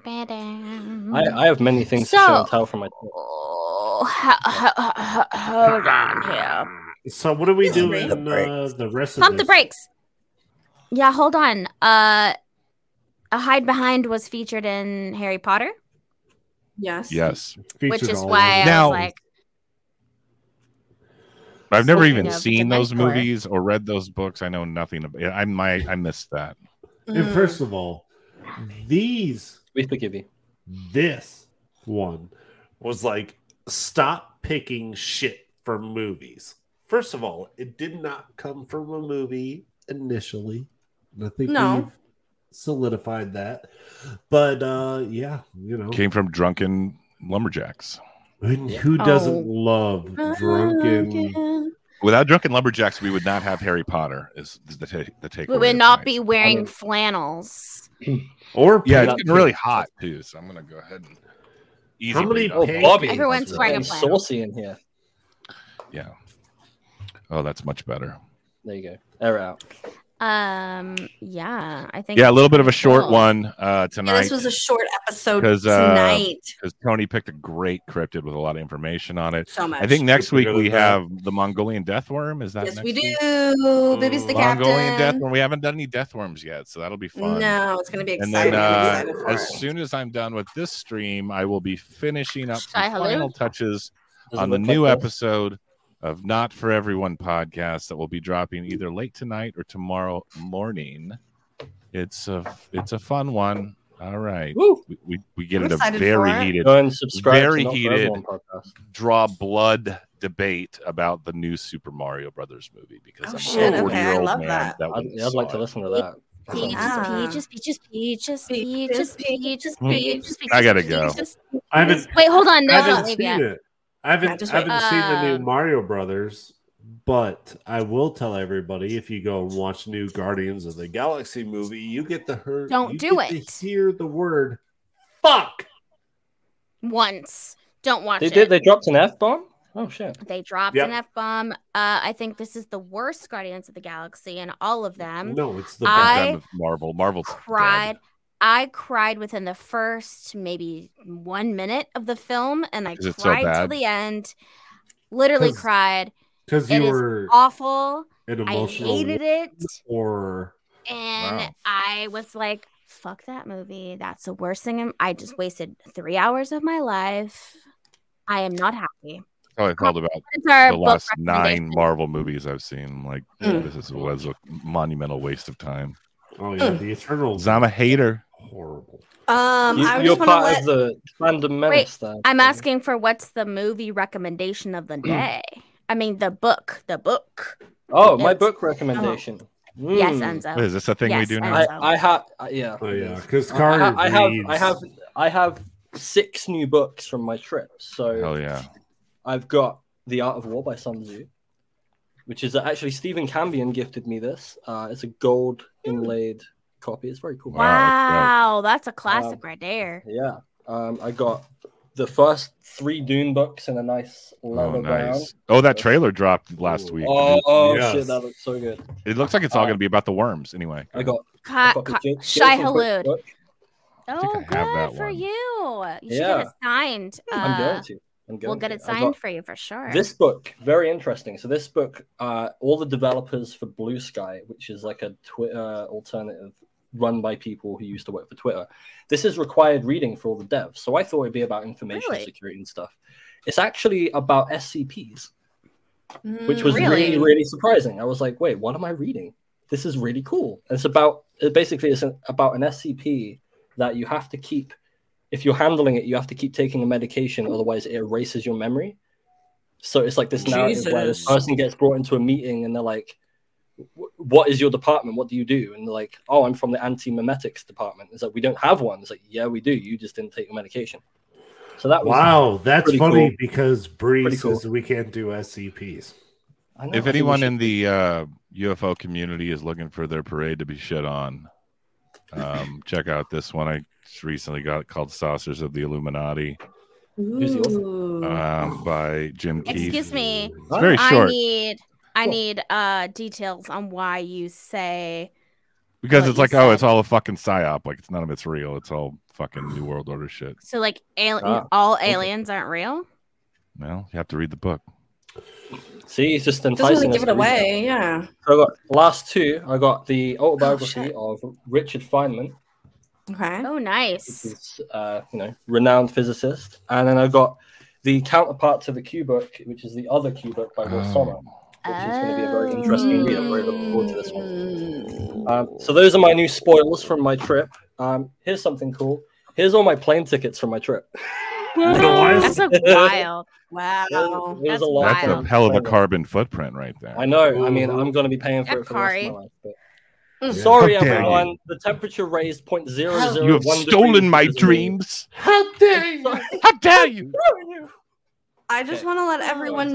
[SPEAKER 2] I, I have many
[SPEAKER 6] Mm.
[SPEAKER 2] things
[SPEAKER 6] So-
[SPEAKER 2] to show and tell from my.
[SPEAKER 6] Oh, ho- ho- ho- ho- hold on here.
[SPEAKER 5] So what are we
[SPEAKER 4] Just
[SPEAKER 5] doing?
[SPEAKER 4] read the
[SPEAKER 5] uh, the rest of
[SPEAKER 6] Pump the
[SPEAKER 5] this?
[SPEAKER 6] brakes. Yeah, hold on. Uh, a hide behind was featured in Harry Potter,
[SPEAKER 4] Yes.
[SPEAKER 1] Yes.
[SPEAKER 6] which
[SPEAKER 5] Featured
[SPEAKER 6] is
[SPEAKER 5] all
[SPEAKER 6] why
[SPEAKER 5] over.
[SPEAKER 1] Now-
[SPEAKER 6] I was like,
[SPEAKER 1] I've never
[SPEAKER 6] Speaking
[SPEAKER 1] even
[SPEAKER 6] of
[SPEAKER 1] seen those
[SPEAKER 6] delightful.
[SPEAKER 1] movies or read those books. I know nothing about I my I missed that.
[SPEAKER 5] And
[SPEAKER 4] Mm-hmm.
[SPEAKER 5] first of all, these
[SPEAKER 2] We forgive you.
[SPEAKER 5] this one was like stop picking shit from movies. First of all, it did not come from a movie initially. And I think
[SPEAKER 4] No.
[SPEAKER 5] we've solidified that. But uh yeah, you know.
[SPEAKER 1] Came from Drunken Lumberjacks.
[SPEAKER 5] And who doesn't love
[SPEAKER 4] Ah, Mm-hmm.
[SPEAKER 5] drunken
[SPEAKER 1] Without Drunken Lumberjacks, we would not have Harry Potter is the ta- the take.
[SPEAKER 6] we would not be
[SPEAKER 2] I
[SPEAKER 6] wearing
[SPEAKER 2] mean-
[SPEAKER 6] flannels.
[SPEAKER 5] or
[SPEAKER 1] Yeah,
[SPEAKER 5] pink-
[SPEAKER 1] it's getting really hot too, so I'm gonna go ahead and Easy
[SPEAKER 5] How many
[SPEAKER 1] read on.
[SPEAKER 5] pig-
[SPEAKER 6] Everyone's wearing a
[SPEAKER 2] It's
[SPEAKER 6] flannel.
[SPEAKER 2] saucy in here.
[SPEAKER 1] Yeah. Oh, that's much better.
[SPEAKER 2] There you go. Air out.
[SPEAKER 6] Um. Yeah, I think.
[SPEAKER 1] Yeah, a little bit of a short
[SPEAKER 6] Cool.
[SPEAKER 1] one uh, tonight.
[SPEAKER 4] Yeah, this was a short episode
[SPEAKER 1] 'Cause, uh,
[SPEAKER 4] tonight.
[SPEAKER 1] because Tony picked a great cryptid with a lot of information on it.
[SPEAKER 4] So much.
[SPEAKER 1] I think next
[SPEAKER 5] Super
[SPEAKER 1] week
[SPEAKER 5] good
[SPEAKER 1] we
[SPEAKER 5] at that.
[SPEAKER 1] have the Mongolian death worm. Is that
[SPEAKER 4] yes,
[SPEAKER 1] next
[SPEAKER 4] we do.
[SPEAKER 1] week?
[SPEAKER 4] Baby's the
[SPEAKER 1] Mongolian death
[SPEAKER 4] captain.
[SPEAKER 1] worm. We haven't done any death worms yet, so that'll be fun.
[SPEAKER 4] No, it's gonna be
[SPEAKER 1] And
[SPEAKER 4] exciting.
[SPEAKER 1] then uh,
[SPEAKER 4] I'm excited for
[SPEAKER 1] as
[SPEAKER 4] it.
[SPEAKER 1] soon as I'm done with this stream, I will be finishing up some
[SPEAKER 6] Say hello.
[SPEAKER 1] final touches
[SPEAKER 2] Doesn't
[SPEAKER 1] on the
[SPEAKER 2] look
[SPEAKER 1] new
[SPEAKER 2] like this.
[SPEAKER 1] episode of Not for Everyone podcast that will be dropping either late tonight or tomorrow morning. It's a it's a fun one. All right.
[SPEAKER 2] Woo!
[SPEAKER 1] We, we, we get
[SPEAKER 4] I'm
[SPEAKER 1] into
[SPEAKER 4] excited
[SPEAKER 1] very
[SPEAKER 4] for it.
[SPEAKER 1] heated
[SPEAKER 2] Go and subscribe.
[SPEAKER 1] Very
[SPEAKER 2] to Not For
[SPEAKER 1] heated.
[SPEAKER 2] Everyone podcast.
[SPEAKER 1] draw blood debate about the new Super Mario Brothers movie because
[SPEAKER 4] Oh,
[SPEAKER 1] I'm
[SPEAKER 4] shit,
[SPEAKER 1] a
[SPEAKER 4] okay,
[SPEAKER 1] 40 year
[SPEAKER 4] I
[SPEAKER 1] old
[SPEAKER 4] love
[SPEAKER 1] man
[SPEAKER 4] that.
[SPEAKER 1] that,
[SPEAKER 2] I'd,
[SPEAKER 1] went and
[SPEAKER 2] yeah, I'd like
[SPEAKER 1] saw
[SPEAKER 2] to
[SPEAKER 1] it.
[SPEAKER 2] listen to that.
[SPEAKER 6] Peaches,
[SPEAKER 4] Ah.
[SPEAKER 6] peaches, peaches, peaches,
[SPEAKER 4] Peaches,
[SPEAKER 6] peaches, peaches, peaches, peaches.
[SPEAKER 1] Hmm. I gotta go.
[SPEAKER 6] peaches.
[SPEAKER 5] I haven't,
[SPEAKER 6] Wait, hold on.
[SPEAKER 5] I
[SPEAKER 6] No,
[SPEAKER 5] haven't
[SPEAKER 6] not leave
[SPEAKER 5] seen
[SPEAKER 6] yet.
[SPEAKER 5] it. I haven't,
[SPEAKER 4] Yeah, just
[SPEAKER 5] I haven't
[SPEAKER 6] wait.
[SPEAKER 5] seen the new
[SPEAKER 6] Um,
[SPEAKER 5] Mario Brothers, but I will tell everybody if you go and watch new Guardians of the Galaxy movie, you get the hear,
[SPEAKER 6] Don't
[SPEAKER 5] you
[SPEAKER 6] do
[SPEAKER 5] get to
[SPEAKER 6] it.
[SPEAKER 5] hear the word fuck.
[SPEAKER 6] Once. Don't watch
[SPEAKER 2] They
[SPEAKER 6] it.
[SPEAKER 2] did. They dropped an F bomb. Oh shit.
[SPEAKER 6] They dropped
[SPEAKER 5] Yep.
[SPEAKER 6] an F bomb. Uh, I think this is the worst Guardians of the Galaxy in all of them.
[SPEAKER 5] no, it's the
[SPEAKER 1] I'm
[SPEAKER 6] Um, I
[SPEAKER 1] done with Marvel. Marvel's
[SPEAKER 6] cried.
[SPEAKER 1] dead.
[SPEAKER 6] I cried within the first maybe one minute of the film, and I
[SPEAKER 1] Is it so
[SPEAKER 6] cried till
[SPEAKER 1] bad?
[SPEAKER 6] the end. Literally
[SPEAKER 5] 'Cause
[SPEAKER 6] cried.
[SPEAKER 5] because
[SPEAKER 6] It
[SPEAKER 5] you
[SPEAKER 6] is
[SPEAKER 5] were
[SPEAKER 6] Awful.
[SPEAKER 5] an
[SPEAKER 6] I
[SPEAKER 5] emotional
[SPEAKER 6] hated it.
[SPEAKER 5] or
[SPEAKER 6] And
[SPEAKER 1] Wow.
[SPEAKER 6] I was like, fuck that movie. That's the worst thing. I just wasted three hours of my life. I am not happy.
[SPEAKER 1] That's how I felt about
[SPEAKER 6] It's our
[SPEAKER 1] the
[SPEAKER 6] book
[SPEAKER 1] last
[SPEAKER 6] recommendation.
[SPEAKER 1] nine Marvel movies I've seen. Like
[SPEAKER 4] Mm.
[SPEAKER 1] this is was a monumental waste of time.
[SPEAKER 5] oh yeah, the Eternals
[SPEAKER 1] 'Cause I'm a hater.
[SPEAKER 5] horrible.
[SPEAKER 4] um,
[SPEAKER 2] you,
[SPEAKER 4] I
[SPEAKER 2] you're
[SPEAKER 4] just want to
[SPEAKER 2] part
[SPEAKER 4] let
[SPEAKER 2] of the fandom menace. there.
[SPEAKER 6] I'm asking for what's the movie recommendation of the day? I mean, the book. The book.
[SPEAKER 2] Oh, my
[SPEAKER 6] Yes. Oh.
[SPEAKER 2] book recommendation.
[SPEAKER 6] Yes,
[SPEAKER 2] Mm.
[SPEAKER 6] Enzo.
[SPEAKER 1] What is this a thing
[SPEAKER 6] Yes,
[SPEAKER 1] we do
[SPEAKER 6] I-
[SPEAKER 1] now?
[SPEAKER 2] I, I have. Yeah.
[SPEAKER 5] Oh
[SPEAKER 2] it
[SPEAKER 5] yeah,
[SPEAKER 2] is.
[SPEAKER 5] because
[SPEAKER 2] I, ha-
[SPEAKER 5] Karen
[SPEAKER 2] I have.
[SPEAKER 5] reads-
[SPEAKER 2] I have. I have six new books from my trip. So
[SPEAKER 1] Hell yeah.
[SPEAKER 2] I've got The Art of War by Sun Tzu, which is actually Stephen Cambion gifted me this. Uh, it's a gold inlaid copy. It's very cool.
[SPEAKER 1] Wow,
[SPEAKER 6] Wow, that's a classic
[SPEAKER 2] Um,
[SPEAKER 6] right there.
[SPEAKER 2] Yeah. Um, I got the first three Dune books in a nice leather
[SPEAKER 1] Oh,
[SPEAKER 2] bound.
[SPEAKER 1] nice. Oh, that trailer dropped last week.
[SPEAKER 2] Oh, oh,
[SPEAKER 5] Yes.
[SPEAKER 2] shit, that looks so good.
[SPEAKER 1] It looks like it's all
[SPEAKER 2] Uh,
[SPEAKER 1] going to be about the worms anyway.
[SPEAKER 2] I got, I
[SPEAKER 6] Ca-
[SPEAKER 2] got the
[SPEAKER 6] ca-
[SPEAKER 2] J-
[SPEAKER 6] Uh, Shai
[SPEAKER 2] Jason Briggs
[SPEAKER 6] Halud.
[SPEAKER 2] book.
[SPEAKER 1] think I
[SPEAKER 6] Oh,
[SPEAKER 1] have that
[SPEAKER 6] good for
[SPEAKER 1] one.
[SPEAKER 6] you. You should
[SPEAKER 2] Yeah.
[SPEAKER 6] get it signed.
[SPEAKER 2] I'm
[SPEAKER 6] Uh,
[SPEAKER 2] going to. I'm going
[SPEAKER 6] we'll get
[SPEAKER 2] to.
[SPEAKER 6] it
[SPEAKER 2] I got-
[SPEAKER 6] signed for you for sure.
[SPEAKER 2] This book, very interesting. So this book, uh, all the developers for Blue Sky, which is like a Twitter alternative run by people who used to work for Twitter, this is required reading for all the devs. So I thought it'd be about information
[SPEAKER 6] Really?
[SPEAKER 2] security and stuff. It's actually about SCPs, which
[SPEAKER 4] Mm,
[SPEAKER 2] was
[SPEAKER 6] really?
[SPEAKER 2] really? really, surprising. I was like, wait, what am I reading? This is really cool. And it's about it basically it's an, about an SCP that you have to keep. If you're handling it, you have to keep taking a medication, otherwise it erases your memory. So it's like this narrative where this
[SPEAKER 4] Jesus.
[SPEAKER 2] person gets brought into a meeting and they're like, "Wh- "What is your department? What do you do?" And they're like, "Oh, I'm from the anti-memetics department." It's like we don't have one. It's like, "Yeah, we do. You just didn't take your medication." So that was
[SPEAKER 5] Wow, that's
[SPEAKER 2] Pretty
[SPEAKER 5] funny
[SPEAKER 2] cool.
[SPEAKER 5] because Bree
[SPEAKER 2] Pretty cool.
[SPEAKER 5] says we can't do E SCPs.
[SPEAKER 2] I know, I
[SPEAKER 1] If
[SPEAKER 2] think we
[SPEAKER 1] anyone
[SPEAKER 2] should-
[SPEAKER 1] in the uh, UFO community is looking for their parade to be shit on, um, check out this one I just recently got called "Saucers of the Illuminati"
[SPEAKER 2] Who's the author?
[SPEAKER 4] Ooh.
[SPEAKER 1] um, by Jim Keith.
[SPEAKER 6] Excuse me.
[SPEAKER 1] It's very
[SPEAKER 6] I
[SPEAKER 1] short
[SPEAKER 6] need I
[SPEAKER 2] Cool.
[SPEAKER 6] need uh details on why you say
[SPEAKER 1] because
[SPEAKER 6] what
[SPEAKER 1] it's
[SPEAKER 6] you
[SPEAKER 1] like, oh,
[SPEAKER 6] said.
[SPEAKER 1] it's all a fucking psyop. Like it's none of it's real. It's all fucking New World Order shit.
[SPEAKER 6] so like al-
[SPEAKER 2] Ah,
[SPEAKER 6] all aliens aren't real.
[SPEAKER 1] Well, you have to read the book.
[SPEAKER 2] See, he's just
[SPEAKER 4] Doesn't
[SPEAKER 2] enticing.
[SPEAKER 4] really
[SPEAKER 2] us
[SPEAKER 4] give it
[SPEAKER 2] to read it.
[SPEAKER 4] away. Yeah.
[SPEAKER 2] So I got last two. I got the autobiography
[SPEAKER 4] shit.
[SPEAKER 1] Oh,
[SPEAKER 2] of Richard Feynman,
[SPEAKER 4] Okay.
[SPEAKER 6] Oh,
[SPEAKER 2] which
[SPEAKER 6] nice.
[SPEAKER 2] is uh, you know renowned physicist, and then I got the counterpart to the Q book, which is the other Q book by Will Sommer,
[SPEAKER 1] Um,
[SPEAKER 2] which is going to be a
[SPEAKER 6] Oh.
[SPEAKER 2] very interesting read. I'm very looking forward to this one.
[SPEAKER 4] Mm.
[SPEAKER 2] Um, so those are my new spoils from my trip. Um, here's something cool. Here's all my plane tickets from my trip.
[SPEAKER 6] That's so wild.
[SPEAKER 4] Wow.
[SPEAKER 2] It was
[SPEAKER 6] That's
[SPEAKER 1] that's
[SPEAKER 2] a lot. of
[SPEAKER 1] a
[SPEAKER 6] wild.
[SPEAKER 2] fun.
[SPEAKER 1] hell of a carbon footprint right there.
[SPEAKER 2] I know. I mean, I'm going to be paying for
[SPEAKER 6] Yeah,
[SPEAKER 2] it for the rest
[SPEAKER 6] Kari.
[SPEAKER 2] of my life. But...
[SPEAKER 4] Mm.
[SPEAKER 2] Sorry,
[SPEAKER 1] How dare
[SPEAKER 2] everyone. The temperature raised 0.001
[SPEAKER 1] You have
[SPEAKER 2] degrees
[SPEAKER 1] stolen my
[SPEAKER 2] because of me.
[SPEAKER 1] dreams. How dare you? How dare you?
[SPEAKER 4] I just
[SPEAKER 2] Okay.
[SPEAKER 4] want to let everyone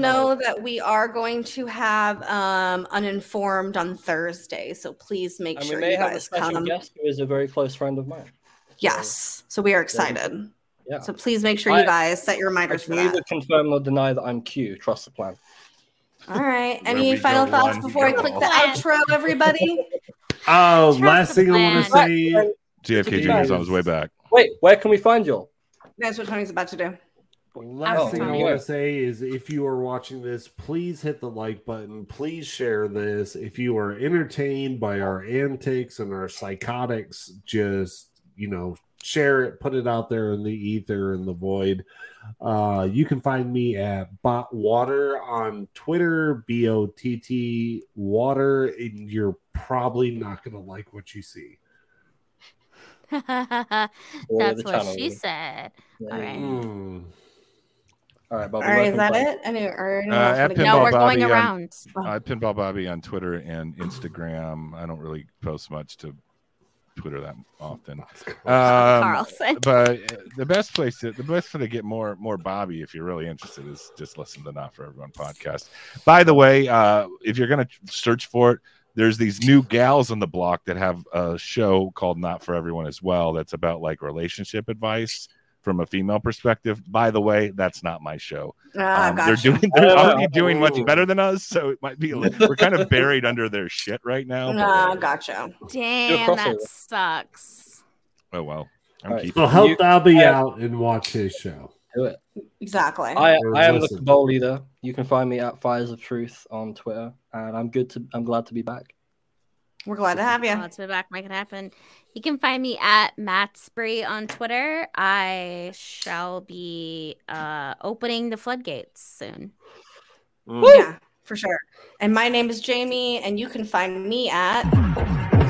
[SPEAKER 2] sorry.
[SPEAKER 4] know that we are going to have um, uninformed on Thursday, so please make
[SPEAKER 2] And we
[SPEAKER 4] sure
[SPEAKER 2] may
[SPEAKER 4] you
[SPEAKER 2] have a
[SPEAKER 4] guys
[SPEAKER 2] special
[SPEAKER 4] come.
[SPEAKER 2] guest who is a very close friend of mine.
[SPEAKER 4] Yes, so we are excited.
[SPEAKER 2] Yeah.
[SPEAKER 4] So please make sure
[SPEAKER 2] I-
[SPEAKER 4] you guys set your
[SPEAKER 2] I
[SPEAKER 4] reminders for
[SPEAKER 2] can
[SPEAKER 4] that.
[SPEAKER 2] either confirm or deny that I'm Q. Trust the plan.
[SPEAKER 4] All right.
[SPEAKER 2] Where
[SPEAKER 4] Any
[SPEAKER 2] we
[SPEAKER 4] final
[SPEAKER 2] go
[SPEAKER 4] thoughts
[SPEAKER 2] one,
[SPEAKER 4] before I
[SPEAKER 2] go
[SPEAKER 4] click
[SPEAKER 2] all.
[SPEAKER 4] the outro, everybody?
[SPEAKER 5] Oh,
[SPEAKER 4] Trust
[SPEAKER 5] last
[SPEAKER 4] the
[SPEAKER 5] thing I want to
[SPEAKER 4] plan.
[SPEAKER 5] say.
[SPEAKER 1] JFK Jr. is on his way back.
[SPEAKER 2] Wait, where can we find you?
[SPEAKER 4] That's what Tony's about to do.
[SPEAKER 5] Last thing I
[SPEAKER 2] Absolutely.
[SPEAKER 5] want to say is if you are watching this, please hit the like button. Please share this. If you are entertained by our antics and our psychotics, just, you know, share it, put it out there in the ether and the void. Uh, you can find me at Bot Water on Twitter, B O T T Water, and you're probably not going to like what you see.
[SPEAKER 6] That's what
[SPEAKER 5] channel
[SPEAKER 6] she
[SPEAKER 5] leader.
[SPEAKER 6] said. All right.
[SPEAKER 5] Mm.
[SPEAKER 2] All right,
[SPEAKER 4] All
[SPEAKER 2] Bobby.
[SPEAKER 4] right,
[SPEAKER 2] where
[SPEAKER 4] is
[SPEAKER 2] can
[SPEAKER 4] that
[SPEAKER 2] we find
[SPEAKER 4] it? Any, or anyone
[SPEAKER 1] Uh,
[SPEAKER 4] else
[SPEAKER 1] at
[SPEAKER 4] wanna go?
[SPEAKER 1] Pinball Bobby on-
[SPEAKER 4] Oh.
[SPEAKER 1] uh, Pinball Bobby on Twitter and Instagram. I don't really post much to Twitter that
[SPEAKER 5] Hmm.
[SPEAKER 1] often.
[SPEAKER 6] Uh,
[SPEAKER 1] Um,
[SPEAKER 6] Carlson.
[SPEAKER 1] But uh, the best place to the best way to get more more Bobby if you're really interested is just listen to Not for Everyone podcast. By the way, uh, if you're gonna search for it, there's these new gals on the block that have a show called Not for Everyone as well. That's about like relationship advice from a female perspective. By the way, that's not my show.
[SPEAKER 4] Ah,
[SPEAKER 1] Um, they're
[SPEAKER 4] gotcha.
[SPEAKER 1] doing they're
[SPEAKER 2] Oh,
[SPEAKER 1] already doing much
[SPEAKER 2] oh.
[SPEAKER 1] better than us, so it might be a little, we're kind of buried under their shit right now. but,
[SPEAKER 4] Ah, gotcha.
[SPEAKER 6] Damn, that
[SPEAKER 2] crossover.
[SPEAKER 6] sucks.
[SPEAKER 1] oh well, I'm
[SPEAKER 2] All right.
[SPEAKER 1] keeping.
[SPEAKER 5] So help
[SPEAKER 2] You-
[SPEAKER 5] Dobby
[SPEAKER 2] I-
[SPEAKER 5] out and watch his show.
[SPEAKER 2] Do it.
[SPEAKER 4] Exactly.
[SPEAKER 2] I,
[SPEAKER 5] Or
[SPEAKER 2] I am the
[SPEAKER 5] listen.
[SPEAKER 2] cabal leader. You can find me at Fires of Truth on Twitter, and I'm good to. I'm glad to be back.
[SPEAKER 4] We're glad to have you.
[SPEAKER 6] Let's be back. Make it happen. You can find me at Matt Spree on Twitter. I shall be uh, opening the floodgates soon.
[SPEAKER 4] Mm. Yeah, for sure. And my name is Jamie, and you can find me at